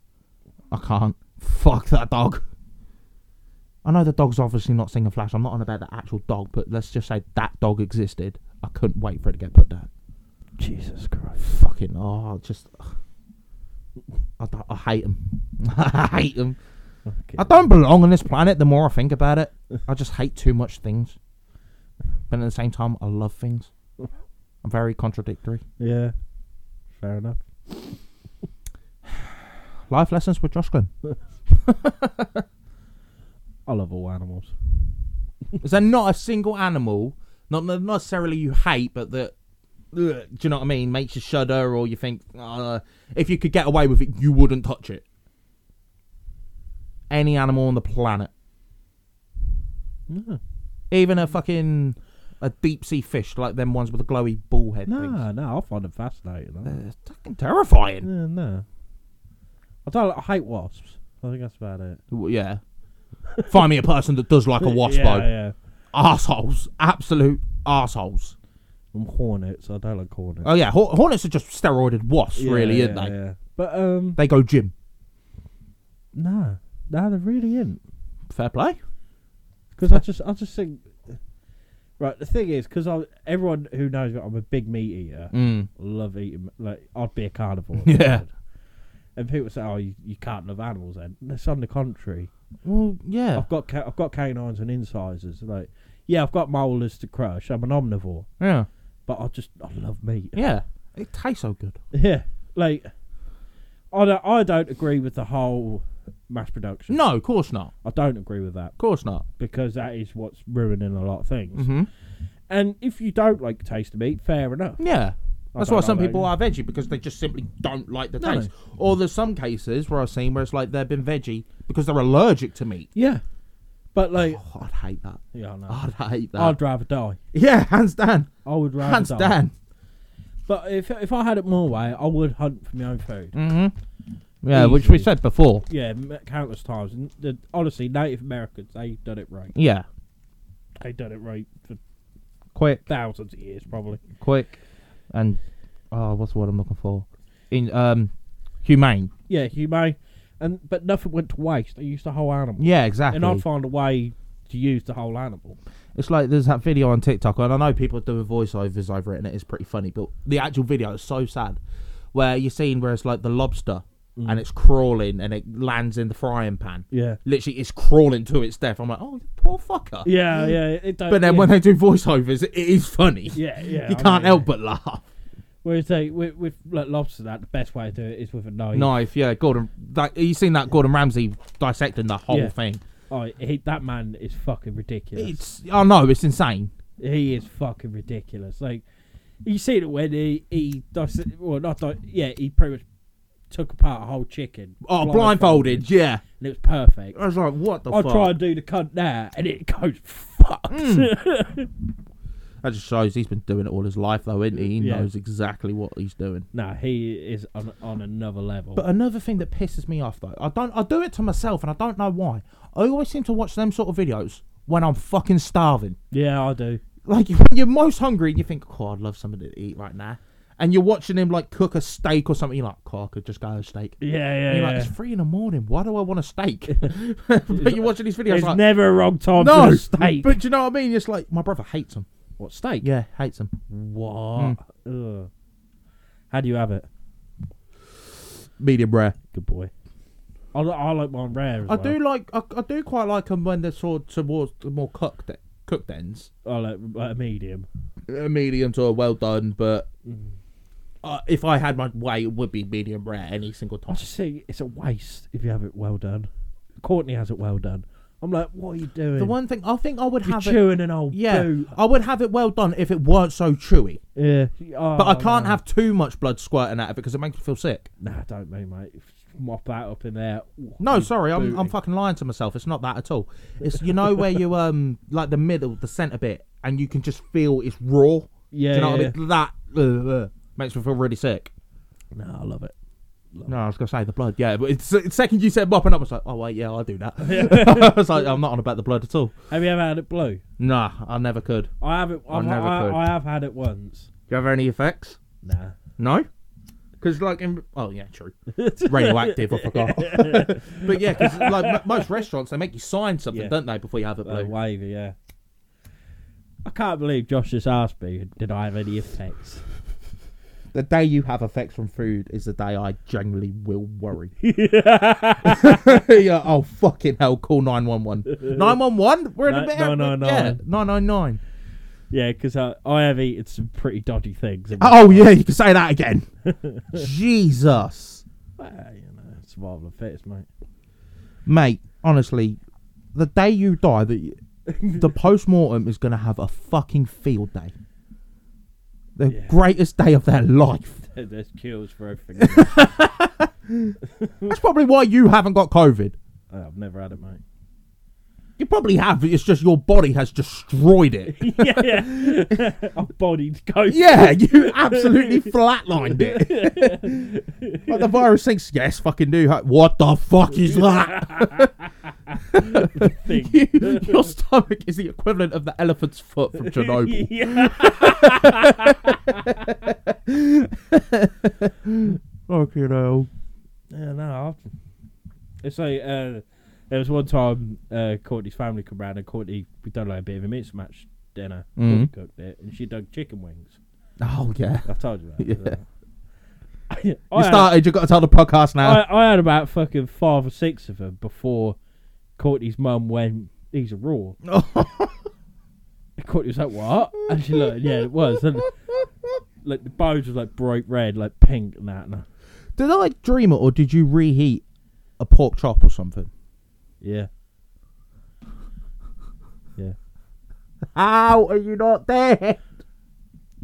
I can't. Fuck that dog. I know the dog's obviously not singing Flash. I'm not on about the actual dog, but let's just say that dog existed. I couldn't wait for it to get put down.
Jesus Christ.
Fucking oh, just *sighs* I, don't- I hate him. *laughs* I hate him. I don't belong on this planet. The more I think about it, I just hate too much things. But at the same time, I love things. I'm very contradictory.
Yeah. Fair enough.
Life lessons with Josh Glenn.
I love all animals.
Is there not a single animal, not not necessarily you hate, but that, ugh, do you know what I mean, makes you shudder or you think, uh, if you could get away with it, you wouldn't touch it? Any animal on the planet.
No.
Even a fucking a deep sea fish, like them ones with the glowy ball head
No,
things.
no, I find them fascinating. I-
They're fucking terrifying.
Yeah, no. I don't. I hate wasps. I think that's about it.
Well, Yeah. Find me a person that does like a wasp,
*laughs* yeah,
though.
yeah.
Arseholes. Absolute arseholes.
I'm hornets. I don't like hornets.
Oh, yeah. Hor- hornets are just steroided wasps,
Yeah,
really,
yeah,
aren't they?
yeah. But um,
They go gym.
no, no, there really isn't.
Fair play.
Because I just, I just think. Right, the thing is, because I, everyone who knows me, I'm a big meat eater.
Mm.
Love eating. Like I'd be a carnivore. if
*laughs*
I
Yeah.
could. And people say, "Oh, you, you can't love animals." Then it's on the contrary.
Well, yeah.
I've got ca- I've got canines and incisors. Like, yeah, I've got molars to crush. I'm an omnivore,
Yeah.
but I just I love meat.
Yeah. It tastes so good.
*laughs* Yeah, like I don't, I don't agree with the whole mass production.
No, of course not.
I don't agree with that
Of course not.
because that is what's ruining a lot of things.
Mm-hmm.
And if you don't like the taste of meat, fair enough.
Yeah.
I
That's
don't
why
know
some
about
people
you.
are veggie because they just simply don't like the
No.
taste. Or there's some cases where I've seen where it's like they've been veggie because they're allergic to meat.
Yeah, but like,
Oh, I'd hate that.
yeah, I know.
I'd hate that.
I'd rather die.
yeah, hands down.
I would rather
Hands
die.
down.
But if if I had it more way, I would hunt for my own food.
Mm-hmm. Yeah, which we
Easily.
said before.
Yeah, m- countless times. And the, honestly, Native Americans they done it right.
Yeah.
They done it right for
Quick,
thousands of years, probably.
quick, and oh, what's the word I'm looking for? In um, humane.
Yeah, humane, and but nothing went to waste. They used the whole animal,
Yeah, exactly.
and I'd find a way to use the whole animal.
It's like there's that video on TikTok, and I know people are doing voiceovers over it, and it is pretty funny. But the actual video is so sad, where you're seeing where it's like the lobster, and it's crawling, and it lands in the frying pan.
Mm. Yeah,
Literally, it's crawling to its death. I'm like, oh, poor fucker.
yeah, yeah. It don't,
Mm. But then
yeah,
when they do voiceovers, it is funny.
yeah,
*laughs*
yeah,
you
I
can't
know,
help
yeah.
but laugh.
Whereas they with, with like lobster, that the best way to do it is with a knife.
Knife, yeah, Gordon. That, you seen that Gordon Ramsay dissecting the whole
Yeah.
thing?
Oh, he, that man is fucking ridiculous.
It's oh no, it's insane.
He is fucking ridiculous. Like you see it when he he does well not di- yeah he pretty much took apart a whole chicken.
Oh, blindfolded, yeah.
and it was perfect.
I was like, what the
I
fuck? Hmm.
try and do the cunt there, and it goes fucked. *laughs*
That just shows he's been doing it all his life, though, isn't he? He
Yeah.
knows exactly what he's doing.
no, he is on, on another level.
But another thing that pisses me off, though, I don't, I do it to myself, and I don't know why. I always seem to watch them sort of videos when I'm fucking starving.
yeah, I do.
Like *laughs* when you're most hungry, and you think, "Oh, I'd love something to eat right now," and you're watching him like cook a steak or something. You're like, "God, I could just go have a steak."
Yeah, yeah,
And you're
yeah.
like, "It's three in the morning. Why do I want a *laughs* steak?" but you're watching these videos
There's
like,
never a wrong time
"No
for a steak.
But do you know what I mean? It's like my brother hates them.
what steak?
Yeah, hates them.
What?
Hmm.
Ugh. How do you have it?
Medium rare.
Good boy. I, li- I like mine rare. As
I
well.
do like I, I do quite like them when they're sort towards the more cooked cooked ends,
I like, like a medium.
a Uh, medium to a well done. But uh, if I had my way, it would be medium rare any single
I
time.
just think it's a waste if you have it well done. Courtney has it well done. I'm like, what are you doing?
The one thing I think I would
You're
have it,
chewing an old
yeah,
boot.
I would have it well done if it weren't so chewy.
Yeah. Oh,
But I can't have too much blood squirting out of it because it makes me feel sick.
Nah, don't me, mate. Mop that up in there. Ooh,
No,
you
sorry, I'm, I'm
booty.
fucking lying to myself. It's not that at all. It's you know where you um like the middle, the center bit, and you can just feel it's raw.
Yeah,
Do you know
yeah.
what I mean? That uh, uh, makes me feel really sick.
Nah, I love it.
No, I was gonna say the blood. Yeah, but it's, it's second you said mopping up, I was like, oh wait, yeah, I'll do
*laughs*
that. *laughs* I was like, I'm not on about the blood at all.
Have you ever had it blue?
Nah, I never could.
I have it. I've, I,
never could.
I, have had it once.
Do you have any effects?
Nah.
No, because like, in, oh yeah,
*laughs*
true. Radioactive, I forgot. but yeah, because like m- most restaurants, they make you sign something,
Yeah.
don't they, before you have it
Uh,
blue?
wavy, yeah. I can't believe Josh just asked me, did I have any effects?
the day you have effects from food is the day I generally will *laughs* worry. yeah, oh fucking hell, call nine one *laughs* one. Nine one one? We're in a
Ni-
bit.
999.
Yeah, nine nine nine.
Yeah, because I, I have eaten some pretty dodgy things. in my-
Oh yeah, you can say that *laughs* again. Jesus,
Well, you know, survival of the fittest, mate. *laughs*
mate. Honestly, the day you die, the *laughs* the post mortem is gonna have a fucking field day. The
Yeah.
greatest day of their *laughs* life.
There's cures for everything.
That's probably why you haven't got COVID.
Oh, I've never had it, mate.
You probably have. It's just your body has destroyed it.
*laughs* yeah, yeah. *laughs* I bodied
*laughs*
COVID.
Yeah, you absolutely flatlined it. *laughs* like the virus thinks, yes, fucking do. What the fuck is that? *laughs*
Thing. *laughs*
You- your stomach is the equivalent of the elephant's foot from *laughs* Chernobyl.
yeah.
Fucking hell.
Yeah, no. I've... It's like uh, there was one time uh, Courtney's family come round and Courtney we done like a bit of a mince match dinner. Courtney
Mhm.
cooked it and she done chicken wings.
Oh yeah.
I've told you that.
Yeah. *laughs*
I,
you uh,
had,
started. You got to tell the podcast now.
I, I had about fucking five or six of them before Courtney's mum went. These are raw. And Courtney was like, "What?" And she looked, yeah, it was. And like the bones was like bright red, like pink and that. And I,
*laughs* did I dream it, or did you reheat a pork chop or something?
yeah, yeah.
How are you not there?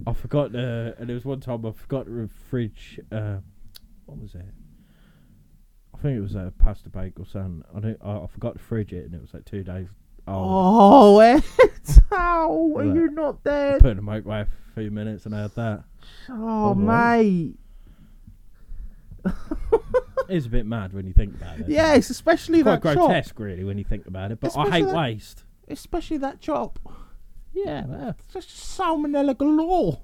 I forgot. Uh, and there was one time I forgot to fridge. Uh, what was it? I think it was a pasta bake or something. I don't. I, I forgot to fridge it, and it was like two days. old.
Oh, *laughs* Ed, how are
Look.
you not
I
there?
put it in the microwave for a few minutes, and I had that.
Oh,
Alright.
mate.
It's a bit mad when you think about it.
Yes, especially
quite
that chop.
grotesque, really, when you think about it. But I hate
Especially-
waste.
Especially that chop. Yeah, it's just salmonella galore.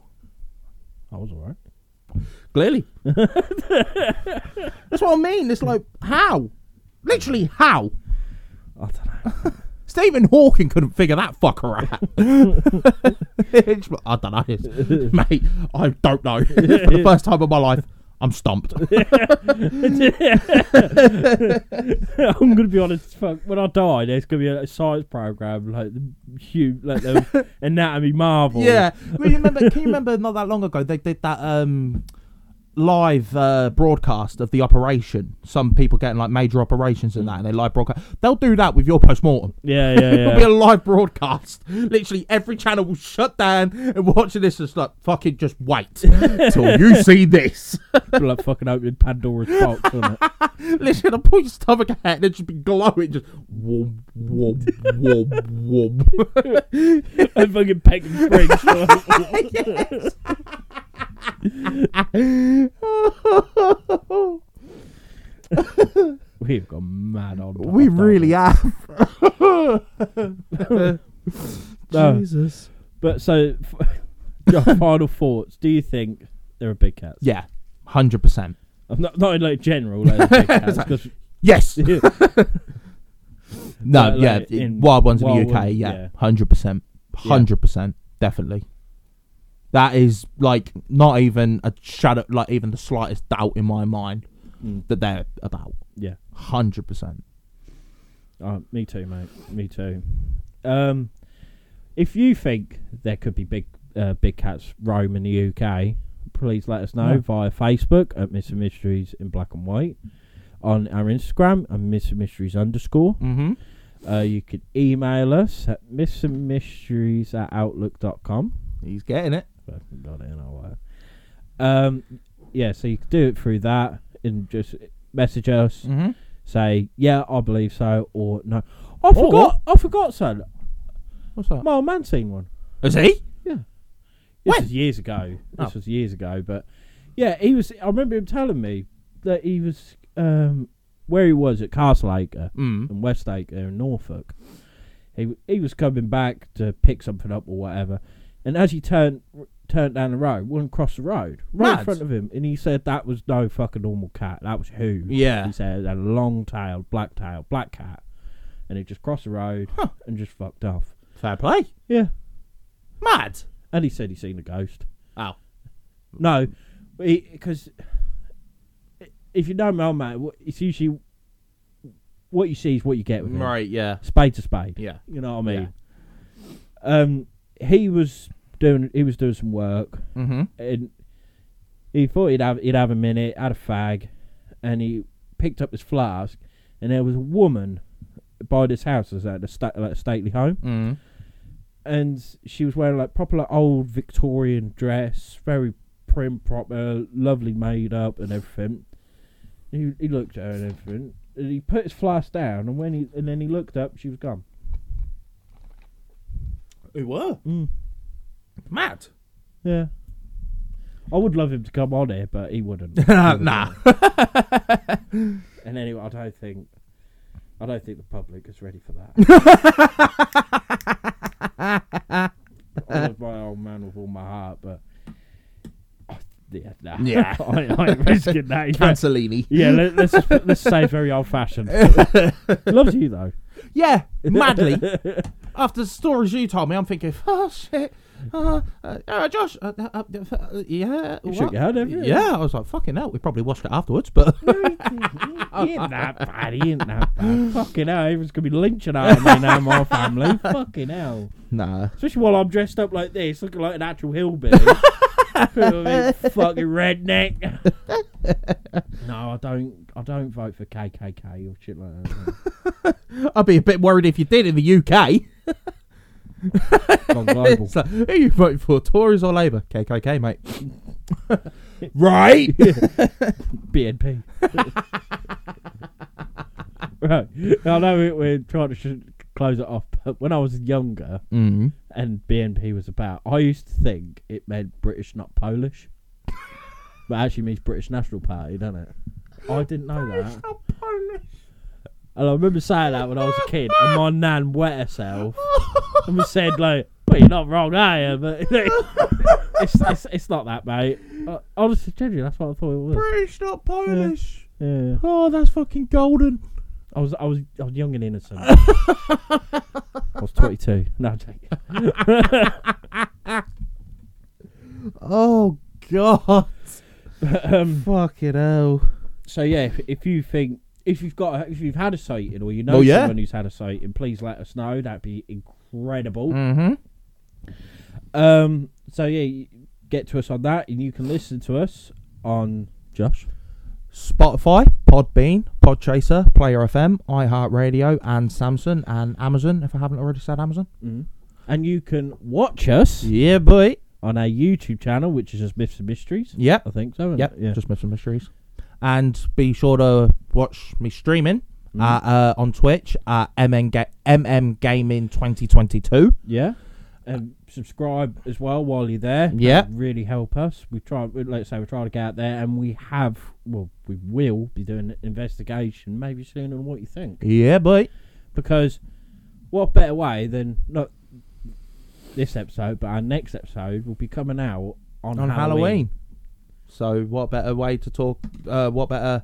I was alright.
*laughs* Clearly. That's what I mean. It's like, how? Literally, how?
I don't know.
Stephen Hawking couldn't figure that fucker *laughs* out. I don't know. Mate, I don't know. *laughs* For the first time in my life, I'm stumped.
*laughs* I'm gonna be honest. Fuck, when I die, there's gonna be a, science program like the huge,
*laughs*
like the anatomy marvel.
Yeah, *laughs* well, you remember? Can you remember not that long ago they did that um, live uh, broadcast of the operation? Some people getting like major operations and that, and they live broadcast. They'll do that with your post mortem.
yeah, yeah,
*laughs*
yeah.
It'll be a live broadcast. Literally, every channel will shut down and watching this. It's like fucking just *laughs* wait till you see this. *laughs*
Be like fucking opening Pandora's box, wouldn't it?
Literally, I'll pull your stomach out and it just be glowing, just whoop whoop whoop whoop.
*laughs* And fucking Peckham Springs. like-
*laughs*
We've gone mad
*laughs*
on.
We
Pop,
really have.
No.
Jesus.
But so, f- *laughs* your final thoughts? Do you think there are big cats?
Yeah, hundred percent.
I'm not not in like general. Like,
*laughs*
big cats, 'cause-
Yes. No.
Uh, like
yeah.
in
wild ones in
Wild
the UK.
Ones, yeah.
yeah. Hundred percent. Hundred percent. Definitely. That is like not even a shadow, like even the slightest doubt in my mind
Mm.
that they're about.
*laughs* yeah.
Hundred percent.
Oh, me too, mate. Me too. Um, if you think there could be big uh, big cats roam in the UK, please let us know
Yeah.
via Facebook at Mr Mysteries in Black and White, on our Instagram at Mr Mysteries underscore.
Mm-hmm.
Uh, you can email us at Mr Mysteries at outlook.com.
He's getting it.
I've got it in our way. Um, yeah, so you can do it through that and just message us
Mm-hmm.
say yeah, I believe so, or no. I
Or-
forgot. I forgot, son.
What's that?
My old man seen one.
Is he?
This
When?
was years ago. This
Oh.
was years ago, but yeah, he was. I remember him telling me that he was um, where he was at Castleacre
Mm.
and Westacre in Norfolk. He w- he was coming back to pick something up or whatever, and as he turned turned down the road, one crossed the road right in
Mad.
front of him, and he said that was no fucking normal cat. That was who?
Yeah.
He said a long tailed, black tailed, black cat, and it just crossed the road
Huh.
and just fucked off.
Fair play.
Yeah,
Mad.
and he said he seen a ghost.
Oh.
No, because if you know my old man, wh- it's usually what you see is what you get with him.
Mm-hmm. Right. Yeah.
Spade to spade.
Yeah.
You know what I mean? Um, he was doing he was doing some work
Mm-hmm.
and he thought he'd have he'd have a minute, had a fag, and he picked up his flask, and there was a woman by this house, as at a, sta- like a stately home,
Mm.
and she was wearing like proper like, old Victorian dress, very prim, proper, lovely made up, and everything. He he looked at her and everything, and he put his flask down, and when he and then he looked up, she was gone.
Who were?
Mm.
Mad.
Yeah. I would love him to come on here, but he wouldn't.
*laughs* *laughs* nah.
And anyway, I don't think, I don't think the public is ready
*laughs*
for that. I love my old man with all my heart, but I, yeah, nah.
Yeah.
*laughs* I, I ain't
*laughs*
risking that. Yeah.
Cancellini.
Yeah, let, let's let's say it's very old
*laughs*
fashioned. Loves you though.
Yeah, madly. After the stories you told me, I'm thinking, *laughs* oh shit. Uh, uh, uh, Josh, uh, uh, uh, uh, yeah,
You
what?
shook your head, haven't you?
yeah. I was like, fucking hell. We probably watched it afterwards, but *laughs*
He ain't that bad. He ain't that bad. Fucking hell, everyone's gonna be lynching out of me now.
*laughs*
My family. Fucking hell.
nah.
Especially while I'm dressed up like this, looking like an actual hillbilly. You know what I mean? fucking redneck. no, I don't. I don't vote for KKK or shit like that.
I'd be a bit worried if you did in the UK.
Gone global.
*laughs* It's like, who you voting for, Tories or Labour? KKK, mate. *laughs* right?
BNP. *laughs* right. I know we- we're trying to sh- close it off, but when I was younger
*laughs* Mm.
and BNP was about, I used to think it meant British, not Polish. but it actually means British National Party, doesn't it? I didn't know that.
*laughs*
And I remember saying that when I was a kid, and my nan wet herself and
*laughs*
said, like, well, you're not wrong, are you? But *laughs* it's, it's, it's not that, mate. Uh, Honestly, genuinely, that's what I thought it was.
British, not Polish.
Yeah.
Oh, that's fucking golden.
I was I was I was young
*laughs*
and innocent. I was twenty two. No, I'm joking. *laughs*
Oh, God.
um,
Fucking hell.
so yeah, if, if you think if you've got a- if you've had a sighting or you know
Oh, yeah.
someone who's had a sighting, please let us know. That'd be incredible.
Mm-hmm.
Um, so yeah, you get to us on that, and you can listen to us on Josh.
Spotify, Podbean, Podchaser, Player FM, iHeartRadio, and Samsung, and Amazon, if I haven't already said Amazon.
And you can watch us
Mm-hmm. Yeah, boy.
on our YouTube channel, which is just Myths and Mysteries.
Yep.
I think so. isn't
Yep,
it? Yeah.
just Myths and Mysteries. And be sure to watch me streaming at, uh, on Twitch at MN Ga- MM Gaming 2022.
Yeah. And subscribe as well while you're there.
Yeah.
That'd really help us. We try, we- let's say, we're trying to get out there, and we have, well, we will be doing an investigation maybe sooner than what you think.
Yeah, boy.
Because what better way than not this episode, but our next episode will be coming out on,
On
Halloween.
Halloween. So, what better way to talk? Uh, what better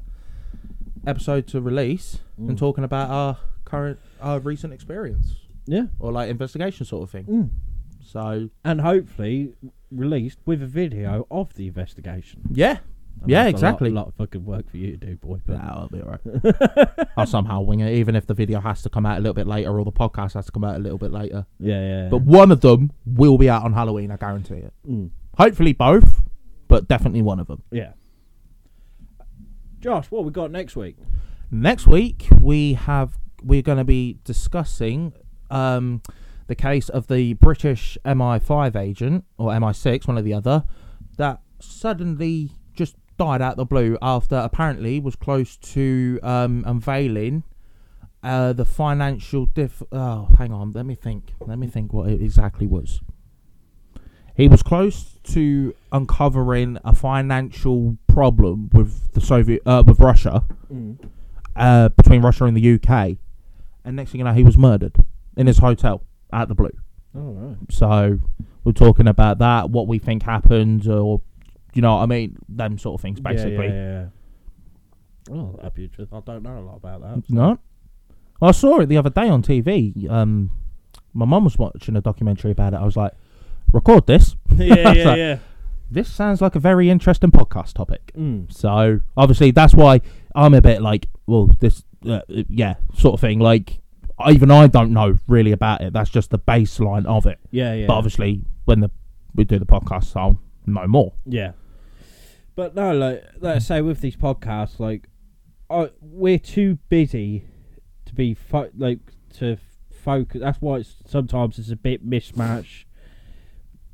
episode to release than talking about our current, our recent experience
Yeah.
or like investigation sort of thing?
Mm.
So,
And hopefully released with a video of the investigation.
yeah,
I know
yeah,
it's a lot-
exactly.
lot, of fucking work for you to do, boy. But
That'll be alright. *laughs* I'll somehow wing it, even if the video has to come out a little bit later or the podcast has to come out a little bit later.
yeah, yeah.
But one of them will be out on Halloween, I guarantee it.
Mm.
Hopefully both, but definitely one of them.
Yeah. Josh, what we got next week?
Next week we have we're going to be discussing um, the case of the British MI5 agent or MI6, one or the other, that suddenly just died out the blue after apparently was close to um, unveiling uh, the financial diff. Oh, hang on, let me think. Let me think what it exactly was. He was close to uncovering a financial problem with the Soviet, uh, with Russia, uh, between Russia and the UK. And next thing you know, he was murdered in his hotel out of the blue.
All right.
So we're talking about that, what we think happened, uh, or you know what I mean, them sort of things, basically.
Yeah, yeah, yeah. Oh, that'd be interesting. I don't know a lot about that.
*laughs*
*laughs*
No, I saw it the other day on TV. Um, my mum was watching a documentary about it. I was like, record this.
yeah,
yeah, So-
yeah.
This sounds like a very interesting podcast topic.
Mm.
So obviously that's why I'm a bit like, well, this, uh, yeah, sort of thing. Like, I- even I don't know really about it. That's just the baseline of it.
Yeah, yeah.
But obviously, when the we do the podcast, I'll know more.
yeah. But no, like let's say with these podcasts, like I, we're too busy to be fo- like to focus. That's why it's sometimes it's a bit mismatch.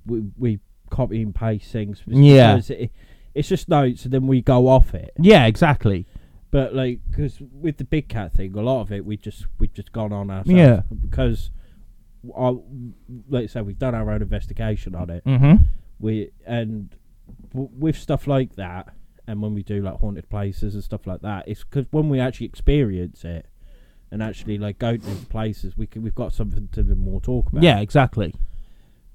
We we copy and paste things.
Yeah.
because it- it's just notes, and then we go off it.
Yeah, exactly.
But like, because with the big cat thing, a lot of it we just we've just gone on ourselves.
Yeah.
Because, I, let's say we've done our own investigation on it.
Mm-hmm.
We and w- with stuff like that, and when we do like haunted places and stuff like that, it's because when we actually experience it and actually like go to these places, we can, we've got something to then more talk about.
Yeah, exactly.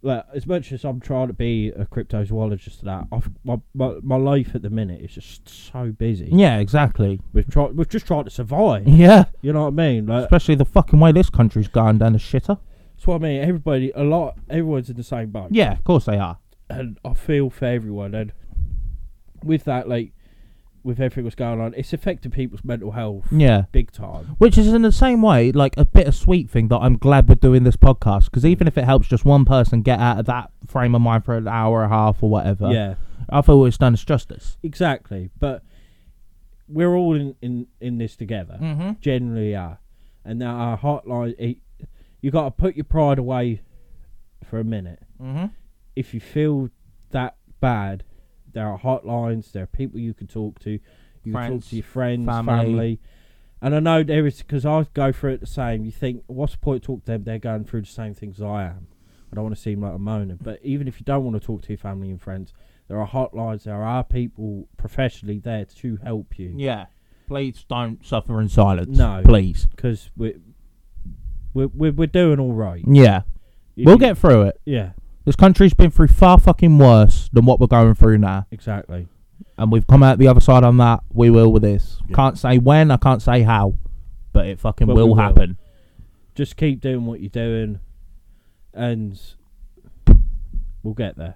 like as much as I'm trying to be a cryptozoologist, and that I've, my, my my life at the minute is just so busy.
Yeah, exactly.
We've tried, we've just tried to survive.
Yeah, Uh,
You know what I mean? Like
especially the fucking way this country's gone down the shitter.
that's what I mean. Everybody, a lot, everyone's in the same boat.
Yeah, of course they are.
and I feel for everyone. And with that, like with everything that's going on, it's affected people's mental health
Yeah.
big time.
Which is in the same way, like a bittersweet thing that I'm glad we're doing this podcast because even if it helps just one person get out of that frame of mind for an hour and a half or whatever,
yeah,
I feel it's done us justice.
exactly. But we're all in in, in this together.
Mm-hmm.
Generally, are and now our hotline. It, you got to put your pride away for a minute.
Mm-hmm.
If you feel that bad, there are hotlines. There are people you can talk to. You can
Friends,
talk to your friends,
family.
family. And I know there is because I go through it the same. You think, what's the point of talking to them? They're going through the same things I am. I don't want to seem like a moaner, but even if you don't want to talk to your family and friends, there are hotlines. There are people professionally there to help you.
Yeah. Please don't suffer in silence.
No.
Please.
Because we're, we're we're we're doing all right.
Yeah.
If
We'll
you-
get through it.
yeah,
This country's been through far fucking worse than what we're going through now.
exactly.
And we've come out the other side on that. We will with this.
Yeah.
Can't say when, I can't say how, but it fucking
But we
will
will.
happen.
Just keep doing what you're doing, and we'll get there.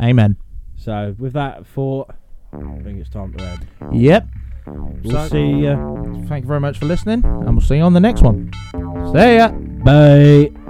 Amen.
So with that thought, I think it's time to end.
Yep.
We'll
So-
see you.
Thank you very much for listening, and we'll see you on the next one. See ya.
Bye.